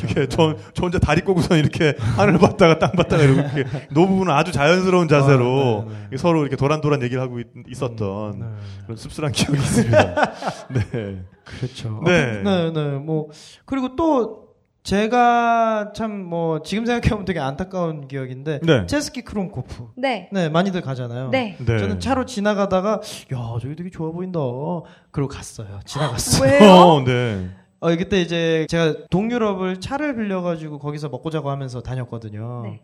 Speaker 2: 이렇게 저, 저 혼자 다리 꼬고서 이렇게 하늘 봤다가 땅 봤다가 이러고 이렇게 노부부는 아주 자연스러운 자세로
Speaker 3: 아, 네, 네.
Speaker 2: 이렇게 서로 이렇게 도란도란 얘기를 하고 있, 었던
Speaker 3: 네,
Speaker 2: 그런 씁쓸한 기억이 있습니다. 네.
Speaker 3: 그렇죠.
Speaker 2: 네.
Speaker 3: 네, 네, 네. 뭐 그리고 또 제가 참 뭐 지금 생각해보면 되게 안타까운 기억인데
Speaker 2: 네.
Speaker 3: 체스키 크롬코프.
Speaker 4: 네.
Speaker 3: 네, 많이들 가잖아요.
Speaker 4: 네.
Speaker 2: 네.
Speaker 3: 저는 차로 지나가다가 야 저기 되게 좋아 보인다. 그리고 갔어요. 지나갔어요.
Speaker 2: 어, 네.
Speaker 3: [laughs] 어, 그때 이제 제가 동유럽을 차를 빌려가지고 거기서 먹고 자고 하면서 다녔거든요.
Speaker 4: 네.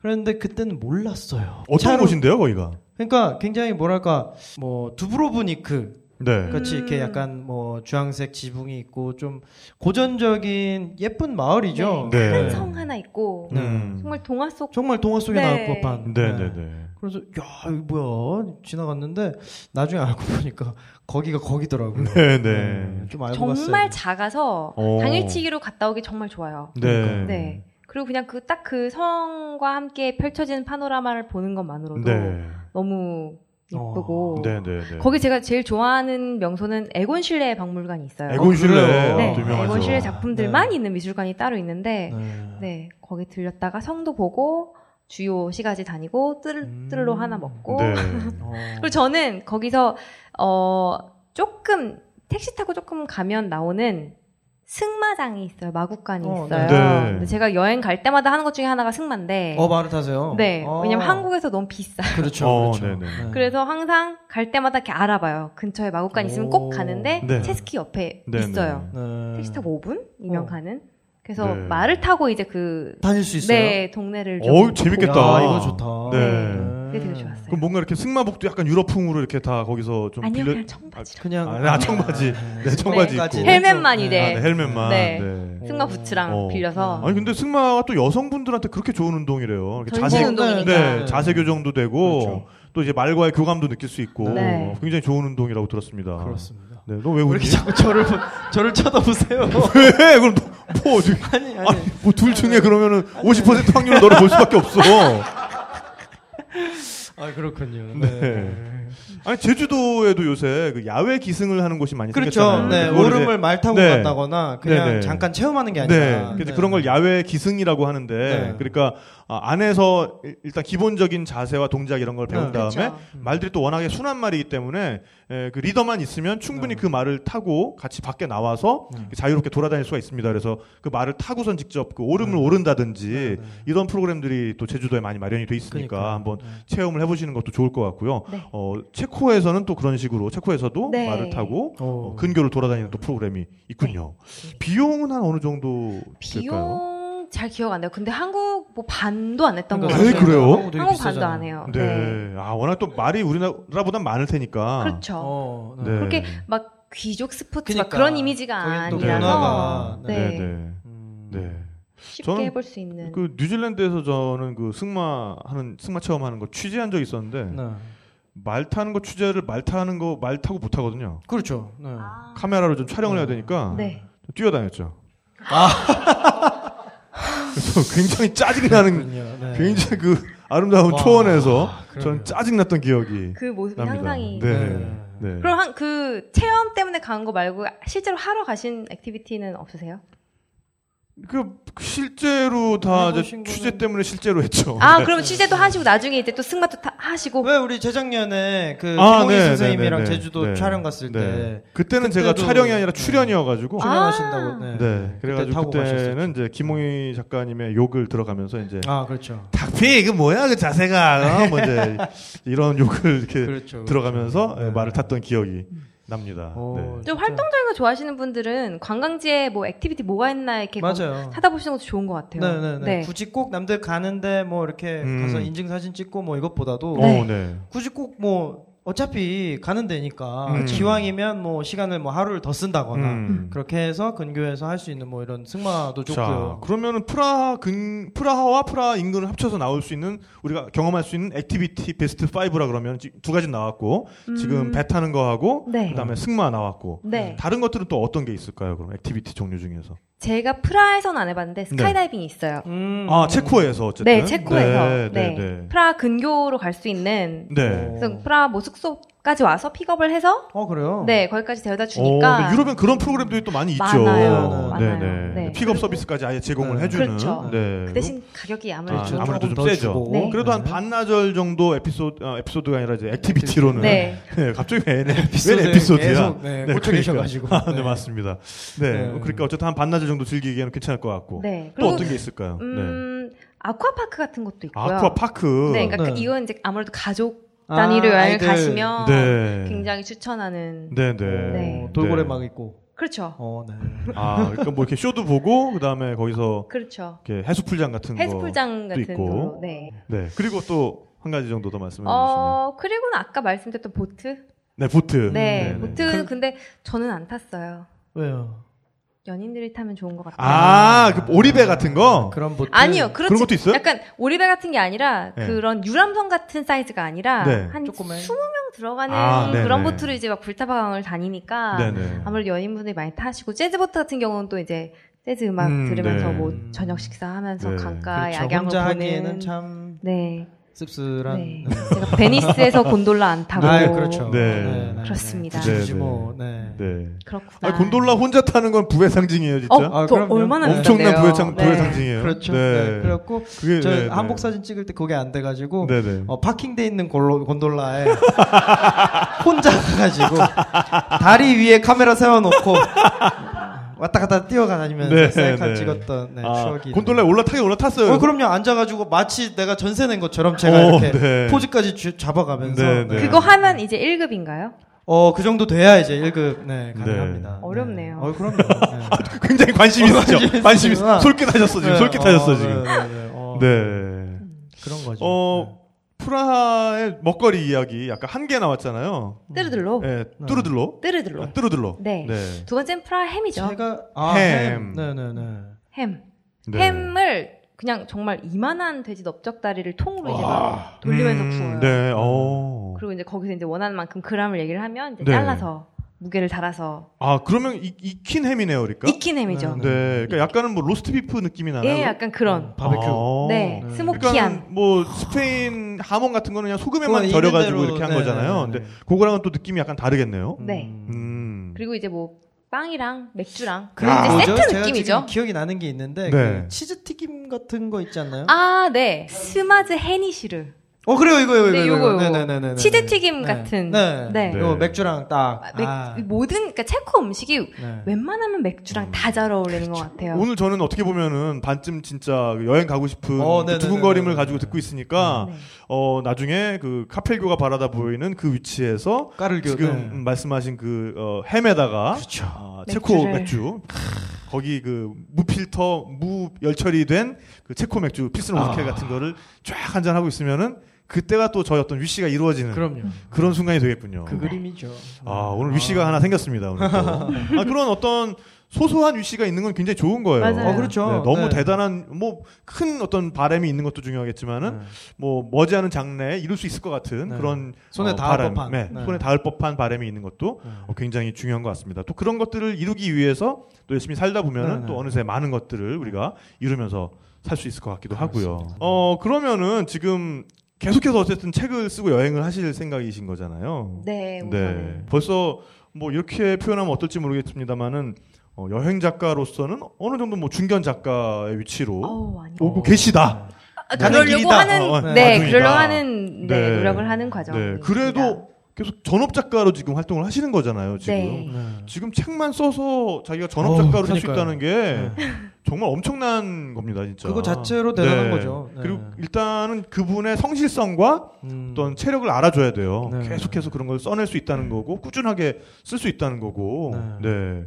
Speaker 3: 그런데 그때는 몰랐어요.
Speaker 2: 어떤
Speaker 3: 차로-
Speaker 2: 곳인데요, 거기가?
Speaker 3: 그러니까 굉장히 뭐랄까 뭐 두브로브니크
Speaker 2: 네.
Speaker 3: 같이 이렇게
Speaker 4: 음.
Speaker 3: 약간 뭐 주황색 지붕이 있고 좀 고전적인 예쁜 마을이죠.
Speaker 2: 네. 네.
Speaker 4: 큰 성 하나 있고
Speaker 2: 음.
Speaker 4: 정말 동화 속
Speaker 3: 정말 동화 속에
Speaker 4: 네.
Speaker 3: 나올 법한.
Speaker 2: 네, 네, 네.
Speaker 3: 그래서 야 이거 뭐야 지나갔는데 나중에 알고 보니까 거기가 거기더라고요.
Speaker 2: 네, 네.
Speaker 3: 좀 알고
Speaker 4: 정말
Speaker 3: 갔어요.
Speaker 4: 작아서
Speaker 2: 오.
Speaker 4: 당일치기로 갔다 오기 정말 좋아요.
Speaker 2: 네.
Speaker 4: 네. 그리고 그냥 그 딱 그 성과 함께 펼쳐지는 파노라마를 보는 것만으로도
Speaker 2: 네.
Speaker 4: 너무 예쁘고
Speaker 2: 네, 네, 네.
Speaker 4: 거기 제가 제일 좋아하는 명소는 에곤 실레 박물관이 있어요.
Speaker 2: 에곤 실레
Speaker 3: 그래요?
Speaker 4: 네,
Speaker 2: 또 유명하죠.
Speaker 4: 에곤 실레 작품들만
Speaker 3: 네.
Speaker 4: 있는 미술관이 따로 있는데 네.
Speaker 3: 네.
Speaker 4: 거기 들렸다가 성도 보고 주요 시가지 다니고
Speaker 3: 음.
Speaker 4: 뚜르뚜르로 하나 먹고
Speaker 2: 네.
Speaker 3: 어.
Speaker 4: 그리고 저는 거기서 어 조금 택시 타고 조금 가면 나오는 승마장이 있어요. 마구간이
Speaker 3: 어,
Speaker 4: 있어요.
Speaker 2: 네.
Speaker 4: 근데 제가 여행 갈 때마다 하는 것 중에 하나가 승마인데
Speaker 3: 어 말을 타세요.
Speaker 4: 네.
Speaker 2: 아.
Speaker 3: 어.
Speaker 4: 왜냐면 한국에서 너무 비싸요.
Speaker 3: 그렇죠.
Speaker 2: 어,
Speaker 3: 그렇죠.
Speaker 2: 네네.
Speaker 3: 네.
Speaker 4: 그래서 항상 갈 때마다 이렇게 알아봐요. 근처에 마구간 있으면 꼭
Speaker 3: 오.
Speaker 4: 가는데
Speaker 2: 네.
Speaker 4: 체스키 옆에
Speaker 2: 네,
Speaker 4: 있어요.
Speaker 3: 네.
Speaker 4: 택시 타고 5분이면
Speaker 3: 어.
Speaker 4: 가는. 그래서
Speaker 2: 네.
Speaker 4: 말을 타고 이제 그
Speaker 3: 다닐 수 있어요.
Speaker 4: 네 동네를 좀
Speaker 2: 어우, 재밌겠다.
Speaker 3: 야, 이거 좋다.
Speaker 2: 네.
Speaker 4: 그게 되게
Speaker 3: 네.
Speaker 4: 좋았어요.
Speaker 2: 그럼 뭔가 이렇게 승마복도 약간 유럽풍으로 이렇게 다 거기서 좀
Speaker 4: 아니요
Speaker 2: 빌려.
Speaker 4: 그냥 청바지랑
Speaker 3: 그냥
Speaker 2: 아, 네, 아, 청바지. 네, 청바지
Speaker 3: 청바지.
Speaker 2: 입고.
Speaker 4: 헬멧만
Speaker 3: 네.
Speaker 2: 아,
Speaker 4: 이래
Speaker 2: 네, 헬멧만.
Speaker 4: 네.
Speaker 2: 네.
Speaker 4: 승마 부츠랑
Speaker 2: 어.
Speaker 4: 빌려서
Speaker 2: 아니 근데 승마가 또 여성분들한테 그렇게 좋은 운동이래요. 이렇게
Speaker 4: 전신
Speaker 2: 자세,
Speaker 4: 운동이니까.
Speaker 2: 네, 자세 교정도 되고
Speaker 3: 그렇죠.
Speaker 2: 또 이제 말과의 교감도 느낄 수 있고
Speaker 4: 네.
Speaker 2: 굉장히 좋은 운동이라고 들었습니다.
Speaker 3: 그렇습니다.
Speaker 2: 네, 너 왜
Speaker 3: 왜
Speaker 2: 웃니?
Speaker 3: 이렇게 자꾸 저를 보- 저를 쳐다보세요?
Speaker 2: [laughs] 왜? 그럼 너, 뭐 어디-
Speaker 3: 아니
Speaker 2: [laughs]
Speaker 3: 아니.
Speaker 2: 아니 뭐 둘 중에 그러면은 50% 확률로 너를 볼 수밖에
Speaker 4: [laughs]
Speaker 2: 없어.
Speaker 3: 아 그렇군요.
Speaker 2: 네. 아니 제주도에도 요새 그 야외 기승을 하는 곳이 많이
Speaker 3: 그렇죠.
Speaker 2: 생겼잖아요.
Speaker 3: 네,
Speaker 2: 그거를 이제-
Speaker 3: 오름을 말 타고
Speaker 2: 네.
Speaker 3: 간다거나 그냥
Speaker 2: 네, 네.
Speaker 3: 잠깐 체험하는 게
Speaker 2: 네.
Speaker 3: 아니라.
Speaker 2: 그래서
Speaker 3: 네.
Speaker 2: 그런 걸 야외 기승이라고 하는데
Speaker 3: 네.
Speaker 2: 그러니까 아, 안에서 일- 일단 기본적인 자세와 동작 이런 걸 배운
Speaker 3: 네.
Speaker 2: 다음에
Speaker 4: 그렇죠.
Speaker 2: 말들이 또 워낙에 순한 말이기 때문에 에, 그 리더만 있으면 충분히
Speaker 3: 네.
Speaker 2: 그 말을 타고 같이 밖에 나와서
Speaker 3: 네.
Speaker 2: 자유롭게 돌아다닐 수가 있습니다. 그래서 그 말을 타고선 직접 그 오름을
Speaker 3: 네.
Speaker 2: 오른다든지
Speaker 3: 네, 네.
Speaker 2: 이런 프로그램들이 또 제주도에 많이 마련이 돼 있으니까
Speaker 3: 그러니까요.
Speaker 2: 한번
Speaker 3: 네.
Speaker 2: 체험을 해보시는 것도 좋을 것 같고요.
Speaker 4: 네.
Speaker 2: 어, 체코에서는 또 그런 식으로 체코에서도
Speaker 4: 네.
Speaker 2: 말을 타고
Speaker 3: 어.
Speaker 2: 어, 근교를 돌아다니는 또 프로그램이 있군요. 비용은 한 어느 정도 될까요?
Speaker 4: 비용 잘 기억 안 나요. 근데 한국 뭐 반도 안 했던 것
Speaker 2: 그러니까 왜
Speaker 4: 같아요.
Speaker 2: 그래요?
Speaker 3: 되게
Speaker 4: 한국 반도
Speaker 3: 비싸잖아요.
Speaker 4: 안 해요.
Speaker 2: 네. 아 워낙 또 말이 우리나라보다 많을 테니까.
Speaker 4: 그렇죠.
Speaker 3: 어, 네.
Speaker 2: 네.
Speaker 4: 그렇게 막 귀족 스포츠 막
Speaker 3: 그러니까.
Speaker 4: 그런 이미지가
Speaker 3: 거긴 또
Speaker 4: 아니라서
Speaker 3: 문화가.
Speaker 2: 네.
Speaker 4: 네.
Speaker 2: 네. 네.
Speaker 3: 음.
Speaker 2: 네.
Speaker 4: 쉽게
Speaker 2: 저는
Speaker 4: 해볼 수 있는
Speaker 2: 그 뉴질랜드에서 저는 그 승마 하는 승마 체험하는 거 취재한 적이 있었는데
Speaker 3: 네.
Speaker 2: 말 타는 거 취재를 말 타는 거 말 타고 못 하거든요.
Speaker 3: 그렇죠. 네.
Speaker 4: 아,
Speaker 2: 카메라로 좀 촬영을
Speaker 3: 네.
Speaker 2: 해야 되니까
Speaker 4: 네.
Speaker 2: 뛰어다녔죠. 그래서 굉장히 짜증이 나는
Speaker 3: 그렇군요. 네.
Speaker 2: 굉장히 그 아름다운
Speaker 3: 와,
Speaker 2: 초원에서
Speaker 3: 그럼요.
Speaker 2: 저는 짜증 났던 기억이
Speaker 4: 그 모습이
Speaker 2: 납니다.
Speaker 4: 상당히
Speaker 2: 네.
Speaker 3: 네.
Speaker 2: 네.
Speaker 4: 그럼 한, 그 체험 때문에 간 거 말고 실제로 하러 가신 액티비티는 없으세요?
Speaker 2: 그 실제로 다 이제
Speaker 3: 해보신 거는-
Speaker 2: 취재 때문에 실제로 했죠.
Speaker 4: 아
Speaker 2: 네.
Speaker 4: 그럼 취재도 하시고 나중에 이제 또 승마도 타, 하시고
Speaker 3: 왜 우리 재작년에 그
Speaker 2: 아,
Speaker 3: 김홍희
Speaker 2: 네,
Speaker 3: 선생님이랑
Speaker 2: 네, 네, 네.
Speaker 3: 제주도
Speaker 2: 네.
Speaker 3: 촬영 갔을
Speaker 2: 네.
Speaker 3: 때
Speaker 2: 그때는 제가
Speaker 3: 그때도-
Speaker 2: 촬영이 아니라
Speaker 3: 네.
Speaker 2: 출연이어가지고
Speaker 3: 출연하신다고.
Speaker 4: 아.
Speaker 3: 네.
Speaker 2: 네. 그래가지고
Speaker 3: 타고 가셨었죠.
Speaker 2: 그때는 이제 김홍희 작가님의 욕을 들어가면서 이제
Speaker 3: 아 그렇죠.
Speaker 5: 닭피 이거 뭐야 그
Speaker 2: [laughs]
Speaker 5: 자세가.
Speaker 2: 아, 뭐 이제 이런 욕을 이렇게
Speaker 3: 그렇죠.
Speaker 2: 들어가면서
Speaker 3: 그렇죠.
Speaker 2: 예, 말을 탔던 기억이 납니다.
Speaker 3: 오,
Speaker 2: 네.
Speaker 4: 좀 활동적인 거 좋아하시는 분들은 관광지에 뭐 액티비티 뭐가 있나 이렇게
Speaker 3: 맞아요.
Speaker 4: 찾아보시는 것도 좋은 것 같아요.
Speaker 3: 네네네.
Speaker 4: 네.
Speaker 3: 굳이 꼭 남들 가는데 뭐 이렇게
Speaker 2: 음.
Speaker 3: 가서 인증 사진 찍고 뭐 이것보다도
Speaker 2: 어, 네.
Speaker 3: 굳이 꼭 뭐 어차피 가는 데니까
Speaker 2: 음.
Speaker 3: 기왕이면 뭐 시간을 뭐 하루를 더 쓴다거나
Speaker 2: 음.
Speaker 3: 그렇게 해서 근교에서 할 수 있는 뭐 이런 승마도
Speaker 2: 자,
Speaker 3: 좋고요.
Speaker 2: 그러면은 프라하 근 프라하와 프라하 인근을 합쳐서 나올 수 있는 우리가 경험할 수 있는 액티비티 베스트 5라 그러면 지- 두 가지 나왔고 지금
Speaker 4: 음.
Speaker 2: 배 타는 거 하고
Speaker 4: 네.
Speaker 2: 그다음에 승마 나왔고
Speaker 4: 네.
Speaker 2: 다른 것들은 또 어떤 게 있을까요? 그럼 액티비티 종류 중에서
Speaker 4: 제가 프라하에선 안 해봤는데 스카이다이빙이 있어요.
Speaker 3: 음.
Speaker 2: 아 체코에서 네. 어쨌든
Speaker 4: 네, 체코에서
Speaker 2: 네,
Speaker 4: 네.
Speaker 2: 네, 네.
Speaker 4: 프라하 근교로 갈 수 있는
Speaker 2: 네.
Speaker 4: 그래서 프라하 뭐 숙소까지 와서 픽업을 해서
Speaker 3: 어 그래요.
Speaker 4: 네 거기까지 데려다
Speaker 2: 어,
Speaker 4: 주니까
Speaker 2: 근데 유럽엔 그런 프로그램들이 또 많이 있죠.
Speaker 4: 많아요.
Speaker 2: 네,
Speaker 4: 많아요.
Speaker 2: 네.
Speaker 4: 네.
Speaker 2: 픽업 서비스까지 아예 제공을
Speaker 3: 네.
Speaker 2: 해주는.
Speaker 4: 그렇죠.
Speaker 2: 네.
Speaker 4: 그 대신 가격이 아무래도
Speaker 2: 아,
Speaker 4: 좀-
Speaker 2: 아무래도
Speaker 3: 조금
Speaker 2: 좀
Speaker 3: 더
Speaker 2: 세죠.
Speaker 3: 주고.
Speaker 4: 네.
Speaker 2: 그래도 한 반나절 정도 에피소드 어, 에피소드가 아니라 이제 액티비티로는
Speaker 4: 네.
Speaker 2: 네, 갑자기 왜, 왜
Speaker 3: 에피소드에
Speaker 2: 에피소드야?
Speaker 3: 계속,
Speaker 2: [laughs]
Speaker 3: 네, 꽂혀
Speaker 2: 그러니까.
Speaker 3: 계셔가지고.
Speaker 2: 아, 네.
Speaker 3: 네.
Speaker 2: 맞습니다. 네,
Speaker 3: 네.
Speaker 2: 그러니까 어쨌든 한 반나절 정도 즐기기에는 괜찮을 것 같고
Speaker 4: 네.
Speaker 2: 또
Speaker 4: 그리고-
Speaker 2: 어떤 게 있을까요? 네.
Speaker 4: 음 아쿠아파크 같은 것도 있고요.
Speaker 2: 아쿠아 파크.
Speaker 4: 네, 그러니까
Speaker 3: 네.
Speaker 4: 그- 이건 이제 아무래도 가족
Speaker 3: 아,
Speaker 4: 단위로 여행을
Speaker 3: 아이들.
Speaker 4: 가시면
Speaker 2: 네.
Speaker 4: 어, 굉장히 추천하는
Speaker 2: 네, 네.
Speaker 3: 어,
Speaker 4: 네.
Speaker 3: 돌고래
Speaker 2: 네.
Speaker 3: 막 있고.
Speaker 4: 그렇죠.
Speaker 3: 어, 네.
Speaker 2: 아, 그러니까 뭐 이렇게 쇼도 보고 그다음에 거기서
Speaker 4: 그렇죠.
Speaker 2: 이렇게 해수풀장 같은 거.
Speaker 4: 해수풀장 같은
Speaker 2: 있고.
Speaker 4: 거. 네.
Speaker 2: 네. 그리고 또 한 가지 정도 더 말씀해 주시면.
Speaker 4: 어, 그리고는 아까 말씀드렸던 보트.
Speaker 2: 네, 보트.
Speaker 4: 네,
Speaker 2: 네, 네.
Speaker 4: 보트 는 근데 저는 안 탔어요.
Speaker 3: 왜요?
Speaker 4: 연인들이 타면 좋은 것 같아요.
Speaker 2: 아, 그 오리배 같은 거?
Speaker 3: 그런 보트.
Speaker 4: 니요 그렇지.
Speaker 2: 그런 것도 있어요?
Speaker 4: 약간 오리배 같은 게 아니라
Speaker 2: 네.
Speaker 4: 그런 유람선 같은 사이즈가 아니라
Speaker 2: 네.
Speaker 4: 한
Speaker 3: 조그만.
Speaker 4: 20명 들어가는
Speaker 2: 아, 네,
Speaker 4: 그런
Speaker 2: 네.
Speaker 4: 보트를 이제 막 불타방을 다니니까
Speaker 2: 네네.
Speaker 4: 아무래도 연인분들이 많이 타시고 재즈 보트 같은 경우는 또 이제 재즈 음악
Speaker 2: 음,
Speaker 4: 들으면서
Speaker 2: 네.
Speaker 4: 뭐 저녁 식사하면서
Speaker 2: 네.
Speaker 4: 강가
Speaker 3: 그렇죠.
Speaker 4: 야경을
Speaker 3: 혼자
Speaker 4: 보는
Speaker 3: 하기에는 참
Speaker 4: 네.
Speaker 3: 씁쓸한.
Speaker 4: 네. 제가
Speaker 2: [laughs]
Speaker 4: 베니스에서 곤돌라 안 타고
Speaker 3: 아, 그렇죠.
Speaker 2: 네.
Speaker 4: 그렇습니다.
Speaker 3: 굳이
Speaker 2: 네,
Speaker 3: 뭐, 네.
Speaker 2: 네.
Speaker 4: 그렇구나.
Speaker 2: 아, 곤돌라 혼자 타는 건 부의 상징이에요, 진짜.
Speaker 4: 어,
Speaker 3: 아,
Speaker 4: 저
Speaker 3: 그럼요.
Speaker 4: 얼마나
Speaker 2: 엄청난
Speaker 4: 비싼데요.
Speaker 2: 부의, 상,
Speaker 4: 네.
Speaker 2: 부의 상징이에요.
Speaker 3: 그렇죠. 네.
Speaker 2: 네.
Speaker 3: 그래갖고,
Speaker 2: 그게,
Speaker 3: 저
Speaker 2: 네, 네.
Speaker 3: 한복 사진 찍을 때 그게 안 돼가지고,
Speaker 2: 네네.
Speaker 3: 어, 파킹돼 있는 골로, 곤돌라에 [laughs] 혼자 가가지고, 다리 위에 카메라 세워놓고, 왔다 갔다 뛰어다니면서
Speaker 2: 네,
Speaker 3: 셀카
Speaker 2: 네.
Speaker 3: 찍었던 네,
Speaker 2: 아,
Speaker 3: 추억이.
Speaker 2: 곤돌라에 올라타긴 올라탔어요.
Speaker 3: 어, 그럼요. 앉아가지고 마치 내가 전세 낸 것처럼 제가
Speaker 2: 어,
Speaker 3: 이렇게
Speaker 2: 네.
Speaker 3: 포즈까지 쥐- 잡아가면서.
Speaker 2: 네, 네.
Speaker 4: 그거 하면 이제 1급인가요?
Speaker 3: 어, 그 정도 돼야 이제 1급, 네, 가능합니다. 네.
Speaker 4: 어렵네요.
Speaker 3: 어,
Speaker 2: [laughs]
Speaker 3: 그럼요.
Speaker 2: 아,
Speaker 3: 네.
Speaker 2: 굉장히 관심 있으시죠?
Speaker 3: 어, 관심
Speaker 2: 관심 있어.
Speaker 3: 있으시구나. 어,
Speaker 2: 솔깃하셨어, 지금. 솔깃하셨어, 지금.
Speaker 3: 네, 네, 네. 어,
Speaker 2: 네.
Speaker 3: 그런 네. 거죠.
Speaker 2: 어, 프라하의 먹거리 이야기 약간 한 개 나왔잖아요.
Speaker 3: 어?
Speaker 4: 뜨르들로.
Speaker 2: 예,
Speaker 3: 네.
Speaker 2: 뚜루들로.
Speaker 4: 뜨르들로.
Speaker 2: 아, 뚜루들로.
Speaker 4: 네.
Speaker 2: 네.
Speaker 4: 두 번째는 프라 햄이죠.
Speaker 3: 제가 아,
Speaker 2: 햄.
Speaker 3: 햄. 네네네.
Speaker 4: 햄.
Speaker 2: 네.
Speaker 4: 햄을 그냥 정말 이만한 돼지 넓적다리를 통으로 이제 막 돌리면서
Speaker 2: 음,
Speaker 4: 구워요.
Speaker 2: 네. 어.
Speaker 4: 그리고 이제 거기서 이제 원하는 만큼 그람을 얘기를 하면 이제
Speaker 2: 네.
Speaker 4: 잘라서 무게를 달아서
Speaker 2: 아 그러면 익, 익힌 햄이네요, 그러니까.
Speaker 4: 익힌 햄이죠.
Speaker 3: 네,
Speaker 2: 네. 그러니까 약간은 뭐 로스트 비프 느낌이 나나요?
Speaker 4: 예, 약간 그런.
Speaker 3: 바베큐.
Speaker 2: 아.
Speaker 4: 네,
Speaker 3: 네.
Speaker 4: 스모키한.
Speaker 2: 약간 뭐 스페인 하몽 같은 거는 그냥
Speaker 3: 그건
Speaker 2: 소금에만
Speaker 3: 있는
Speaker 2: 절여가지고
Speaker 3: 대로,
Speaker 2: 이렇게 한
Speaker 3: 네,
Speaker 2: 거잖아요.
Speaker 3: 네, 네,
Speaker 2: 근데
Speaker 3: 네.
Speaker 2: 그거랑은 또 느낌이 약간 다르겠네요.
Speaker 4: 네.
Speaker 2: 음.
Speaker 4: 그리고 이제 뭐 빵이랑 맥주랑
Speaker 3: 그런
Speaker 2: 아,
Speaker 3: 게
Speaker 4: 이제
Speaker 3: 뭐죠?
Speaker 4: 세트
Speaker 3: 제가
Speaker 4: 느낌이죠.
Speaker 3: 지금 기억이 나는 게 있는데
Speaker 2: 네.
Speaker 3: 그 치즈 튀김 같은 거 있지 않나요?
Speaker 4: 아, 네. 스마즈 헤니시르.
Speaker 3: 어 그래요 이거 이거
Speaker 4: 네,
Speaker 3: 이거,
Speaker 4: 요거, 요거.
Speaker 3: 네네네네
Speaker 4: 치즈 튀김 같은.
Speaker 3: 네.
Speaker 4: 네.
Speaker 2: 네.
Speaker 3: 이거 맥주랑 딱
Speaker 4: 아, 맥-
Speaker 3: 아,
Speaker 4: 모든 그러니까 체코 음식이
Speaker 3: 네.
Speaker 4: 웬만하면 맥주랑 다 잘 어울리는 것 같아요.
Speaker 2: 오늘 저는 어떻게 보면은 반쯤 진짜 여행 가고 싶은
Speaker 3: 어,
Speaker 2: 그
Speaker 3: 네네네네. 음.
Speaker 2: 두근거림을 가지고 듣고 있으니까
Speaker 4: 네.
Speaker 2: 어 나중에 그 카펠교가 바라다 보이는 그 위치에서
Speaker 3: 까를교
Speaker 2: 지금
Speaker 3: 네. 그렇죠.
Speaker 2: 음, 말씀하신 그 어, 햄에다가 아, 체코
Speaker 4: 맥주를.
Speaker 2: 맥주 크, 거기 그 무필터 무 열처리 된그 체코 맥주 피스노 모스켈
Speaker 3: 아.
Speaker 2: 같은 거를 쫙 한잔 하고 있으면은 그때가 또 저희 어떤 위시가 이루어지는
Speaker 3: 그럼요
Speaker 2: 그런 순간이 되겠군요.
Speaker 3: 그 그림이죠
Speaker 2: 음. 아 오늘 위시가 하나 생겼습니다.
Speaker 3: [laughs]
Speaker 2: 오늘 또. 아, 그런 어떤 소소한 위시가 있는 건 굉장히 좋은 거예요.
Speaker 4: 맞아요. 어,
Speaker 3: 그렇죠.
Speaker 2: 네, 너무
Speaker 3: 네.
Speaker 2: 대단한 뭐 큰 어떤 바람이 있는 것도 중요하겠지만은
Speaker 3: 네.
Speaker 2: 뭐 머지않은 장래에 이룰 수 있을 것 같은
Speaker 3: 네.
Speaker 2: 그런
Speaker 3: 손에
Speaker 2: 어,
Speaker 3: 닿을
Speaker 2: 바람,
Speaker 3: 법한.
Speaker 2: 네,
Speaker 3: 네.
Speaker 2: 손에 닿을 법한 바람이 있는 것도
Speaker 3: 네.
Speaker 2: 어, 굉장히 중요한 것 같습니다. 또 그런 것들을 이루기 위해서 또 열심히 살다 보면은
Speaker 3: 네,
Speaker 2: 또
Speaker 3: 네.
Speaker 2: 어느새 많은 것들을 우리가 이루면서 살 수 있을 것 같기도 하고요. 어 그러면은 지금 계속해서 어쨌든 책을 쓰고 여행을 하실 생각이신 거잖아요.
Speaker 4: 네, 우선은.
Speaker 2: 네. 벌써 뭐 이렇게 표현하면 어떨지 모르겠습니다만은 어, 여행 작가로서는 어느 정도 뭐 중견 작가의 위치로
Speaker 4: 어우, 아니요.
Speaker 2: 오고 계시다.
Speaker 4: 아,
Speaker 2: 가는
Speaker 4: 그러려고
Speaker 2: 길이다.
Speaker 4: 하는
Speaker 2: 어,
Speaker 4: 네,
Speaker 2: 와중이다.
Speaker 4: 그러려고 하는 네,
Speaker 2: 네.
Speaker 4: 노력을 하는 과정.
Speaker 2: 네. 그래도 계속 전업 작가로 지금 활동을 하시는 거잖아요. 지금
Speaker 4: 네.
Speaker 3: 네.
Speaker 2: 지금 책만 써서 자기가 전업
Speaker 3: 어우,
Speaker 2: 작가로 살 수
Speaker 3: 그러니까요.
Speaker 2: 있다는 게 정말 엄청난 겁니다, 진짜.
Speaker 3: 네. 그거 자체로 대단한 거죠. 네.
Speaker 2: 그리고 일단은 그분의 성실성과
Speaker 3: 음.
Speaker 2: 어떤 체력을 알아줘야 돼요.
Speaker 3: 네.
Speaker 2: 계속해서 그런 걸 써낼 수 있다는 거고 꾸준하게 쓸 수 있다는 거고. 네.
Speaker 3: 네.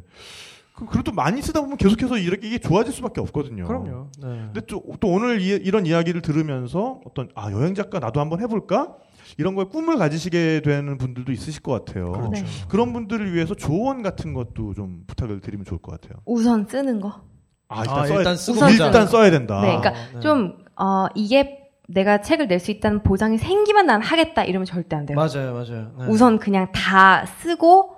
Speaker 2: 그- 그래도 많이 쓰다 보면 계속해서 이렇게 이게 좋아질 수밖에 없거든요.
Speaker 3: 그럼요. 네.
Speaker 2: 근데 또, 또 오늘 이, 런 이야기를 들으면서 어떤 아 여행 작가 나도 한번 해볼까 이런 거에 꿈을 가지시게 되는 분들도 있으실 것 같아요.
Speaker 4: 네.
Speaker 3: 그렇죠.
Speaker 2: 그런 분들을 위해서 조언 같은 것도 좀 부탁을 드리면 좋을 것 같아요.
Speaker 4: 우선 쓰는 거.
Speaker 2: 아
Speaker 3: 일단
Speaker 2: 일단,
Speaker 3: 쓰고
Speaker 2: 써야,
Speaker 4: 우선
Speaker 2: 일단
Speaker 4: 쓰는 거.
Speaker 2: 써야 된다.
Speaker 4: 네, 그러니까
Speaker 3: 네.
Speaker 4: 좀 어, 이게 내가 책을 낼 수 있다는 보장이 생기면 난 하겠다 이러면 절대 안 돼요.
Speaker 3: 맞아요, 맞아요. 네.
Speaker 4: 우선 그냥 다 쓰고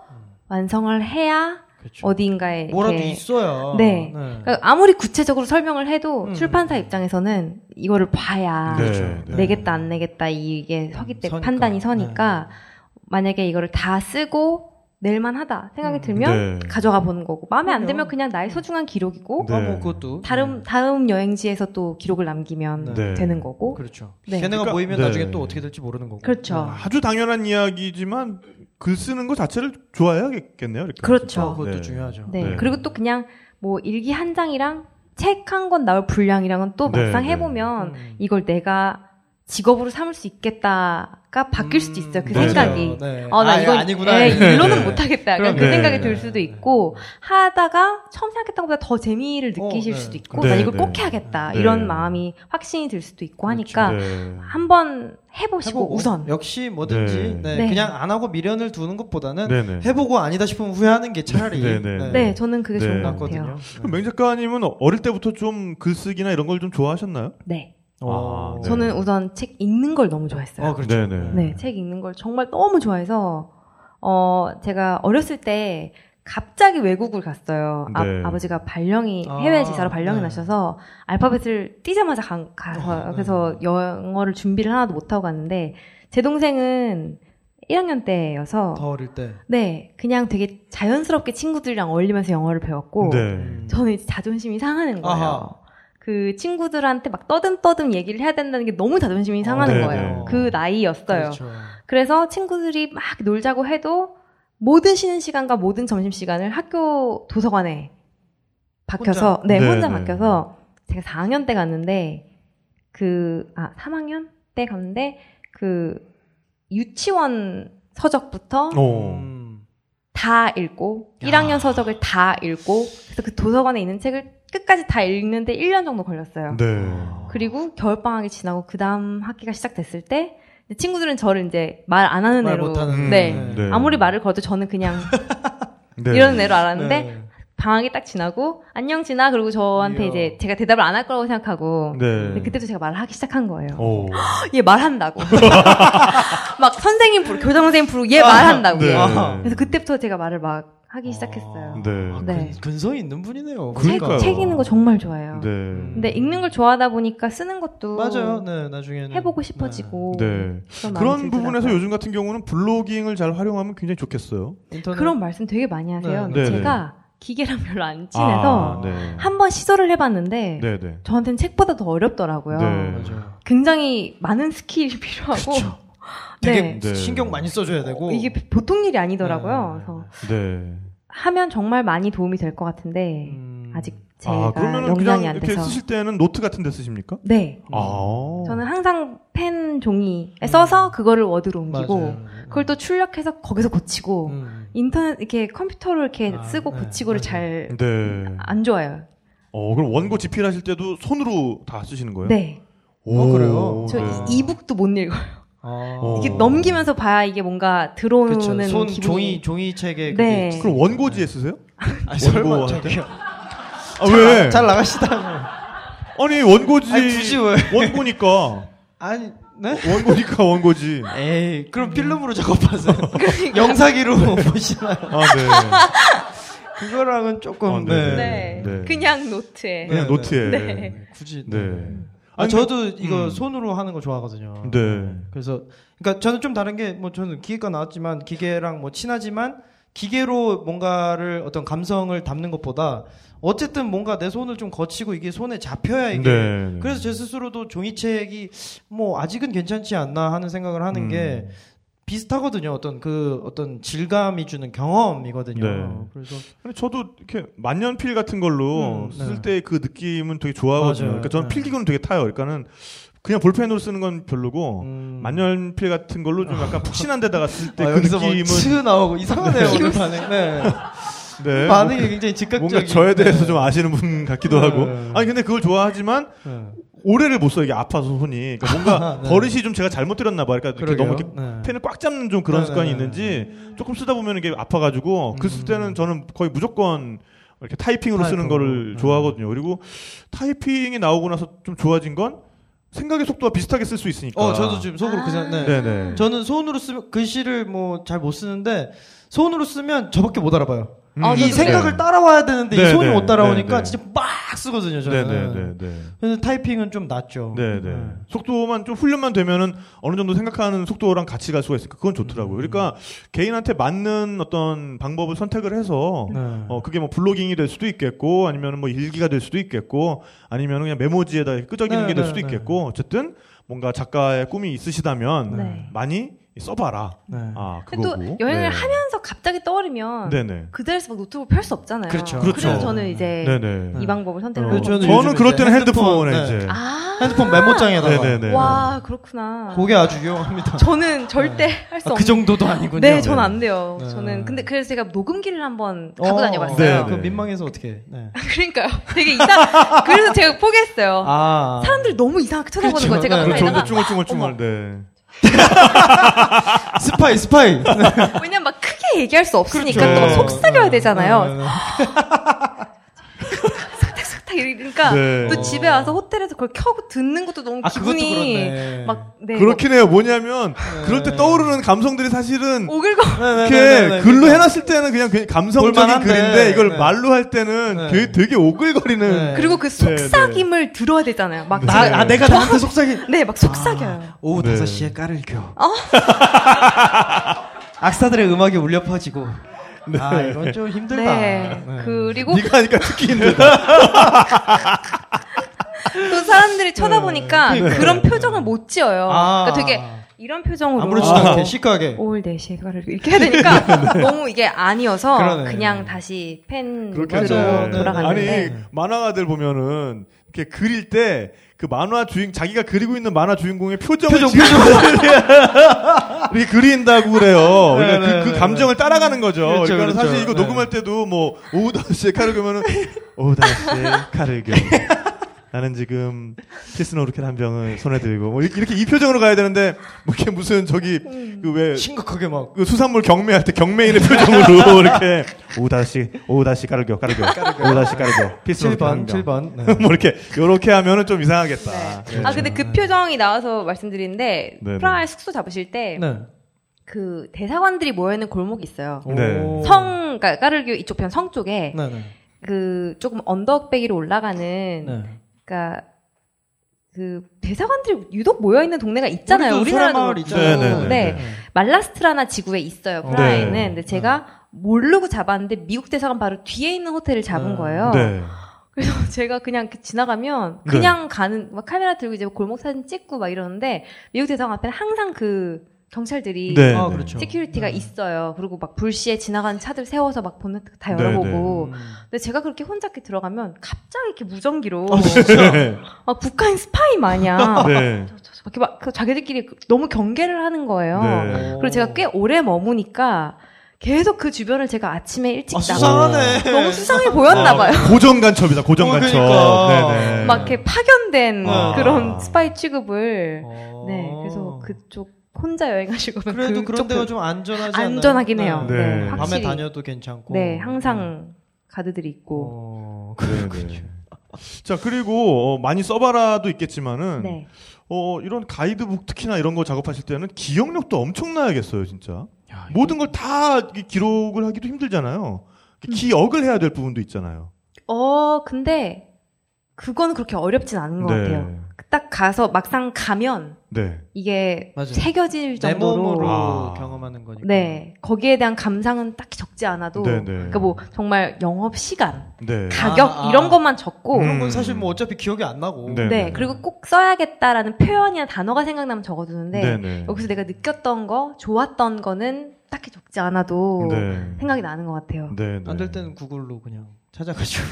Speaker 4: 완성을 해야
Speaker 3: 그렇죠.
Speaker 4: 어디인가에
Speaker 3: 뭐라도
Speaker 4: 이렇게-
Speaker 3: 있어야.
Speaker 4: 네. 그러니까 아무리 구체적으로 설명을 해도
Speaker 3: 음.
Speaker 4: 출판사 입장에서는 이거를 봐야
Speaker 2: 네,
Speaker 3: 그렇죠.
Speaker 2: 네.
Speaker 4: 내겠다 안 내겠다 이게 서기 때문에
Speaker 3: 서니까. 네.
Speaker 4: 판단이 서니까 만약에 이거를 다 쓰고 낼만하다 생각이
Speaker 3: 음.
Speaker 4: 들면
Speaker 2: 네.
Speaker 4: 가져가 보는 거고 마음에 안
Speaker 3: 그럼요.
Speaker 4: 들면 그냥 나의 소중한 기록이고
Speaker 2: 네.
Speaker 3: 아, 뭐 그것도
Speaker 4: 다음 다음 여행지에서 또 기록을 남기면
Speaker 2: 네.
Speaker 4: 되는 거고
Speaker 3: 그렇죠.
Speaker 4: 네.
Speaker 3: 걔네가
Speaker 2: 그러니까-
Speaker 3: 모이면
Speaker 2: 네.
Speaker 3: 나중에 또 어떻게 될지 모르는 거고. 네.
Speaker 4: 그렇죠.
Speaker 2: 아주 당연한 이야기지만 글 쓰는 것 자체를 좋아해야겠네요. 이렇게.
Speaker 4: 그렇죠.
Speaker 3: 어, 그것도
Speaker 2: 네.
Speaker 3: 중요하죠.
Speaker 4: 네.
Speaker 2: 네.
Speaker 4: 그리고 또 그냥 뭐 일기 한 장이랑 책 한 권 나올 분량이랑은 또
Speaker 2: 네,
Speaker 4: 막상
Speaker 2: 네.
Speaker 4: 해보면
Speaker 3: 음.
Speaker 4: 이걸 내가 직업으로 삼을 수 있겠다가 바뀔 수도 있어요. 그
Speaker 2: 네.
Speaker 4: 생각이.
Speaker 3: 네.
Speaker 4: 어, 나
Speaker 3: 아,
Speaker 4: 이건
Speaker 3: 아니구나.
Speaker 4: 예,
Speaker 3: 네.
Speaker 4: 일로는
Speaker 3: 네.
Speaker 4: 못하겠다. 약간
Speaker 3: 그럼요.
Speaker 4: 그
Speaker 2: 네.
Speaker 4: 생각이
Speaker 3: 네.
Speaker 4: 들 수도 있고 하다가 처음 생각했던 것보다 더 재미를 느끼실
Speaker 3: 어, 네.
Speaker 4: 수도 있고
Speaker 2: 네,
Speaker 4: 난 이걸
Speaker 2: 네.
Speaker 4: 꼭 해야겠다
Speaker 2: 네.
Speaker 4: 이런 마음이 확신이 들 수도 있고 하니까
Speaker 2: 네.
Speaker 4: 한번 해보시고
Speaker 3: 해보고.
Speaker 4: 우선
Speaker 3: 역시 뭐든지
Speaker 2: 네.
Speaker 3: 네.
Speaker 4: 네.
Speaker 3: 그냥 안 하고 미련을 두는 것보다는
Speaker 2: 네네.
Speaker 3: 해보고 아니다 싶으면 후회하는 게 차라리
Speaker 2: 네, 네, 네.
Speaker 4: 네 저는 그게
Speaker 2: 네.
Speaker 4: 좋은 것 같아요.
Speaker 3: 낫거든요.
Speaker 2: 그럼 맹 작가님은 어릴 때부터 좀 글쓰기나 이런 걸 좀 좋아하셨나요?
Speaker 4: 네
Speaker 2: 아,
Speaker 3: 어.
Speaker 2: 네.
Speaker 4: 저는 우선 책 읽는 걸 너무 좋아했어요.
Speaker 3: 어, 그렇죠.
Speaker 2: 네네.
Speaker 4: 네, 책 읽는 걸 정말 너무 좋아해서 어 제가 어렸을 때 갑자기 외국을 갔어요.
Speaker 2: 네.
Speaker 4: 아, 버지가 발령이
Speaker 3: 아,
Speaker 4: 해외 지사로 발령이
Speaker 3: 네.
Speaker 4: 나셔서 알파벳을 뛰자마자 간, 가서
Speaker 3: 네.
Speaker 4: 그래서 영어를 준비를 하나도 못 하고 갔는데 제 동생은 1학년 때여서
Speaker 3: 더 어릴 때.
Speaker 4: 네 그냥 되게 자연스럽게 친구들이랑 어울리면서 영어를 배웠고
Speaker 2: 네.
Speaker 3: 음.
Speaker 4: 저는 이제 자존심이 상하는 거예요.
Speaker 3: 아하.
Speaker 4: 그 친구들한테 막 떠듬떠듬 얘기를 해야 된다는 게 너무 자존심이 상하는
Speaker 2: 네,
Speaker 4: 거예요.
Speaker 2: 네.
Speaker 4: 그 나이였어요.
Speaker 3: 그렇죠.
Speaker 4: 그래서 친구들이 막 놀자고 해도 모든 쉬는 시간과 모든 점심 시간을 학교 도서관에 박혀서
Speaker 3: 혼자?
Speaker 4: 네,
Speaker 2: 네,
Speaker 4: 혼자
Speaker 2: 네.
Speaker 4: 박혀서 제가 4학년 때 갔는데 그 아 3학년 때 갔는데 그 유치원 서적부터
Speaker 2: 어.
Speaker 3: 음.
Speaker 4: 다 읽고
Speaker 3: 야.
Speaker 4: 1학년 서적을 다 읽고 그래서 그 도서관에 있는 책을 끝까지 다 읽는데 1년 정도 걸렸어요.
Speaker 2: 네.
Speaker 4: 그리고 겨울방학이 지나고 그 다음 학기가 시작됐을 때 근데 친구들은 저를 이제 말 안 하는
Speaker 3: 말
Speaker 4: 애로
Speaker 3: 못하는
Speaker 4: 네.
Speaker 3: 애.
Speaker 2: 네.
Speaker 4: 아무리 말을 걸어도 저는 그냥
Speaker 2: [laughs] 네.
Speaker 4: 이런 애로 알았는데
Speaker 3: 네.
Speaker 4: 방학이 딱 지나고 안녕 진아 그리고 저한테
Speaker 3: 이야.
Speaker 4: 이제 제가 대답을 안 할 거라고 생각하고
Speaker 2: 네. 어.
Speaker 4: 근데 그때부터 제가 말을 하기 시작한 거예요. [gasps]
Speaker 2: 오. [laughs]
Speaker 4: 얘 말한다고. [laughs] 막 선생님 부르고 교장 선생님 부르고 얘 말한다고.
Speaker 2: 네.
Speaker 4: 아,
Speaker 2: 아,
Speaker 4: 그래서 그때부터 제가 말을 막 하기 시작했어요.
Speaker 2: 네.
Speaker 4: 네.
Speaker 3: 아, 근성이 있는 분이네요.
Speaker 2: 그- 그러니까요.
Speaker 4: 책, 책 읽는 거 정말 좋아해요.
Speaker 2: 네.
Speaker 4: 근데 읽는 걸 좋아하다 보니까 쓰는 것도
Speaker 3: 맞아요. 네, 나중에는
Speaker 4: 해보고 싶어지고
Speaker 2: 네.
Speaker 4: 그런, 마음이
Speaker 2: 그런
Speaker 4: 들더라고요.
Speaker 2: 부분에서 요즘 같은 경우는 블로깅을 잘 활용하면 굉장히 좋겠어요.
Speaker 3: 네. 인터넷
Speaker 4: 그런 말씀 되게 많이 하세요.
Speaker 2: 네, 네.
Speaker 4: 제가 기계랑 별로 안
Speaker 2: 아,
Speaker 4: 친해서
Speaker 2: 네.
Speaker 4: 한 번 시도를 해봤는데
Speaker 2: 네, 네.
Speaker 4: 저한테는 책보다 더 어렵더라고요.
Speaker 2: 네.
Speaker 3: 맞아요.
Speaker 4: 굉장히 많은 스킬이 [laughs] 필요하고
Speaker 3: 되게
Speaker 4: 네. 어,
Speaker 2: 네.
Speaker 3: 신경 많이 써줘야 되고
Speaker 4: 이게 보통 일이 아니더라고요.
Speaker 3: 네.
Speaker 4: 그래서
Speaker 2: 네.
Speaker 4: 하면 정말 많이 도움이 될 것 같은데
Speaker 3: 음.
Speaker 4: 아직 제가
Speaker 2: 아, 그러면은 그냥
Speaker 4: 역량이 안
Speaker 2: 이렇게
Speaker 4: 돼서
Speaker 2: 쓰실 때는 노트 같은 데 쓰십니까?
Speaker 4: 네
Speaker 3: 음.
Speaker 2: 아.
Speaker 4: 저는 항상 펜 종이에
Speaker 2: 음.
Speaker 4: 써서 그거를 워드로 옮기고
Speaker 3: 맞아요.
Speaker 4: 그걸 또 출력해서 거기서 고치고
Speaker 3: 음.
Speaker 4: 인터넷 이렇게 컴퓨터로 이렇게
Speaker 3: 아,
Speaker 4: 쓰고
Speaker 3: 네,
Speaker 4: 고치고를
Speaker 3: 맞아요.
Speaker 4: 잘
Speaker 2: 네.
Speaker 4: 안 좋아요.
Speaker 2: 어, 그럼 원고 집필하실 때도 손으로 다 쓰시는 거예요?
Speaker 4: 네.
Speaker 2: 오,
Speaker 3: 어, 그래요?
Speaker 4: 저
Speaker 2: 네.
Speaker 4: 이- 이북도 못 읽어요.
Speaker 3: 아.
Speaker 2: 어.
Speaker 4: 이게 넘기면서 봐야 이게 뭔가 들어오는
Speaker 3: 그쵸. 손
Speaker 4: 기분이
Speaker 3: 종이 종이 책에
Speaker 4: 네.
Speaker 3: 그게 있-
Speaker 2: 그럼 원고지에 쓰세요?
Speaker 3: 아니,
Speaker 2: 원고
Speaker 3: 설마
Speaker 2: 할
Speaker 3: 저기요.
Speaker 2: 아, 왜?
Speaker 3: 잘 나가시다.
Speaker 2: 아니, 원고지.
Speaker 3: 아니, 굳이 왜?
Speaker 2: 원고니까.
Speaker 3: 아니 네?
Speaker 2: 원고니까 원고지.
Speaker 3: 에이 그럼
Speaker 4: 음.
Speaker 3: 필름으로
Speaker 4: [laughs]
Speaker 3: 작업하세요. 영사기로 [laughs] 보시나요?
Speaker 2: 아, 네.
Speaker 3: 그거랑은 조금
Speaker 2: 아,
Speaker 3: 네.
Speaker 2: 네.
Speaker 4: 네.
Speaker 2: 네.
Speaker 4: 그냥 노트에
Speaker 2: 그냥
Speaker 3: 네,
Speaker 2: 노트에.
Speaker 4: 네.
Speaker 3: 네, 굳이
Speaker 2: 네.
Speaker 3: 아,
Speaker 2: 아니,
Speaker 3: 저도 이거
Speaker 2: 음.
Speaker 3: 손으로 하는 거 좋아하거든요.
Speaker 2: 네.
Speaker 3: 그래서 그러니까 저는 좀 다른 게 뭐 저는 기계과 나왔지만 기계랑 뭐 친하지만 기계로 뭔가를 어떤 감성을 담는 것보다 어쨌든 뭔가 내 손을 좀 거치고 이게 손에 잡혀야 이게
Speaker 2: 네.
Speaker 3: 그래서 제 스스로도 종이책이 뭐 아직은 괜찮지 않나 하는 생각을 하는
Speaker 2: 음.
Speaker 3: 게 비슷하거든요. 어떤 그 어떤 질감이 주는 경험이거든요.
Speaker 2: 네.
Speaker 3: 그래서
Speaker 2: 아니, 저도 이렇게 만년필 같은 걸로
Speaker 3: 음,
Speaker 2: 쓸
Speaker 3: 네.
Speaker 2: 때 그 느낌은 되게 좋아하거든요.
Speaker 3: 맞아요.
Speaker 2: 그러니까 저는
Speaker 3: 네.
Speaker 2: 필기구는 되게 타요. 그러니까는 그냥 볼펜으로 쓰는 건 별로고
Speaker 3: 음.
Speaker 2: 어, 만년필 같은 걸로 좀 약간 푹신한 데다가 쓸 때
Speaker 3: 아,
Speaker 2: 그
Speaker 3: 여기서 뭐
Speaker 2: 느낌은
Speaker 3: 치
Speaker 2: [laughs]
Speaker 3: 나오고 이상하네요 오늘 반응. 네.
Speaker 2: 네.
Speaker 3: 반응이 굉장히 즉각적인.
Speaker 2: 뭔가 저에 대해서
Speaker 3: 네.
Speaker 2: 좀 아시는 분 같기도
Speaker 3: 네.
Speaker 2: 하고. 아니 근데 그걸 좋아하지만
Speaker 3: 네.
Speaker 2: 오래를 못 써요. 이게 아파서 손이. 그러니까 뭔가
Speaker 3: [laughs] 네.
Speaker 2: 버릇이 좀 제가 잘못 들였나 봐요. 그러니까 이렇게 너무 이렇게
Speaker 3: 네.
Speaker 2: 펜을 꽉 잡는 좀 그런
Speaker 3: 네,
Speaker 2: 습관이
Speaker 3: 네, 네,
Speaker 2: 있는지 조금 쓰다 보면 이게 아파가지고
Speaker 3: 음.
Speaker 2: 그랬을 때는 저는 거의 무조건 이렇게 타이핑으로 쓰는
Speaker 3: 타이핑으로.
Speaker 2: 거를
Speaker 3: 네.
Speaker 2: 좋아하거든요. 그리고 타이핑이 나오고 나서 좀 좋아진 건 생각의 속도와 비슷하게 쓸 수 있으니까.
Speaker 3: 어, 저도 지금 속으로 그 생각. 네.
Speaker 2: 네네.
Speaker 3: 저는 손으로 쓰면 글씨를 뭐 잘 못 쓰는데 손으로 쓰면 저밖에 못 알아봐요.
Speaker 2: 음.
Speaker 4: 아,
Speaker 3: 이
Speaker 4: 저도
Speaker 3: 생각을
Speaker 2: 네.
Speaker 3: 따라와야 되는데 이
Speaker 2: 네,
Speaker 3: 손이
Speaker 2: 네,
Speaker 3: 못 따라오니까
Speaker 2: 네, 네.
Speaker 3: 진짜 막 쓰거든요. 저는.
Speaker 2: 네네네네. 네.
Speaker 3: 그래서 타이핑은 좀 낫죠.
Speaker 2: 네, 네. 속도만 좀 훈련만 되면은 어느 정도 생각하는 속도랑 같이 갈 수가 있으니까 그건
Speaker 3: 음,
Speaker 2: 좋더라고요. 그러니까 개인한테 맞는 어떤 방법을 선택을 해서
Speaker 3: 네.
Speaker 2: 어 그게 뭐 블로깅이 될 수도 있겠고 아니면 뭐 일기가 될 수도 있겠고 아니면 그냥 메모지에다 이렇게 끄적이는
Speaker 3: 네,
Speaker 2: 게 될
Speaker 3: 네,
Speaker 2: 수도
Speaker 3: 네.
Speaker 2: 있겠고 어쨌든 뭔가 작가의 꿈이 있으시다면
Speaker 4: 네.
Speaker 2: 많이 써봐라.
Speaker 3: 네.
Speaker 2: 아
Speaker 4: 근데
Speaker 2: 그거고.
Speaker 4: 또 여행을
Speaker 2: 네.
Speaker 4: 하면서 갑자기 떠오르면
Speaker 2: 네네.
Speaker 4: 그 자리에서 막 노트북 펼 수 없잖아요.
Speaker 3: 그렇죠.
Speaker 4: 래서
Speaker 2: 그렇죠.
Speaker 4: 저는 이제
Speaker 2: 네네.
Speaker 4: 이 방법을 선택을
Speaker 2: 어,
Speaker 4: 하고
Speaker 3: 저는
Speaker 2: 저는,
Speaker 3: 요즘
Speaker 2: 그럴 때는
Speaker 3: 이제
Speaker 2: 핸드폰에
Speaker 3: 핸드폰, 네.
Speaker 2: 이제.
Speaker 4: 아,
Speaker 3: 핸드폰 메모장에다가.
Speaker 2: 네, 네, 네.
Speaker 4: 와 그렇구나.
Speaker 3: 그게 아주 유용합니다.
Speaker 4: 저는 절대 할
Speaker 3: 아,
Speaker 4: 수
Speaker 3: 그
Speaker 4: 없는.
Speaker 3: 정도도 아니군요.
Speaker 4: 네, 저는 안 돼요.
Speaker 3: 네.
Speaker 4: 저는 근데 그래서 제가 녹음기를 한번
Speaker 3: 어,
Speaker 4: 갖고
Speaker 2: 네,
Speaker 4: 다녀봤어요.
Speaker 2: 네.
Speaker 3: 그 민망해서 어떻게? 해. 네.
Speaker 4: [laughs] 그러니까요. 되게 이상. 그래서 제가 포기했어요.
Speaker 3: 아.
Speaker 4: 사람들이 너무 이상하게 쳐다보는
Speaker 3: 그렇죠.
Speaker 4: 거예요. 제가
Speaker 3: 네.
Speaker 2: 그렇죠.
Speaker 4: 가만히다가
Speaker 2: 근데 중얼중얼중얼. 네.
Speaker 3: 아, 스파이 스파이.
Speaker 4: 왜냐면 막 크게 얘기할 수 없으니까
Speaker 2: 그렇죠.
Speaker 4: 또 속삭여야
Speaker 3: 네,
Speaker 4: 되잖아요.
Speaker 3: 네, 네.
Speaker 4: 탁탁탁 이러니까
Speaker 2: 네.
Speaker 4: 또 집에 와서 호텔에서 그걸 켜고 듣는 것도 너무
Speaker 3: 아, 그것도
Speaker 4: 기분이
Speaker 3: 그렇네.
Speaker 4: 막 네,
Speaker 2: 그렇긴 해요. 뭐냐면 그럴 때 떠오르는 감성들이 사실은
Speaker 4: 뭐 오글거.
Speaker 3: 네, 네,
Speaker 2: 이렇게
Speaker 3: 네, 네, 네.
Speaker 2: 아, 글로 해놨을 때는 그냥 그 감성적인
Speaker 3: 볼만한데,
Speaker 2: 글인데 이걸
Speaker 3: 네.
Speaker 2: 말로 할 때는
Speaker 3: 네.
Speaker 2: 되게, 되게 오글거리는
Speaker 3: 네.
Speaker 4: 그리고 그
Speaker 2: 네, 네.
Speaker 4: 속삭임을 들어야 되잖아요. 막
Speaker 3: 나, 아, 내가 아, 나한테 속삭이.
Speaker 4: 네, 막 속삭여요.
Speaker 3: 오후
Speaker 2: 네.
Speaker 3: 5시에 까를교.
Speaker 4: 어?
Speaker 3: [laughs] 악사들의 음악이 울려 퍼지고.
Speaker 2: 네.
Speaker 3: 아, 이건 좀 힘들다.
Speaker 4: 네.
Speaker 3: 네.
Speaker 4: 그리고
Speaker 2: 네가 하니까 특히 힘들다.
Speaker 4: 또 사람들이 쳐다보니까 그런 표정을 못 지어요.
Speaker 3: 네. 아.
Speaker 4: 그러니까 되게 이런 표정으로
Speaker 3: 아무렇지도 않게, 시크하게.
Speaker 4: 올 4시에 가를 이렇게
Speaker 3: [laughs]
Speaker 4: 해야 되니까 너무 이게 아니어서
Speaker 3: 그러네.
Speaker 4: 그냥 다시 펜
Speaker 2: 그렇게
Speaker 4: 위로
Speaker 2: 하죠.
Speaker 3: 맞아요. 네.
Speaker 4: 돌아갔는데
Speaker 2: 아니 만화가들 보면은 이렇게 그릴 때 그 만화 주인 자기가 그리고 있는 만화 주인공의 표정을
Speaker 3: 표정,
Speaker 2: 지금 이렇게 [laughs] 그린다고 그래요. 그러니까
Speaker 3: 네, 네,
Speaker 2: 그, 그
Speaker 3: 네.
Speaker 2: 감정을 따라가는 거죠.
Speaker 3: 그렇죠,
Speaker 2: 그러니까
Speaker 3: 그렇죠.
Speaker 2: 사실 이거
Speaker 3: 네.
Speaker 2: 녹음할 때도 뭐 오후 5시에 칼을 겨면은 오후 5시에 칼을 겨. 나는 지금 필스노 우르켄 한 병을 손에 들고 뭐 이렇게, 이렇게 이 표정으로 가야 되는데 뭐 이렇게 무슨 저기 그왜
Speaker 3: 심각하게 막
Speaker 2: 그 수산물 경매할 때 경매인의 [laughs] 표정으로 이렇게 오후 5시 오후 5시 까르교 까르교 오후 5시 까르교 필스노 우르켄 한
Speaker 3: 7번,
Speaker 2: 병.
Speaker 3: 7번. 네.
Speaker 2: 그 [laughs] 뭐 이렇게 요렇게 하면은 좀 이상하겠다.
Speaker 4: 아 근데 그 표정이 나와서 말씀드리는데
Speaker 2: 네네.
Speaker 4: 프랑스 숙소 잡으실 때
Speaker 3: 네.
Speaker 4: 그 대사관들이 모여있는 골목이 있어요.
Speaker 2: 네.
Speaker 3: 오.
Speaker 4: 성 그러니까 까르교 이쪽 편 성 쪽에
Speaker 3: 네, 네.
Speaker 4: 그 조금 언덕배기로 올라가는
Speaker 3: 네.
Speaker 4: 그러니까 그 대사관들이 유독 모여 있는 동네가 있잖아요.
Speaker 3: 우리도
Speaker 4: 우리나라도
Speaker 3: 소라마을
Speaker 4: 그렇고.
Speaker 3: 있잖아요.
Speaker 2: 네, 네, 네,
Speaker 4: 네.
Speaker 3: 네.
Speaker 4: 말라스트라나 지구에 있어요.
Speaker 3: 어.
Speaker 4: 프라하에는.
Speaker 2: 네.
Speaker 4: 근데 제가 모르고 잡았는데 미국 대사관 바로 뒤에 있는 호텔을 잡은
Speaker 3: 네.
Speaker 4: 거예요.
Speaker 2: 네.
Speaker 4: 그래서 [laughs] 제가 그냥 이렇게 지나가면
Speaker 2: 네.
Speaker 4: 그냥 가는 막 카메라 들고 이제 골목 사진 찍고 막 이러는데 미국 대사관 앞에는 항상 그 경찰들이
Speaker 2: 네.
Speaker 3: 아, 그렇죠.
Speaker 4: 세큐리티가
Speaker 3: 네.
Speaker 4: 있어요. 그리고 막 불시에 지나가는 차들 세워서 막 보는 다
Speaker 2: 네,
Speaker 4: 열어보고.
Speaker 3: 음.
Speaker 4: 근데 제가 그렇게 혼자 이렇게 들어가면 갑자기 이렇게 무전기로 [laughs]
Speaker 2: 네.
Speaker 4: 아, 북한 스파이 마냥
Speaker 2: [laughs] 네.
Speaker 4: 저- 저- 이렇게 막그 자기들끼리 너무 경계를 하는 거예요.
Speaker 2: 네.
Speaker 4: 그리고 제가 꽤 오래 머무니까 계속 그 주변을 제가 아침에 일찍
Speaker 3: 아,
Speaker 4: 나가
Speaker 3: 수상하네.
Speaker 4: 너무 수상해
Speaker 2: 아,
Speaker 4: 보였나 봐요.
Speaker 2: 고정 간첩이다. 고정
Speaker 3: 어,
Speaker 2: 간첩.
Speaker 3: 그러니까.
Speaker 2: 네네.
Speaker 4: 막 이렇게 파견된
Speaker 3: 아.
Speaker 4: 그런 스파이 취급을
Speaker 3: 어.
Speaker 4: 네 그래서 그쪽 혼자 여행하시거나
Speaker 3: 그래도 그런 데가
Speaker 4: 그쪽들-
Speaker 3: 좀 안전하지 않나요?
Speaker 4: 안전하긴 해요.
Speaker 2: 네.
Speaker 4: 네,
Speaker 2: 네.
Speaker 3: 밤에
Speaker 4: 확실히
Speaker 3: 다녀도 괜찮고. 음.
Speaker 4: 네 항상 뭐 가드들이 있고
Speaker 3: 어,
Speaker 2: 네,
Speaker 3: 그렇군요.
Speaker 2: 네. 자 그리고 어, 많이 써봐라도 있겠지만은
Speaker 4: 네
Speaker 2: 어, 이런 가이드북 특히나 이런 거 작업하실 때는 기억력도 엄청나야겠어요 뭐 진짜 모든 걸 다 기록을 하기도 힘들잖아요 기억을 해야 될 부분도 있잖아요
Speaker 4: 어 근데 그건 그렇게 어렵진 않은
Speaker 3: 네.
Speaker 4: 것 같아요. 딱 가서 막상 가면
Speaker 2: 네.
Speaker 4: 이게
Speaker 3: 맞아요.
Speaker 4: 새겨질
Speaker 3: 내 몸으로
Speaker 4: 정도로
Speaker 2: 아.
Speaker 3: 경험하는 거니까.
Speaker 4: 네 거기에 대한 감상은 딱히 적지 않아도
Speaker 2: 네네.
Speaker 4: 그러니까 뭐 정말 영업 시간
Speaker 2: 네.
Speaker 4: 가격
Speaker 3: 아, 아.
Speaker 4: 이런 것만 적고
Speaker 2: 음.
Speaker 3: 그런 건 사실 뭐 어차피 기억이 안 나고.
Speaker 2: 네.
Speaker 4: 네 그리고 꼭 써야겠다라는 표현이나 단어가 생각나면 적어두는데
Speaker 2: 네네.
Speaker 4: 여기서 내가 느꼈던 거 좋았던 거는 딱히 적지 않아도
Speaker 2: 네.
Speaker 4: 뭐 생각이 나는 것 같아요
Speaker 2: 네네.
Speaker 3: 안 될 때는 구글로 그냥 찾아가지고.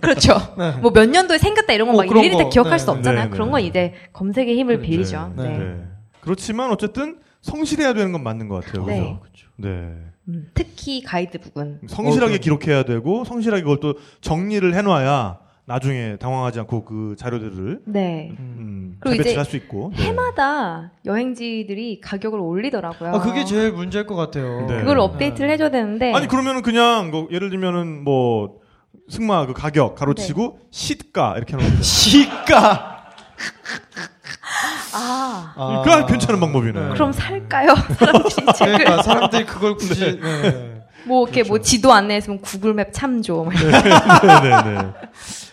Speaker 4: 그렇죠
Speaker 3: 네.
Speaker 4: [laughs] 뭐 몇 년도에 생겼다 이런
Speaker 3: 어,
Speaker 4: 거 막
Speaker 3: 그런
Speaker 4: 일일이
Speaker 3: 거.
Speaker 4: 다 기억할
Speaker 3: 네,
Speaker 4: 수 없잖아요
Speaker 2: 네,
Speaker 4: 그런
Speaker 2: 네.
Speaker 4: 건 이제 검색의 힘을
Speaker 3: 그렇죠.
Speaker 4: 빌리죠
Speaker 2: 네.
Speaker 4: 네.
Speaker 2: 네. 그렇지만 어쨌든 성실해야 되는 건 맞는 것 같아요
Speaker 4: 네.
Speaker 2: 그죠?
Speaker 3: 그렇죠.
Speaker 2: 네.
Speaker 4: 음, 특히 가이드북은
Speaker 2: 성실하게
Speaker 3: 어, 그럼요.
Speaker 2: 기록해야 되고 성실하게 그걸 또 정리를 해놔야 나중에 당황하지 않고 그 자료들을
Speaker 4: 네
Speaker 2: 음,
Speaker 4: 그리고 이제
Speaker 2: 배출할 수 있고 네.
Speaker 4: 해마다 여행지들이 가격을 올리더라고요.
Speaker 3: 아, 그게 제일 문제일 것 같아요.
Speaker 2: 네.
Speaker 4: 그걸
Speaker 2: 네.
Speaker 4: 업데이트를 해줘야 되는데
Speaker 2: 아니 그러면은 그냥 뭐 예를 들면은 뭐 승마 그 가격 가로치고
Speaker 4: 네.
Speaker 2: 시가 이렇게 하는 거죠.
Speaker 3: 시가.
Speaker 4: 아,
Speaker 3: 아.
Speaker 2: 그거 괜찮은 방법이네.
Speaker 4: 그럼 살까요? [laughs]
Speaker 2: 네,
Speaker 4: 사람들이 책을
Speaker 3: 그러니까 사람들이 그걸 굳이 네. 네.
Speaker 4: 뭐 이렇게
Speaker 2: 그렇죠.
Speaker 4: 뭐 지도 안내에 있으면 구글맵 참조 막
Speaker 2: [laughs] 네네네.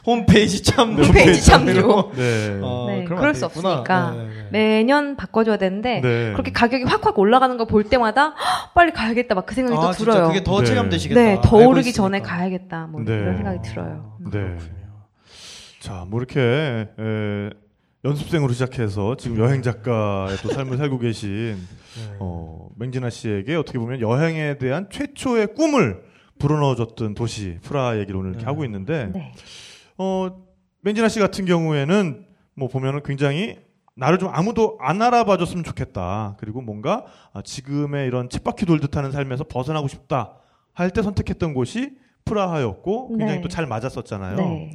Speaker 3: 홈페이지 참
Speaker 2: 네,
Speaker 4: 홈페이지 참조
Speaker 2: 홈페이지. 네.
Speaker 3: 어,
Speaker 4: 네,
Speaker 3: 그러면
Speaker 4: 그럴
Speaker 3: 안
Speaker 4: 수
Speaker 3: 되겠구나.
Speaker 4: 없으니까
Speaker 3: 네, 네, 네.
Speaker 4: 매년 바꿔줘야 되는데
Speaker 2: 네.
Speaker 4: 그렇게 가격이 확확 올라가는 걸 볼 때마다 헉, 빨리 가야겠다 막 그 생각이
Speaker 3: 아,
Speaker 4: 또
Speaker 3: 진짜
Speaker 4: 들어요.
Speaker 3: 그게 더
Speaker 2: 네.
Speaker 3: 체감되시겠다.
Speaker 4: 네, 더
Speaker 3: 알고
Speaker 4: 오르기
Speaker 3: 있으니까.
Speaker 4: 전에 가야겠다 뭐
Speaker 2: 네.
Speaker 4: 이런 생각이 들어요.
Speaker 3: 아,
Speaker 2: 네.
Speaker 3: 그렇군요.
Speaker 2: 자, 뭐 이렇게 에, 연습생으로 시작해서 지금 여행 작가의 또 삶을 살고 계신 어, 맹진아 씨에게 어떻게 보면 여행에 대한 최초의 꿈을 불어넣어줬던 도시 프라하 얘기를 오늘 이렇게
Speaker 3: 네.
Speaker 2: 하고 있는데
Speaker 4: 네.
Speaker 2: 어, 맹진아 씨 같은 경우에는 뭐 보면은 굉장히 나를 좀 아무도 안 알아봐 줬으면 좋겠다. 그리고 뭔가 아, 지금의 이런 쳇바퀴 돌듯 하는 삶에서 벗어나고 싶다 할 때 선택했던 곳이 프라하였고 굉장히
Speaker 4: 네.
Speaker 2: 또 잘 맞았었잖아요.
Speaker 4: 네.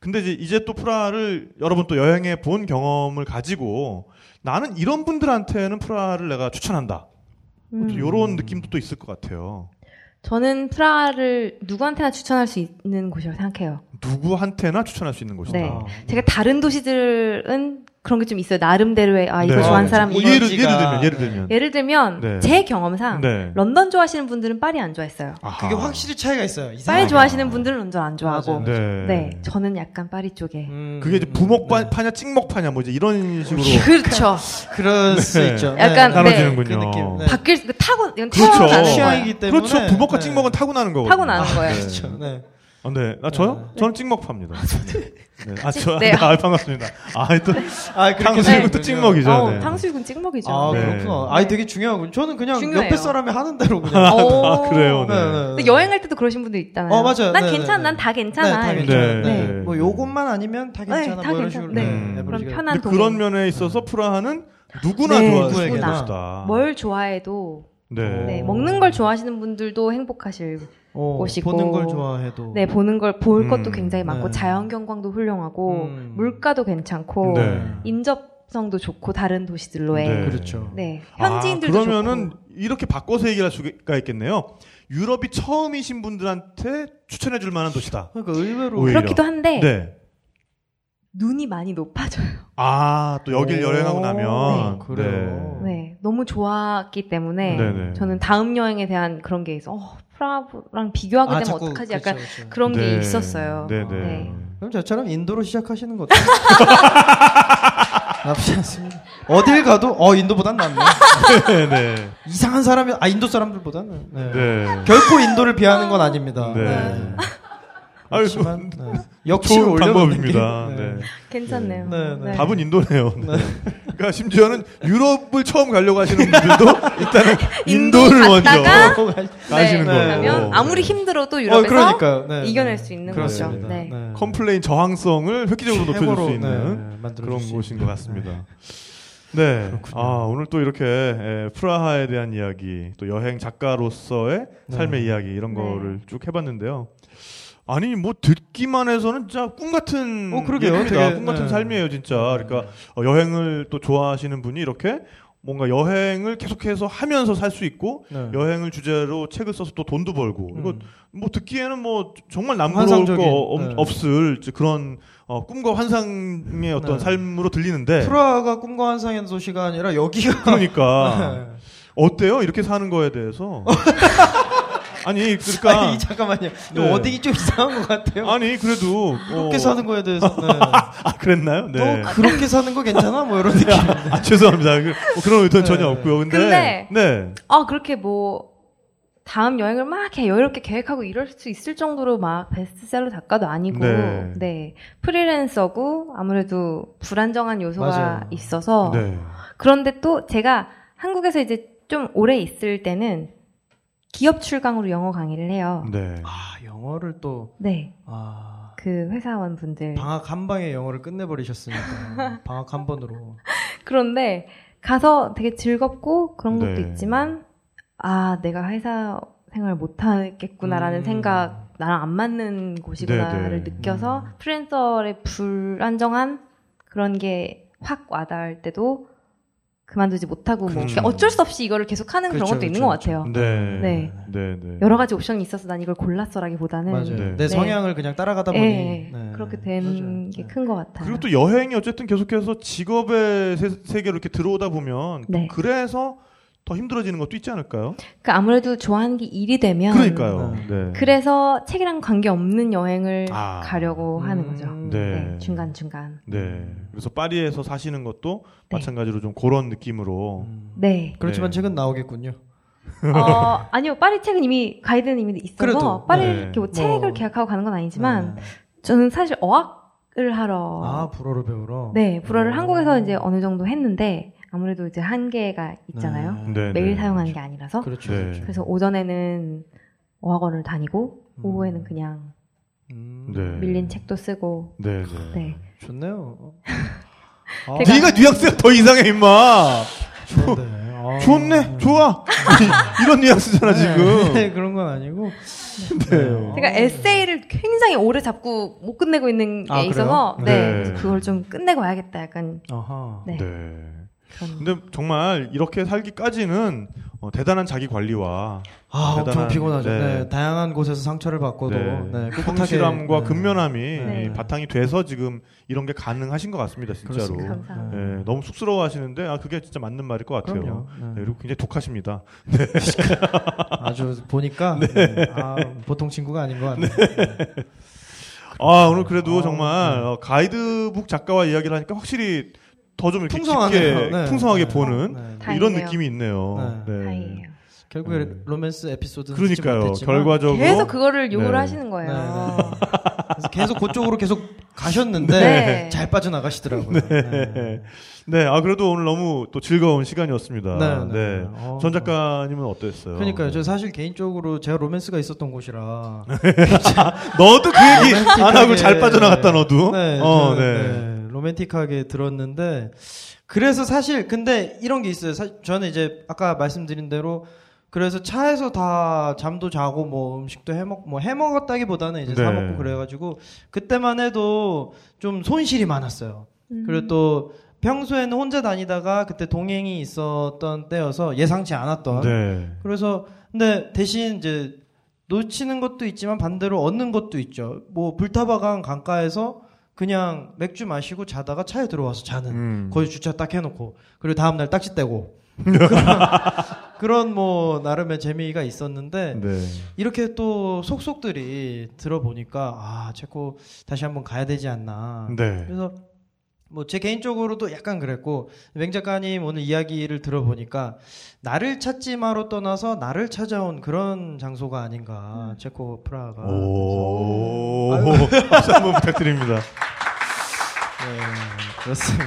Speaker 2: 근데 이제, 이제 또 프라하를 여러분 또 여행해 본 경험을 가지고 나는 이런 분들한테는 프라하를 내가 추천한다. 뭐
Speaker 4: 음.
Speaker 2: 또 요런 느낌도 또 있을 것 같아요.
Speaker 4: 저는 프라하를 누구한테나 추천할 수 있는 곳이라고 생각해요.
Speaker 2: 누구한테나 추천할 수 있는 곳이다.
Speaker 4: 네.
Speaker 2: 아.
Speaker 4: 제가 다른 도시들은 그런 게 좀 있어요. 나름대로의 아 이거
Speaker 2: 네.
Speaker 4: 좋아하는
Speaker 2: 아,
Speaker 4: 사람이
Speaker 2: 뭐
Speaker 4: 있고.
Speaker 2: 예를, 예를
Speaker 3: 이미지가-
Speaker 2: 들면 예를 들면
Speaker 4: 예를 들면
Speaker 2: 네.
Speaker 4: 제 경험상
Speaker 2: 네.
Speaker 4: 런던 좋아하시는 분들은 파리 안 좋아했어요.
Speaker 2: 아하.
Speaker 3: 그게 확실히 차이가 있어요. 이
Speaker 4: 파리
Speaker 3: 사람이.
Speaker 4: 좋아하시는 분들은 런던 안 좋아하고.
Speaker 3: 맞아요.
Speaker 2: 네.
Speaker 4: 네. 저는 약간 파리 쪽에.
Speaker 3: 음,
Speaker 2: 그게 이제
Speaker 3: 음,
Speaker 2: 부먹파냐,
Speaker 3: 네.
Speaker 2: 찍먹파냐, 뭐 이제 이런 식으로
Speaker 4: [laughs] 그렇죠.
Speaker 3: 음. 그럴 수
Speaker 2: 네.
Speaker 3: 있죠.
Speaker 4: 약간,
Speaker 3: 그
Speaker 2: 나눠지는군요.
Speaker 3: 느낌. 네.
Speaker 4: 바뀔 수- 타고 이건
Speaker 2: 그렇죠.
Speaker 4: 태어나는 거예요.
Speaker 3: 취향이기 때문에.
Speaker 2: 그렇죠. 부먹과
Speaker 3: 네.
Speaker 2: 찍먹은 타고나는 거거든요.
Speaker 4: 타고나는 거예요.
Speaker 2: 네.
Speaker 3: 그렇죠. 네.
Speaker 2: 아, 네. 아, 저요? 저는 찍먹파입니다. 네. 아, 저,
Speaker 4: 네.
Speaker 2: 아, 반갑습니다. 아, 또,
Speaker 3: 아, 그렇게
Speaker 2: 탕수육은 또
Speaker 3: 되는군요.
Speaker 2: 찍먹이죠.
Speaker 4: 어,
Speaker 2: 네.
Speaker 4: 탕수육은 찍먹이죠.
Speaker 3: 아,
Speaker 2: 네.
Speaker 3: 그렇구나. 아이 되게 중요하군. 저는 그냥
Speaker 4: 중요해요.
Speaker 3: 옆에 사람이 하는 대로 그냥.
Speaker 4: 오.
Speaker 2: 아, [laughs] 그래요. 네.
Speaker 3: 네, 네, 네.
Speaker 4: 근데 여행할 때도 그러신 분들 있잖아요.
Speaker 3: 어, 맞아요.
Speaker 4: 난
Speaker 3: 네,
Speaker 4: 괜찮아.
Speaker 3: 네,
Speaker 4: 난 다 괜찮아.
Speaker 3: 네, 다
Speaker 4: 이렇게.
Speaker 3: 괜찮아.
Speaker 2: 네.
Speaker 3: 네. 뭐 요것만 아니면 다
Speaker 4: 네,
Speaker 3: 괜찮아.
Speaker 4: 다
Speaker 3: 뭐 이런
Speaker 4: 괜찮아.
Speaker 3: 식으로.
Speaker 4: 네.
Speaker 2: 음.
Speaker 4: 그런
Speaker 3: 에버리지가.
Speaker 4: 편한
Speaker 2: 근데
Speaker 4: 동행.
Speaker 2: 그런 면에 있어서 프라하는 누구나
Speaker 4: 네,
Speaker 2: 좋아할 수 있는
Speaker 3: 누구나.
Speaker 2: 곳이다.
Speaker 4: 뭘 좋아해도
Speaker 2: 네.
Speaker 4: 네,
Speaker 3: 오.
Speaker 4: 먹는 걸 좋아하시는 분들도 행복하실
Speaker 3: 어,
Speaker 4: 곳이고.
Speaker 3: 보는 걸 좋아해도
Speaker 4: 네, 보는 걸 볼
Speaker 2: 음,
Speaker 4: 것도 굉장히 많고
Speaker 3: 네.
Speaker 4: 자연 경관도 훌륭하고
Speaker 3: 음.
Speaker 4: 물가도 괜찮고
Speaker 2: 네.
Speaker 4: 인접성도 좋고 다른 도시들로의
Speaker 2: 네.
Speaker 4: 네.
Speaker 3: 그렇죠.
Speaker 4: 현지인들도
Speaker 2: 아, 그러면은
Speaker 4: 좋고.
Speaker 2: 이렇게 바꿔서 얘기할 수가 있겠네요. 유럽이 처음이신 분들한테 추천해 줄 만한 도시다.
Speaker 3: 그러니까 의외로
Speaker 2: 오히려.
Speaker 4: 그렇기도 한데
Speaker 2: 네.
Speaker 4: 눈이 많이 높아져요.
Speaker 2: 아, 또 여길
Speaker 3: 오,
Speaker 2: 여행하고 나면
Speaker 3: 네, 그래요.
Speaker 4: 네, 너무 좋았기
Speaker 2: 음.
Speaker 4: 때문에
Speaker 2: 네네.
Speaker 4: 저는 다음 여행에 대한 그런 게 있어. 어, 프라하랑 비교하게 되면
Speaker 3: 아, 자꾸 그렇죠,
Speaker 4: 아,
Speaker 3: 그쵸,
Speaker 4: 어떡하지? 약간
Speaker 3: 그쵸.
Speaker 4: 그런 게
Speaker 2: 네.
Speaker 4: 있었어요.
Speaker 2: 네, 네.
Speaker 4: 네.
Speaker 3: 그럼 저처럼 인도로 시작하시는 것도 나쁘지 않습니다. 어딜 가도 어 인도보단 낫네.
Speaker 2: [laughs] 네, 네.
Speaker 3: 이상한 사람이 아 인도 사람들보다는 네.
Speaker 2: 네.
Speaker 3: 결코 인도를 비하는 건 아닙니다.
Speaker 2: 네.
Speaker 3: 네.
Speaker 2: 아유,
Speaker 3: 그렇지만 네. 역시
Speaker 2: 좋은
Speaker 3: 올려놓는
Speaker 2: 방법입니다.
Speaker 3: 게-
Speaker 2: 네.
Speaker 4: 괜찮네요.
Speaker 3: 네, 네. 밥-
Speaker 2: 답은 인도네요. 네. 그러니까 심지어는 유럽을 처음 가려고 하시는 분들도 일단은 인도를
Speaker 4: 인도
Speaker 2: 먼저
Speaker 4: 갔다가
Speaker 2: 가시는
Speaker 4: 네,
Speaker 2: 거예요.
Speaker 4: 그러면
Speaker 2: 네.
Speaker 4: 아무리 힘들어도 유럽에서
Speaker 3: 그러니까요. 네,
Speaker 4: 이겨낼
Speaker 3: 네.
Speaker 4: 수 있는
Speaker 3: 그렇습니다.
Speaker 4: 거죠. 네.
Speaker 2: 컴플레인 저항성을 획기적으로 높여줄
Speaker 3: 최고로,
Speaker 2: 수 있는
Speaker 3: 네, 만들어줄
Speaker 2: 그런
Speaker 3: 수
Speaker 2: 곳인
Speaker 3: 있는.
Speaker 2: 것 같습니다. 네. 아, 오늘 또 이렇게 에, 프라하에 대한 이야기, 또 여행 작가로서의
Speaker 3: 네.
Speaker 2: 삶의 이야기 이런
Speaker 4: 네.
Speaker 2: 거를 쭉 해봤는데요. 아니 뭐 듣기만 해서는 진짜 꿈 같은
Speaker 3: 어, 그러게요.
Speaker 2: 얘기입니다.
Speaker 3: 되게,
Speaker 2: 꿈 같은
Speaker 3: 네.
Speaker 2: 삶이에요, 진짜. 그러니까 어, 여행을 또 좋아하시는 분이 이렇게 뭔가 여행을 계속해서 하면서 살 수 있고
Speaker 3: 네.
Speaker 2: 여행을 주제로 책을 써서 또 돈도 벌고 이거
Speaker 3: 음.
Speaker 2: 뭐 듣기에는 뭐 정말 남부러울 거
Speaker 3: 환상적인,
Speaker 2: 없-
Speaker 3: 네.
Speaker 2: 없을 그런 어, 꿈과 환상의 어떤
Speaker 3: 네.
Speaker 2: 삶으로 들리는데
Speaker 3: 프라하가 꿈과 환상의 도시가 아니라 여기가 [laughs] 네.
Speaker 2: 그러니까 어때요 이렇게 사는 거에 대해서 아니 그러니까
Speaker 3: 아니,
Speaker 2: 아니,
Speaker 3: 잠깐만요. 이거
Speaker 2: 네.
Speaker 3: 어디 좀 이상한 것 같아요.
Speaker 2: 그래도
Speaker 3: 그렇게
Speaker 2: 어,
Speaker 3: 사는 거에 대해서 [laughs] 네.
Speaker 2: 아 그랬나요? 네.
Speaker 3: 너 그렇게 사는 거 괜찮아? 뭐 이런 느낌.
Speaker 2: 아, 죄송합니다. 그, 뭐 그런 의도는
Speaker 3: 네.
Speaker 2: 전혀 없고요. 근데,
Speaker 4: 근데-
Speaker 2: 네.
Speaker 4: 아 그렇게 뭐 다음 여행을 막 이렇게 여유롭게 계획하고 이럴 수 있을 정도로 막 베스트셀러 작가도 아니고
Speaker 2: 네.
Speaker 4: 네, 프리랜서고 아무래도 불안정한 요소가
Speaker 3: 맞아요.
Speaker 4: 있어서
Speaker 2: 네.
Speaker 4: 그런데 또 제가 한국에서 이제 좀 오래 있을 때는 기업 출강으로 영어 강의를 해요.
Speaker 2: 네.
Speaker 3: 아 영어를 또
Speaker 4: 네,
Speaker 3: 아,
Speaker 4: 그 회사원분들.
Speaker 3: 방학 한 방에 영어를 끝내버리셨으니까 방학 한 번으로.
Speaker 4: 그런데 가서 되게 즐겁고 그런 것도
Speaker 2: 네.
Speaker 4: 있지만 아 내가 회사 생활 못하겠구나라는
Speaker 3: 음.
Speaker 4: 생각 나랑 안 맞는
Speaker 2: 네,
Speaker 4: 곳이구나를
Speaker 2: 네.
Speaker 4: 느껴서
Speaker 3: 음.
Speaker 4: 프리랜서의 불안정한 그런 게 확 와닿을 때도 그만두지 못하고 뭐
Speaker 2: 그렇죠.
Speaker 4: 어쩔 수 없이 이거를 계속 하는 그런
Speaker 3: 그렇죠,
Speaker 4: 것도 있는
Speaker 3: 그렇죠,
Speaker 4: 것 같아요.
Speaker 2: 네.
Speaker 4: 네.
Speaker 2: 네. 네.
Speaker 4: 여러 가지 옵션이 있어서 난 이걸 골랐어라기보다는
Speaker 3: 맞아요.
Speaker 2: 네.
Speaker 3: 내 성향을 그냥 따라가다 보니
Speaker 4: 예,
Speaker 3: 네.
Speaker 4: 그렇게 된
Speaker 3: 맞아요.
Speaker 4: 게
Speaker 3: 네.
Speaker 4: 큰 것 같아요.
Speaker 2: 그리고 또 여행이 어쨌든 계속해서 직업의 세, 세계로 이렇게 들어오다 보면 또
Speaker 4: 네.
Speaker 2: 그래서 더 힘들어지는 것도 있지 않을까요?
Speaker 4: 그 아무래도 좋아하는 게 일이 되면
Speaker 3: 어.
Speaker 2: 그러니까요. 네.
Speaker 4: 그래서 책이랑 관계없는 여행을
Speaker 2: 아.
Speaker 4: 가려고 하는 거죠.
Speaker 3: 음,
Speaker 2: 네.
Speaker 4: 네, 중간중간.
Speaker 2: 네. 그래서 파리에서 사시는 것도
Speaker 4: 네.
Speaker 2: 마찬가지로 좀 그런 느낌으로
Speaker 3: 음.
Speaker 4: 네.
Speaker 3: 그렇지만
Speaker 2: 네.
Speaker 3: 책은 나오겠군요.
Speaker 4: 어, 아니요, 파리 책은 이미 가이드는 이미 있어서
Speaker 3: 음. 그래도,
Speaker 4: 파리
Speaker 2: 네.
Speaker 4: 이렇게 뭐
Speaker 3: 뭐.
Speaker 4: 책을 계약하고 가는 건 아니지만
Speaker 3: 네.
Speaker 4: 저는 사실 어학을 하러
Speaker 3: 아 음. 불어를 배우러.
Speaker 4: 네 불어를
Speaker 3: 오.
Speaker 4: 한국에서 이제 어느 정도 했는데 아무래도 이제 한계가 있잖아요.
Speaker 3: 음.
Speaker 2: 네,
Speaker 4: 매일
Speaker 2: 네.
Speaker 4: 사용하는 게 아니라서
Speaker 3: 그렇죠.
Speaker 2: 네.
Speaker 3: 그렇죠.
Speaker 4: 그래서 오전에는 어학원을 다니고
Speaker 3: 음.
Speaker 4: 오후에는 그냥
Speaker 3: 음,
Speaker 2: 네.
Speaker 4: 밀린 책도 쓰고
Speaker 2: 네.
Speaker 4: 네.
Speaker 2: 네.
Speaker 4: [laughs]
Speaker 3: 좋네요. 아,
Speaker 4: 제가-
Speaker 2: 네가 뉘앙스가 더 이상해 임마.
Speaker 3: 어. 좋네. 아.
Speaker 2: 좋네. 좋아. [laughs] 이런 뉘앙스잖아
Speaker 3: 음. 네,
Speaker 2: 지금.
Speaker 3: 그런 건 아니고.
Speaker 2: 네.
Speaker 4: 제가 에세이를 굉장히 오래 잡고 못 끝내고 있는 게
Speaker 3: 아, 그래요?
Speaker 4: 있어서 네,
Speaker 2: 네.
Speaker 4: 그래서 그걸 좀 끝내고 와야겠다 약간
Speaker 3: 아하.
Speaker 4: 네,
Speaker 2: 네.
Speaker 4: 그런
Speaker 2: 근데 정말 이렇게 살기까지는 어, 대단한 자기 관리와
Speaker 3: 아, 엄청
Speaker 2: 대단한-
Speaker 3: 피곤하죠.
Speaker 2: 네.
Speaker 3: 네. 다양한 곳에서 상처를 받고도 네, 꿋꿋하게-
Speaker 2: 그 성실함과
Speaker 3: 네.
Speaker 2: 근면함이
Speaker 3: 네.
Speaker 2: 이 바탕이 돼서 지금 이런 게 가능하신 것 같습니다, 진짜로.
Speaker 3: 그렇습니다.
Speaker 4: 감사합니다.
Speaker 2: 네, 너무 쑥스러워하시는데 아 그게 진짜 맞는 말일 것 같아요.
Speaker 3: 그럼요. 네.
Speaker 2: 네, 그리고 굉장히 독하십니다.
Speaker 3: 아주
Speaker 2: [laughs]
Speaker 3: 보니까 네. 아, 보통 친구가 아닌 것 같네요.
Speaker 2: 아 오늘 그래도
Speaker 3: 아,
Speaker 2: 정말 어, 가이드북 작가와 이야기를 하니까 확실히 더 좀 이렇게
Speaker 3: 풍성하네요.
Speaker 2: 깊게
Speaker 3: 네.
Speaker 2: 풍성하게
Speaker 3: 네.
Speaker 2: 보는
Speaker 3: 네.
Speaker 4: 다행이네요.
Speaker 2: 이런 느낌이 있네요. 네.
Speaker 4: 다행이에요.
Speaker 3: 결국에
Speaker 2: 네.
Speaker 3: 로맨스 에피소드는 쓰지
Speaker 2: 그러니까요.
Speaker 3: 못했지만
Speaker 2: 결과적으로
Speaker 4: 계속 그거를 요구를
Speaker 2: 네.
Speaker 4: 하시는 거예요.
Speaker 3: 그래서 계속 그쪽으로 계속 가셨는데
Speaker 4: 네.
Speaker 3: 잘 빠져나가시더라고요. 네. 네.
Speaker 2: 네, 아 그래도 오늘 너무 또 즐거운 시간이었습니다. 네.
Speaker 3: 네. 어.
Speaker 2: 전 작가님은 어땠어요?
Speaker 3: 그러니까요. 저 사실 개인적으로 제가 로맨스가 있었던 곳이라
Speaker 2: 너도 그 얘기 안 하고
Speaker 3: 아, 로맨틱하게-
Speaker 2: 잘 빠져나갔다 너도.
Speaker 3: 네,
Speaker 2: 어,
Speaker 3: 저는,
Speaker 2: 네.
Speaker 3: 네, 로맨틱하게 들었는데 그래서 사실 근데 이런 게 있어요. 사- 저는 이제 아까 말씀드린 대로 그래서 차에서 다 잠도 자고 뭐 음식도 해먹 뭐 해먹었다기보다는 이제
Speaker 2: 네.
Speaker 3: 사 먹고 그래가지고 그때만 해도 좀 손실이 많았어요. 그리고 또 평소에는 혼자 다니다가 그때 동행이 있었던 때여서 예상치 않았던
Speaker 2: 네.
Speaker 3: 그래서 근데 대신 이제 놓치는 것도 있지만 반대로 얻는 것도 있죠. 뭐 불타바강 강가에서 그냥 맥주 마시고 자다가 차에 들어와서 자는
Speaker 2: 음.
Speaker 3: 거기 주차 딱 해놓고 그리고 다음 날
Speaker 2: [laughs]
Speaker 3: 딱지 떼고 그런, 그런 뭐 나름의 재미가 있었는데
Speaker 2: 네.
Speaker 3: 이렇게 또 속속들이 들어보니까 아 체코 다시 한번 가야 되지 않나
Speaker 2: 네.
Speaker 3: 그래서 뭐 제 개인적으로도 약간 그랬고 맹 작가님 오늘 이야기를 들어보니까 나를 찾지 마로 떠나서 나를 찾아온 그런 장소가 아닌가 체코 프라하가
Speaker 2: 오. [laughs] 박수 한번 부탁드립니다.
Speaker 3: 네, 그렇습니다.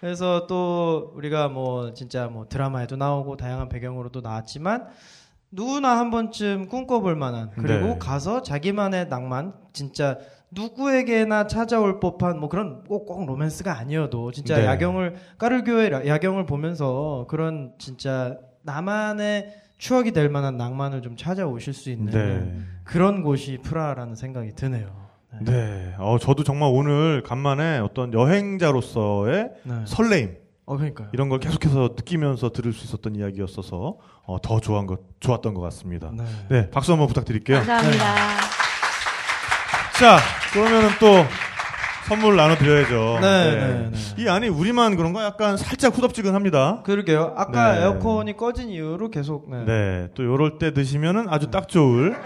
Speaker 3: 그래서 또 우리가 뭐 진짜 뭐 드라마에도 나오고 다양한 배경으로도 나왔지만 누구나 한 번쯤 꿈꿔볼 만한 그리고
Speaker 2: 네.
Speaker 3: 가서 자기만의 낭만 진짜 누구에게나 찾아올 법한 뭐 그런 꼭꼭 로맨스가 아니어도 진짜
Speaker 2: 네.
Speaker 3: 야경을 까르교의 라- 야경을 보면서 그런 진짜 나만의 추억이 될 만한 낭만을 좀 찾아오실 수 있는
Speaker 2: 네.
Speaker 3: 그런 곳이 프라라는 생각이 드네요.
Speaker 2: 네. 어, 저도 정말 오늘 간만에 어떤 여행자로서의
Speaker 3: 네.
Speaker 2: 설레임
Speaker 3: 어 그러니까요.
Speaker 2: 이런 걸 계속해서 느끼면서 들을 수 있었던 이야기였어서 어, 더 좋아한 것 좋았던 것 같습니다.
Speaker 3: 네.
Speaker 2: 네, 박수 한번 부탁드릴게요.
Speaker 4: 감사합니다.
Speaker 2: 자, 그러면은 또 선물 나눠드려야죠.
Speaker 3: 네, 네, 네.
Speaker 2: 이 안이 우리만 그런가 약간 살짝 후덥지근합니다.
Speaker 3: 그러게요. 아까
Speaker 2: 네.
Speaker 3: 에어컨이 꺼진 이후로 계속 네.
Speaker 2: 네, 또 요럴 때 드시면은 아주 딱
Speaker 3: [laughs]
Speaker 2: 좋을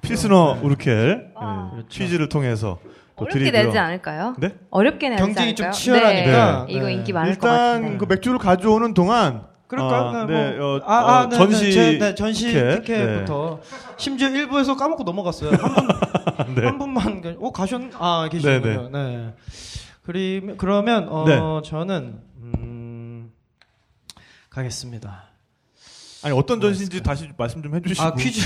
Speaker 2: 필스너 우르켈
Speaker 4: 와.
Speaker 2: 네, 취지를 통해서 또
Speaker 4: 어렵게
Speaker 2: 드리고요.
Speaker 4: 아. 내지 않을까요?
Speaker 2: 네?
Speaker 4: 어렵게 내지 않을까요?
Speaker 3: 경쟁이 좀 치열하니까.
Speaker 4: 네. 이거
Speaker 3: 네.
Speaker 4: 인기 많을 것
Speaker 2: 일단
Speaker 4: 같은데.
Speaker 2: 그 맥주를 가져오는 동안
Speaker 3: 그럴까요?
Speaker 2: 아,
Speaker 3: 네,
Speaker 2: 네,
Speaker 3: 뭐.
Speaker 2: 어,
Speaker 3: 아, 아,
Speaker 2: 어,
Speaker 3: 네,
Speaker 2: 전시
Speaker 3: 네, 제- 네, 전시
Speaker 2: 티켓.
Speaker 3: 티켓. 부터 심지어 일부에서 까먹고 넘어갔어요. 한, 분,
Speaker 2: [laughs] 네.
Speaker 3: 한 분만 그- 어 가셨 아 계시군요. 네. 그리 그러면 어
Speaker 2: 네.
Speaker 3: 저는 음 가겠습니다.
Speaker 2: 아니 어떤 전시인지 다시 말씀 좀 해주시고
Speaker 3: 네,
Speaker 2: 네,
Speaker 3: 아 퀴즈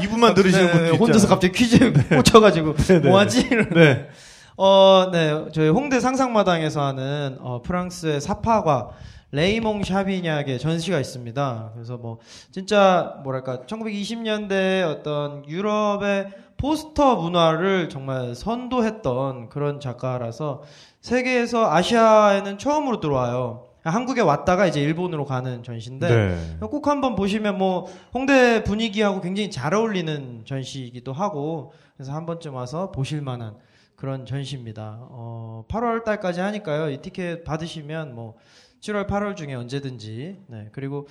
Speaker 2: 이, 이분만 들으시는
Speaker 3: 네,
Speaker 2: 분도
Speaker 3: 혼자서
Speaker 2: 있잖아요.
Speaker 3: 갑자기
Speaker 2: [laughs]
Speaker 3: 퀴즈에 꽂혀가지고
Speaker 2: 네.
Speaker 3: 뭐하지? 이러는데.
Speaker 2: 네.
Speaker 3: 어, 네. 저희 홍대 상상마당에서 하는 어, 프랑스의 사파과 레이몽 샤비냑의 전시가 있습니다. 그래서 뭐 진짜 뭐랄까 1920년대 어떤 유럽의 포스터 문화를 정말 선도했던 그런 작가라서 세계에서 아시아에는 처음으로 들어와요. 한국에 왔다가 이제 일본으로 가는 전시인데
Speaker 2: 네.
Speaker 3: 꼭 한번 보시면 뭐 홍대 분위기하고 굉장히 잘 어울리는 전시이기도 하고 그래서 한 번쯤 와서 보실 만한 그런 전시입니다. 어, 8월 달까지 하니까요. 이 티켓 받으시면 뭐 7월, 8월 중에 언제든지. 네. 그리고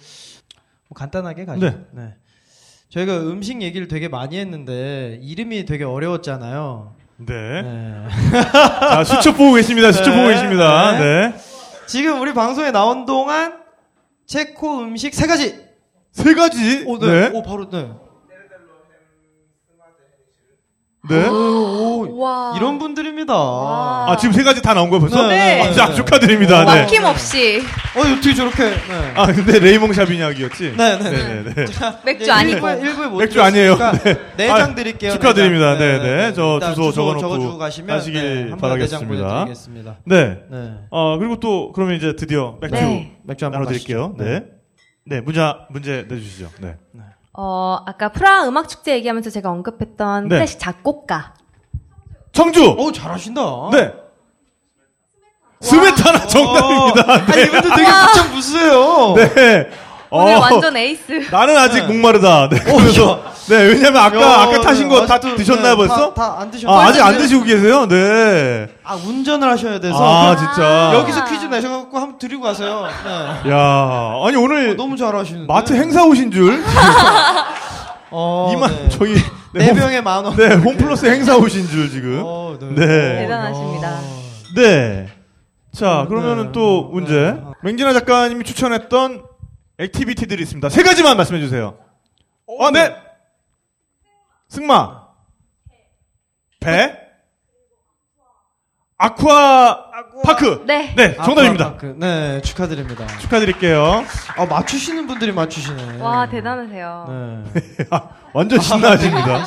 Speaker 3: 뭐 간단하게 가죠.
Speaker 2: 네.
Speaker 3: 네. 저희가 음식 얘기를 되게 많이 했는데 이름이 되게 어려웠잖아요.
Speaker 2: 네.
Speaker 3: 네. [laughs]
Speaker 2: 자, 수첩 보고 계십니다. 수첩
Speaker 3: 네,
Speaker 2: 보고 계십니다. 네.
Speaker 3: 지금 우리 방송에 나온 동안 체코 음식 세 가지.
Speaker 2: 세 가지.
Speaker 3: 오,
Speaker 2: 네.
Speaker 3: 네. 오, 바로 네.
Speaker 2: 네.
Speaker 3: 오, 오,
Speaker 4: 와.
Speaker 3: 이런 분들입니다.
Speaker 4: 와.
Speaker 2: 아, 지금 세 가지 다 나온 거예요, 벌써?
Speaker 4: 네.
Speaker 2: 아, 자, 축하드립니다. 네.
Speaker 4: 막힘없이
Speaker 3: 어, 어떻게 저렇게. 네.
Speaker 2: 아, 근데 레이몽 샤비냑이었지?
Speaker 3: 네, 네, 네.
Speaker 2: 네네네.
Speaker 4: 맥주
Speaker 3: 네,
Speaker 4: 아니고.
Speaker 3: 일부에- 일부에 못
Speaker 2: 맥주 아니에요.
Speaker 3: 드셨으니까 네,
Speaker 2: 아,
Speaker 3: 내장 드릴게요.
Speaker 2: 축하드립니다.
Speaker 3: 내장.
Speaker 2: 네, 네. 저
Speaker 3: 일단
Speaker 2: 주소 적어놓고
Speaker 3: 적어주고 가시면 네,
Speaker 2: 가시길
Speaker 3: 한번
Speaker 2: 바라겠습니다.
Speaker 3: 내장 보내드리겠습니다.
Speaker 2: 네.
Speaker 3: 네.
Speaker 2: 어, 그리고 또, 그러면 이제 드디어 맥주
Speaker 4: 네.
Speaker 3: 맥주 한번
Speaker 2: 나눠드릴게요.
Speaker 3: 마시죠.
Speaker 2: 네. 네, 문자, 문제 내주시죠. 네.
Speaker 4: 어, 아까 프라하 음악 축제 얘기하면서 제가 언급했던
Speaker 2: 네.
Speaker 4: 클래식 작곡가.
Speaker 2: 청주!
Speaker 3: 오, 잘하신다.
Speaker 2: 네. 스메타나 정답입니다.
Speaker 3: 아니, 이분들 되게 무척 무스해요.
Speaker 2: 네.
Speaker 4: 오늘
Speaker 2: 어, [laughs]
Speaker 4: 완전 에이스.
Speaker 2: 나는 아직 목마르다. 네. 그래서, 네, 왜냐면 아까,
Speaker 3: 어, 야,
Speaker 2: 아까 타신 거 다
Speaker 3: 아직도,
Speaker 2: 드셨나요,
Speaker 3: 네,
Speaker 2: 벌써?
Speaker 3: 다, 다안 드셨나요?
Speaker 2: 아, 아직 안 드시고 계세요? 네.
Speaker 3: 아, 운전을 하셔야 돼서.
Speaker 2: 아,
Speaker 3: 그럼
Speaker 2: 진짜.
Speaker 3: 여기서 퀴즈
Speaker 4: 아.
Speaker 3: 내셔갖고 한번 드리고 가세요. 네.
Speaker 2: 야, 아니 오늘
Speaker 3: 어, 너무 잘하시는데.
Speaker 2: 마트 행사 오신 줄
Speaker 3: 어,
Speaker 2: 이만
Speaker 3: 네.
Speaker 2: 저희
Speaker 3: 네
Speaker 2: 홈-
Speaker 3: 병에 만 원.
Speaker 2: 네, 홈플러스 행사 오신 줄 지금.
Speaker 3: 어, 네.
Speaker 2: 네.
Speaker 4: 대단하십니다.
Speaker 2: 네. 자, 그러면은
Speaker 3: 네.
Speaker 2: 또 문제.
Speaker 3: 네.
Speaker 2: 맹진아 작가님이 추천했던 액티비티들이 있습니다. 세 가지만 말씀해 주세요. 어, 네. 승마. 배.
Speaker 3: 네.
Speaker 2: 아쿠아 파크.
Speaker 4: 네.
Speaker 2: 네, 정답입니다.
Speaker 3: 아쿠아파크. 네, 축하드립니다.
Speaker 2: 축하드릴게요.
Speaker 3: 아, 맞추시는 분들이 맞추시네.
Speaker 4: 와, 대단하세요.
Speaker 3: 네.
Speaker 2: 완전 신나십니다.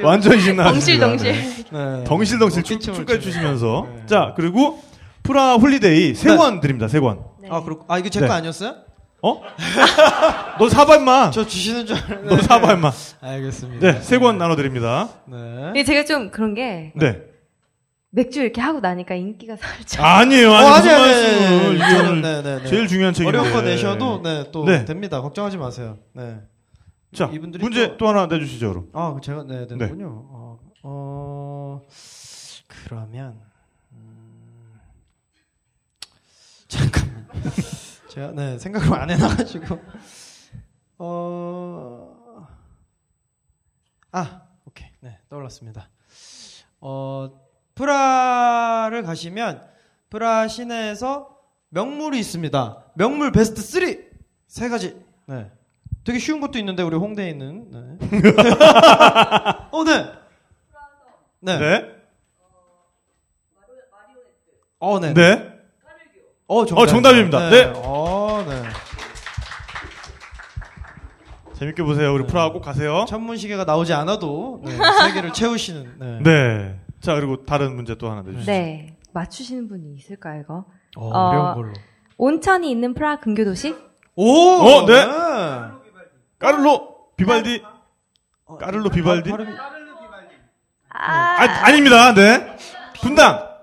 Speaker 3: [laughs] 신났어요.
Speaker 2: 완전 신나.
Speaker 4: 덩실, 덩실.
Speaker 3: 네.
Speaker 2: 덩실덩실 춤
Speaker 3: 어깨춤을
Speaker 2: 춤까지
Speaker 3: 추네.
Speaker 2: 추시면서
Speaker 3: 네.
Speaker 2: 자 그리고 프라 홀리데이 세권 드립니다 세권
Speaker 4: 네.
Speaker 3: 아, 그렇고. 아, 이거 제 거
Speaker 2: 네.
Speaker 3: 아니었어요?
Speaker 2: 어? 너 사봐 임마.
Speaker 3: 저 네. 주시는 줄 알았는데.
Speaker 2: 너 사봐 임마.
Speaker 3: 알겠습니다.
Speaker 2: 네, 세 권 어, 나눠드립니다.
Speaker 3: 네.
Speaker 4: 예, 제가 좀 그런 게
Speaker 2: 네.
Speaker 4: 맥주 이렇게 하고 나니까 인기가 살짝.
Speaker 2: 아니에요,
Speaker 3: 어,
Speaker 2: 아니,
Speaker 3: 아니에요,
Speaker 2: 무슨
Speaker 3: 아니에요,
Speaker 2: 말씀을. 이게
Speaker 3: 아니에요.
Speaker 2: 오늘
Speaker 3: 네, 네, 네.
Speaker 2: 제일 중요한 책인데.
Speaker 3: 어려운 거 내셔도 네, 또
Speaker 2: 네.
Speaker 3: 됩니다. 걱정하지 마세요. 네.
Speaker 2: 자,
Speaker 3: 이분들이
Speaker 2: 문제
Speaker 3: 또-
Speaker 2: 또 하나 내주시죠, 그럼.
Speaker 3: 아, 그 제가 네, 되는군요. 어, 어, 그러면 음, 잠깐만. [laughs] 제가 네, 생각을 안 해놔 가지고 어 아, 오케이. 네, 떠올랐습니다. 어, 프라를 가시면 프라 시내에서 명물이 있습니다. 명물 베스트 3. 세 가지. 네. 되게 쉬운 것도 있는데 우리 홍대에 있는. 네. [laughs] 어, 네. 네.
Speaker 2: 네.
Speaker 3: 어, 네.
Speaker 2: 네.
Speaker 3: 어,
Speaker 2: 어, 정답입니다. 네.
Speaker 3: 어, 네.
Speaker 2: 재밌게 보세요. 우리 프라하 꼭 가세요.
Speaker 3: 천문시계가 나오지 않아도 네, 세계를 채우시는. 네.
Speaker 2: 네. 자, 그리고 다른 문제 또 하나 내주시죠.
Speaker 4: 네. 맞추시는 분이 있을까 이거?
Speaker 3: 어,
Speaker 4: 어.
Speaker 3: 어려운 걸로.
Speaker 4: 온천이 있는 프라하 근교 도시?
Speaker 3: 오!
Speaker 2: 어, 네. 까를로 비발디.
Speaker 3: 어,
Speaker 2: 까를로 비발디.
Speaker 3: 발음이-
Speaker 4: 아,
Speaker 2: 아, 아닙니다. 네. 분당.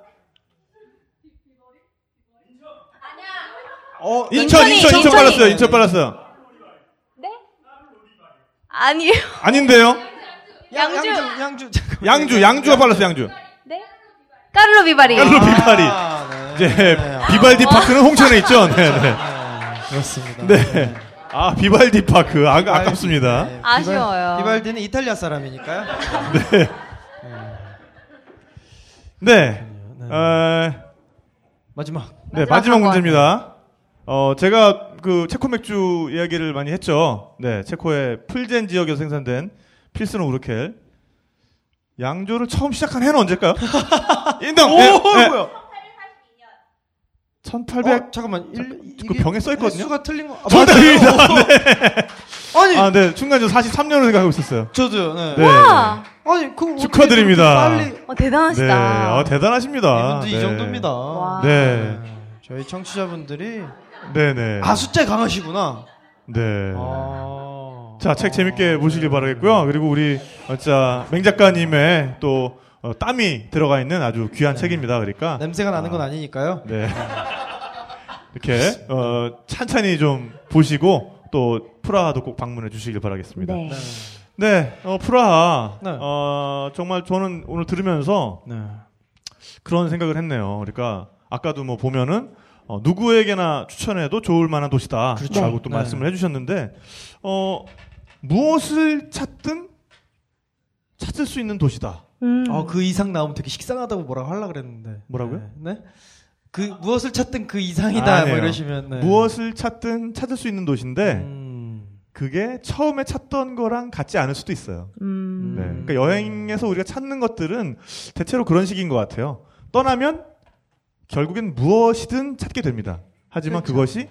Speaker 3: 어,
Speaker 2: 인천,
Speaker 4: 인천이,
Speaker 2: 인천, 인천
Speaker 4: 인천이.
Speaker 2: 빨랐어요. 인천 빨랐어요.
Speaker 4: 아니에요.
Speaker 2: 아닌데요.
Speaker 3: 양-
Speaker 4: 양주.
Speaker 3: 양주, 양주. 잠깐만.
Speaker 2: 양주,
Speaker 3: [laughs]
Speaker 2: 양주가 빨랐어요. 양주.
Speaker 4: 네? 까를로 비바리.
Speaker 2: 까를로 비발디.
Speaker 3: 아, 네.
Speaker 2: 이제
Speaker 3: 네.
Speaker 2: 비발디 파크는 홍천에 있죠. 네, 네.
Speaker 3: 네, 그렇습니다.
Speaker 2: 네. 아, 비발디 파크. 아, 아깝습니다.
Speaker 3: 네, 비발-
Speaker 4: 아쉬워요.
Speaker 3: 비발디는 이탈리아 사람이니까요.
Speaker 2: 네.
Speaker 3: 네.
Speaker 2: 어,
Speaker 3: 마지막.
Speaker 2: 네,
Speaker 4: 마지막
Speaker 2: 마지막
Speaker 4: 건.
Speaker 2: 문제입니다. 어, 제가 그 체코 맥주 이야기를 많이 했죠. 네, 체코의 풀젠 지역에서 생산된 필스노 우르켈. 양조를 처음 시작한 해는
Speaker 3: [laughs]
Speaker 2: 언제일까요? 인정!
Speaker 3: 오,
Speaker 2: 네, 네.
Speaker 3: 뭐야?
Speaker 2: 1800.
Speaker 3: 어, 잠깐만. 일,
Speaker 2: 그 병에 써 있거든요?
Speaker 3: 수가 틀린 거. 아,
Speaker 2: 정답입니다. [laughs]
Speaker 3: 맞아요. 아니,
Speaker 2: 아, 네, 순간 저 43년을 생각하고 있었어요.
Speaker 3: 저도요. 네.
Speaker 2: 네.
Speaker 4: 와,
Speaker 3: 아니, 그 어떻게
Speaker 2: 축하드립니다.
Speaker 3: 그렇게 빨리
Speaker 4: 어,
Speaker 2: 네,
Speaker 4: 대단하시다.
Speaker 2: 아, 대단하십니다.
Speaker 3: 이분도
Speaker 2: 네.
Speaker 3: 이 정도입니다.
Speaker 4: 와.
Speaker 2: 네.
Speaker 3: 저희 청취자분들이
Speaker 2: 네네.
Speaker 3: 아 숫자에 강하시구나.
Speaker 2: 네.
Speaker 3: 아.
Speaker 2: 자, 책 재밌게 보시길 바라겠고요. 그리고 우리 어, 진짜 맹 작가님의 또 어, 땀이 들어가 있는 아주 귀한 책입니다. 그러니까
Speaker 3: 냄새가 나는 건 아니니까요.
Speaker 2: 네. 이렇게 어, 찬찬히 좀 보시고 또 프라하도 꼭 방문해 주시길 바라겠습니다.
Speaker 4: 네.
Speaker 2: 네, 어, 프라하.
Speaker 3: 네.
Speaker 2: 어, 정말 저는 오늘 들으면서
Speaker 3: 네.
Speaker 2: 그런 생각을 했네요. 그러니까 아까도 뭐 보면은 어, 누구에게나 추천해도 좋을 만한 도시다라고
Speaker 3: 그렇죠.
Speaker 2: 또
Speaker 3: 네.
Speaker 2: 말씀을 해주셨는데 어, 무엇을 찾든 찾을 수 있는 도시다.
Speaker 4: 음.
Speaker 3: 어, 그 이상 나오면 되게 식상하다고 뭐라고 하려 그랬는데.
Speaker 2: 뭐라고요?
Speaker 3: 네. 네? 그 무엇을 찾든 그 이상이다 뭐
Speaker 2: 아니에요.
Speaker 3: 이러시면 네.
Speaker 2: 무엇을 찾든 찾을 수 있는 도시인데
Speaker 3: 음.
Speaker 2: 그게 처음에 찾던 거랑 같지 않을 수도 있어요.
Speaker 4: 음.
Speaker 2: 네.
Speaker 3: 음.
Speaker 2: 그러니까 여행에서 우리가 찾는 것들은 대체로 그런 식인 것 같아요. 떠나면 결국엔 무엇이든 찾게 됩니다. 하지만
Speaker 3: 그렇죠.
Speaker 2: 그것이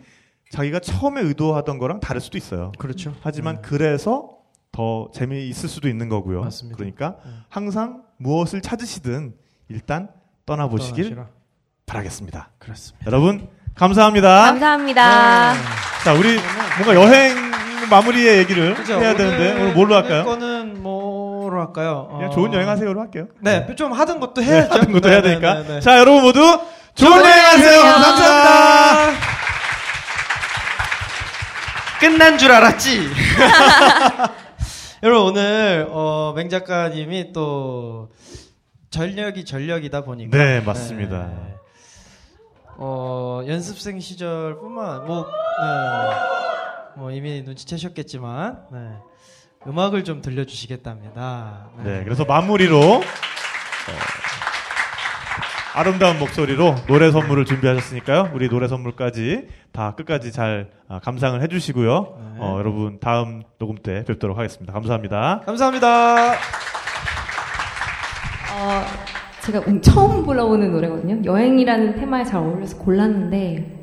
Speaker 2: 자기가 처음에 의도하던 거랑 다를 수도 있어요.
Speaker 3: 그렇죠.
Speaker 2: 하지만
Speaker 3: 네.
Speaker 2: 그래서 더 재미있을 수도 있는 거고요.
Speaker 3: 맞습니다.
Speaker 2: 그러니까
Speaker 3: 네.
Speaker 2: 항상 무엇을 찾으시든 일단 떠나보시길
Speaker 3: 떠나시라.
Speaker 2: 바라겠습니다.
Speaker 3: 그렇습니다.
Speaker 2: 여러분 감사합니다.
Speaker 3: 아,
Speaker 4: 감사합니다.
Speaker 2: 네. 자 우리 뭔가 여행 마무리의 얘기를
Speaker 3: 그죠?
Speaker 2: 해야 되는데 오늘 뭘로 할까요?
Speaker 3: 거는 뭐로 할까요? 어,
Speaker 2: 그냥 좋은 여행하세요로 할게요.
Speaker 3: 네, 좀 하던 것도
Speaker 2: 네,
Speaker 3: 해야죠.
Speaker 2: 하던 것도
Speaker 3: 네,
Speaker 2: 해야
Speaker 3: 네,
Speaker 2: 되니까.
Speaker 3: 네, 네.
Speaker 2: 자, 여러분 모두 좋은 여행하세요. 감사합니다.
Speaker 3: 끝난 줄 알았지. [laughs] 여러분 오늘 어, 맹 작가님이 또 전력이 전력이다 보니까
Speaker 2: 네, 맞습니다.
Speaker 3: 네. 어, 연습생 시절뿐만 뭐, 네. 뭐 이미 눈치채셨겠지만 네. 음악을 좀 들려주시겠답니다.
Speaker 2: 네, 그래서 마무리로 어, 아름다운 목소리로 노래 선물을 준비하셨으니까요. 우리 노래 선물까지 다 끝까지 잘 아, 감상을 해주시고요.
Speaker 3: 네.
Speaker 2: 어, 여러분 다음 녹음 때 뵙도록 하겠습니다. 감사합니다.
Speaker 3: 감사합니다.
Speaker 4: 어, 제가 운- 처음 불러오는 노래거든요. 여행이라는 테마에 잘 어울려서 골랐는데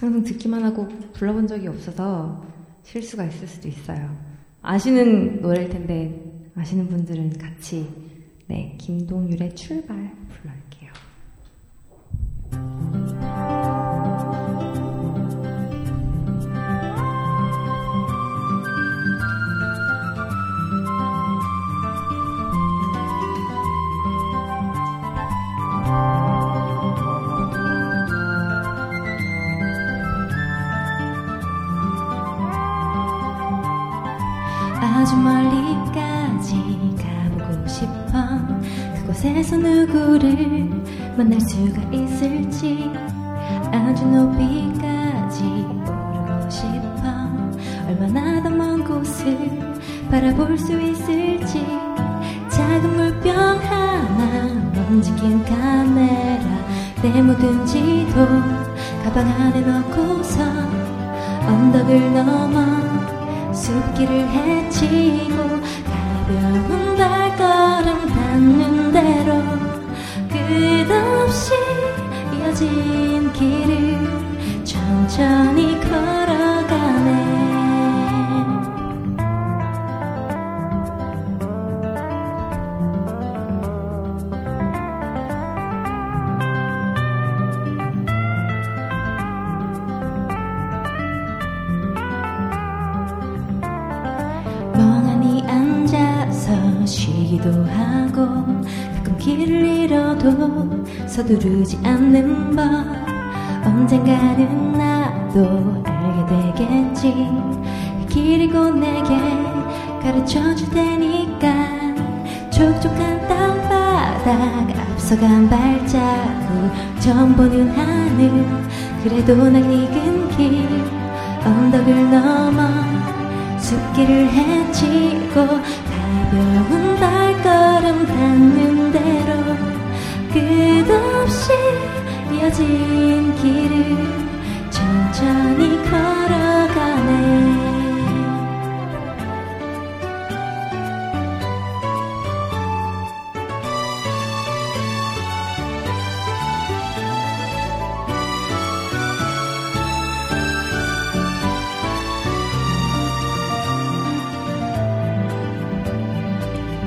Speaker 4: 항상 듣기만 하고 불러본 적이 없어서 실수가 있을 수도 있어요. 아시는 노래일 텐데 아시는 분들은 같이 네 김동률의 출발 불러올게요.
Speaker 6: 아
Speaker 4: 아주 멀리까지 가보고 싶어 그곳에서 누구를 만날 수가 있을지 아주 높이까지 오르고 싶어 얼마나 더 먼 곳을 바라볼 수 있을지 작은 물병 하나 움직인 카메라 내 모든 지도 가방 안에 넣고서 언덕을 넘어 숲길을 헤치고 가벼운 발걸음 닿는 대로 끝없이 이어진 길을 천천히 걸어가네 멍하니 앉아서 쉬기도 하고 가끔 길을 잃어도 서두르지 않는 법 언젠가는 나도 알게 되겠지 이 길이 곧 내게 가르쳐 줄 테니까 촉촉한 땅바닥 앞서간 발자국 처음 보는 하늘 그래도 난 익은 길 언덕을 넘어 숲길을 헤치고 가벼운 발걸음 닿는 대로 끝없이 이어진 길을 천천히 걸어가네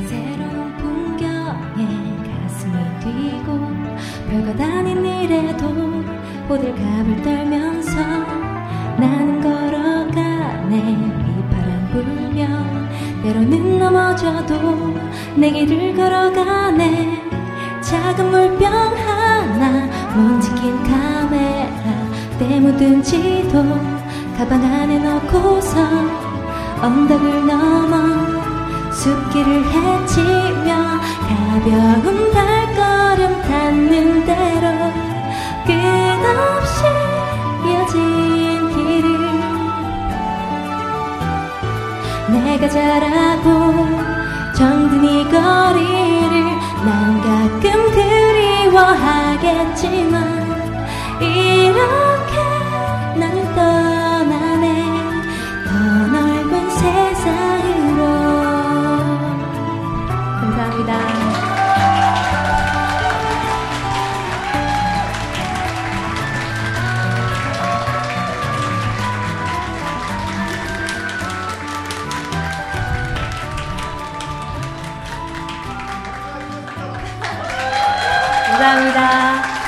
Speaker 4: 새로운 풍경에 가슴이 뛰고 별거 아닌 일에도 호들갑을 떨면서 나는 걸어가네 비바람 불며 때로는 넘어져도 내 길을 걸어가네 작은 물병 하나 먼지킨 카메라 때 묻은 지도 가방 안에 넣고서 언덕을 넘어 숲길을 헤치며 가벼운 발걸음 닿는 대로 끝없이 이어진 길을 내가 자라고 정든 이 거리를 난 가끔 그리워하겠지만 이렇게 나는 떠나네 더 넓은 세상으로 감사합니다. 감사합니다.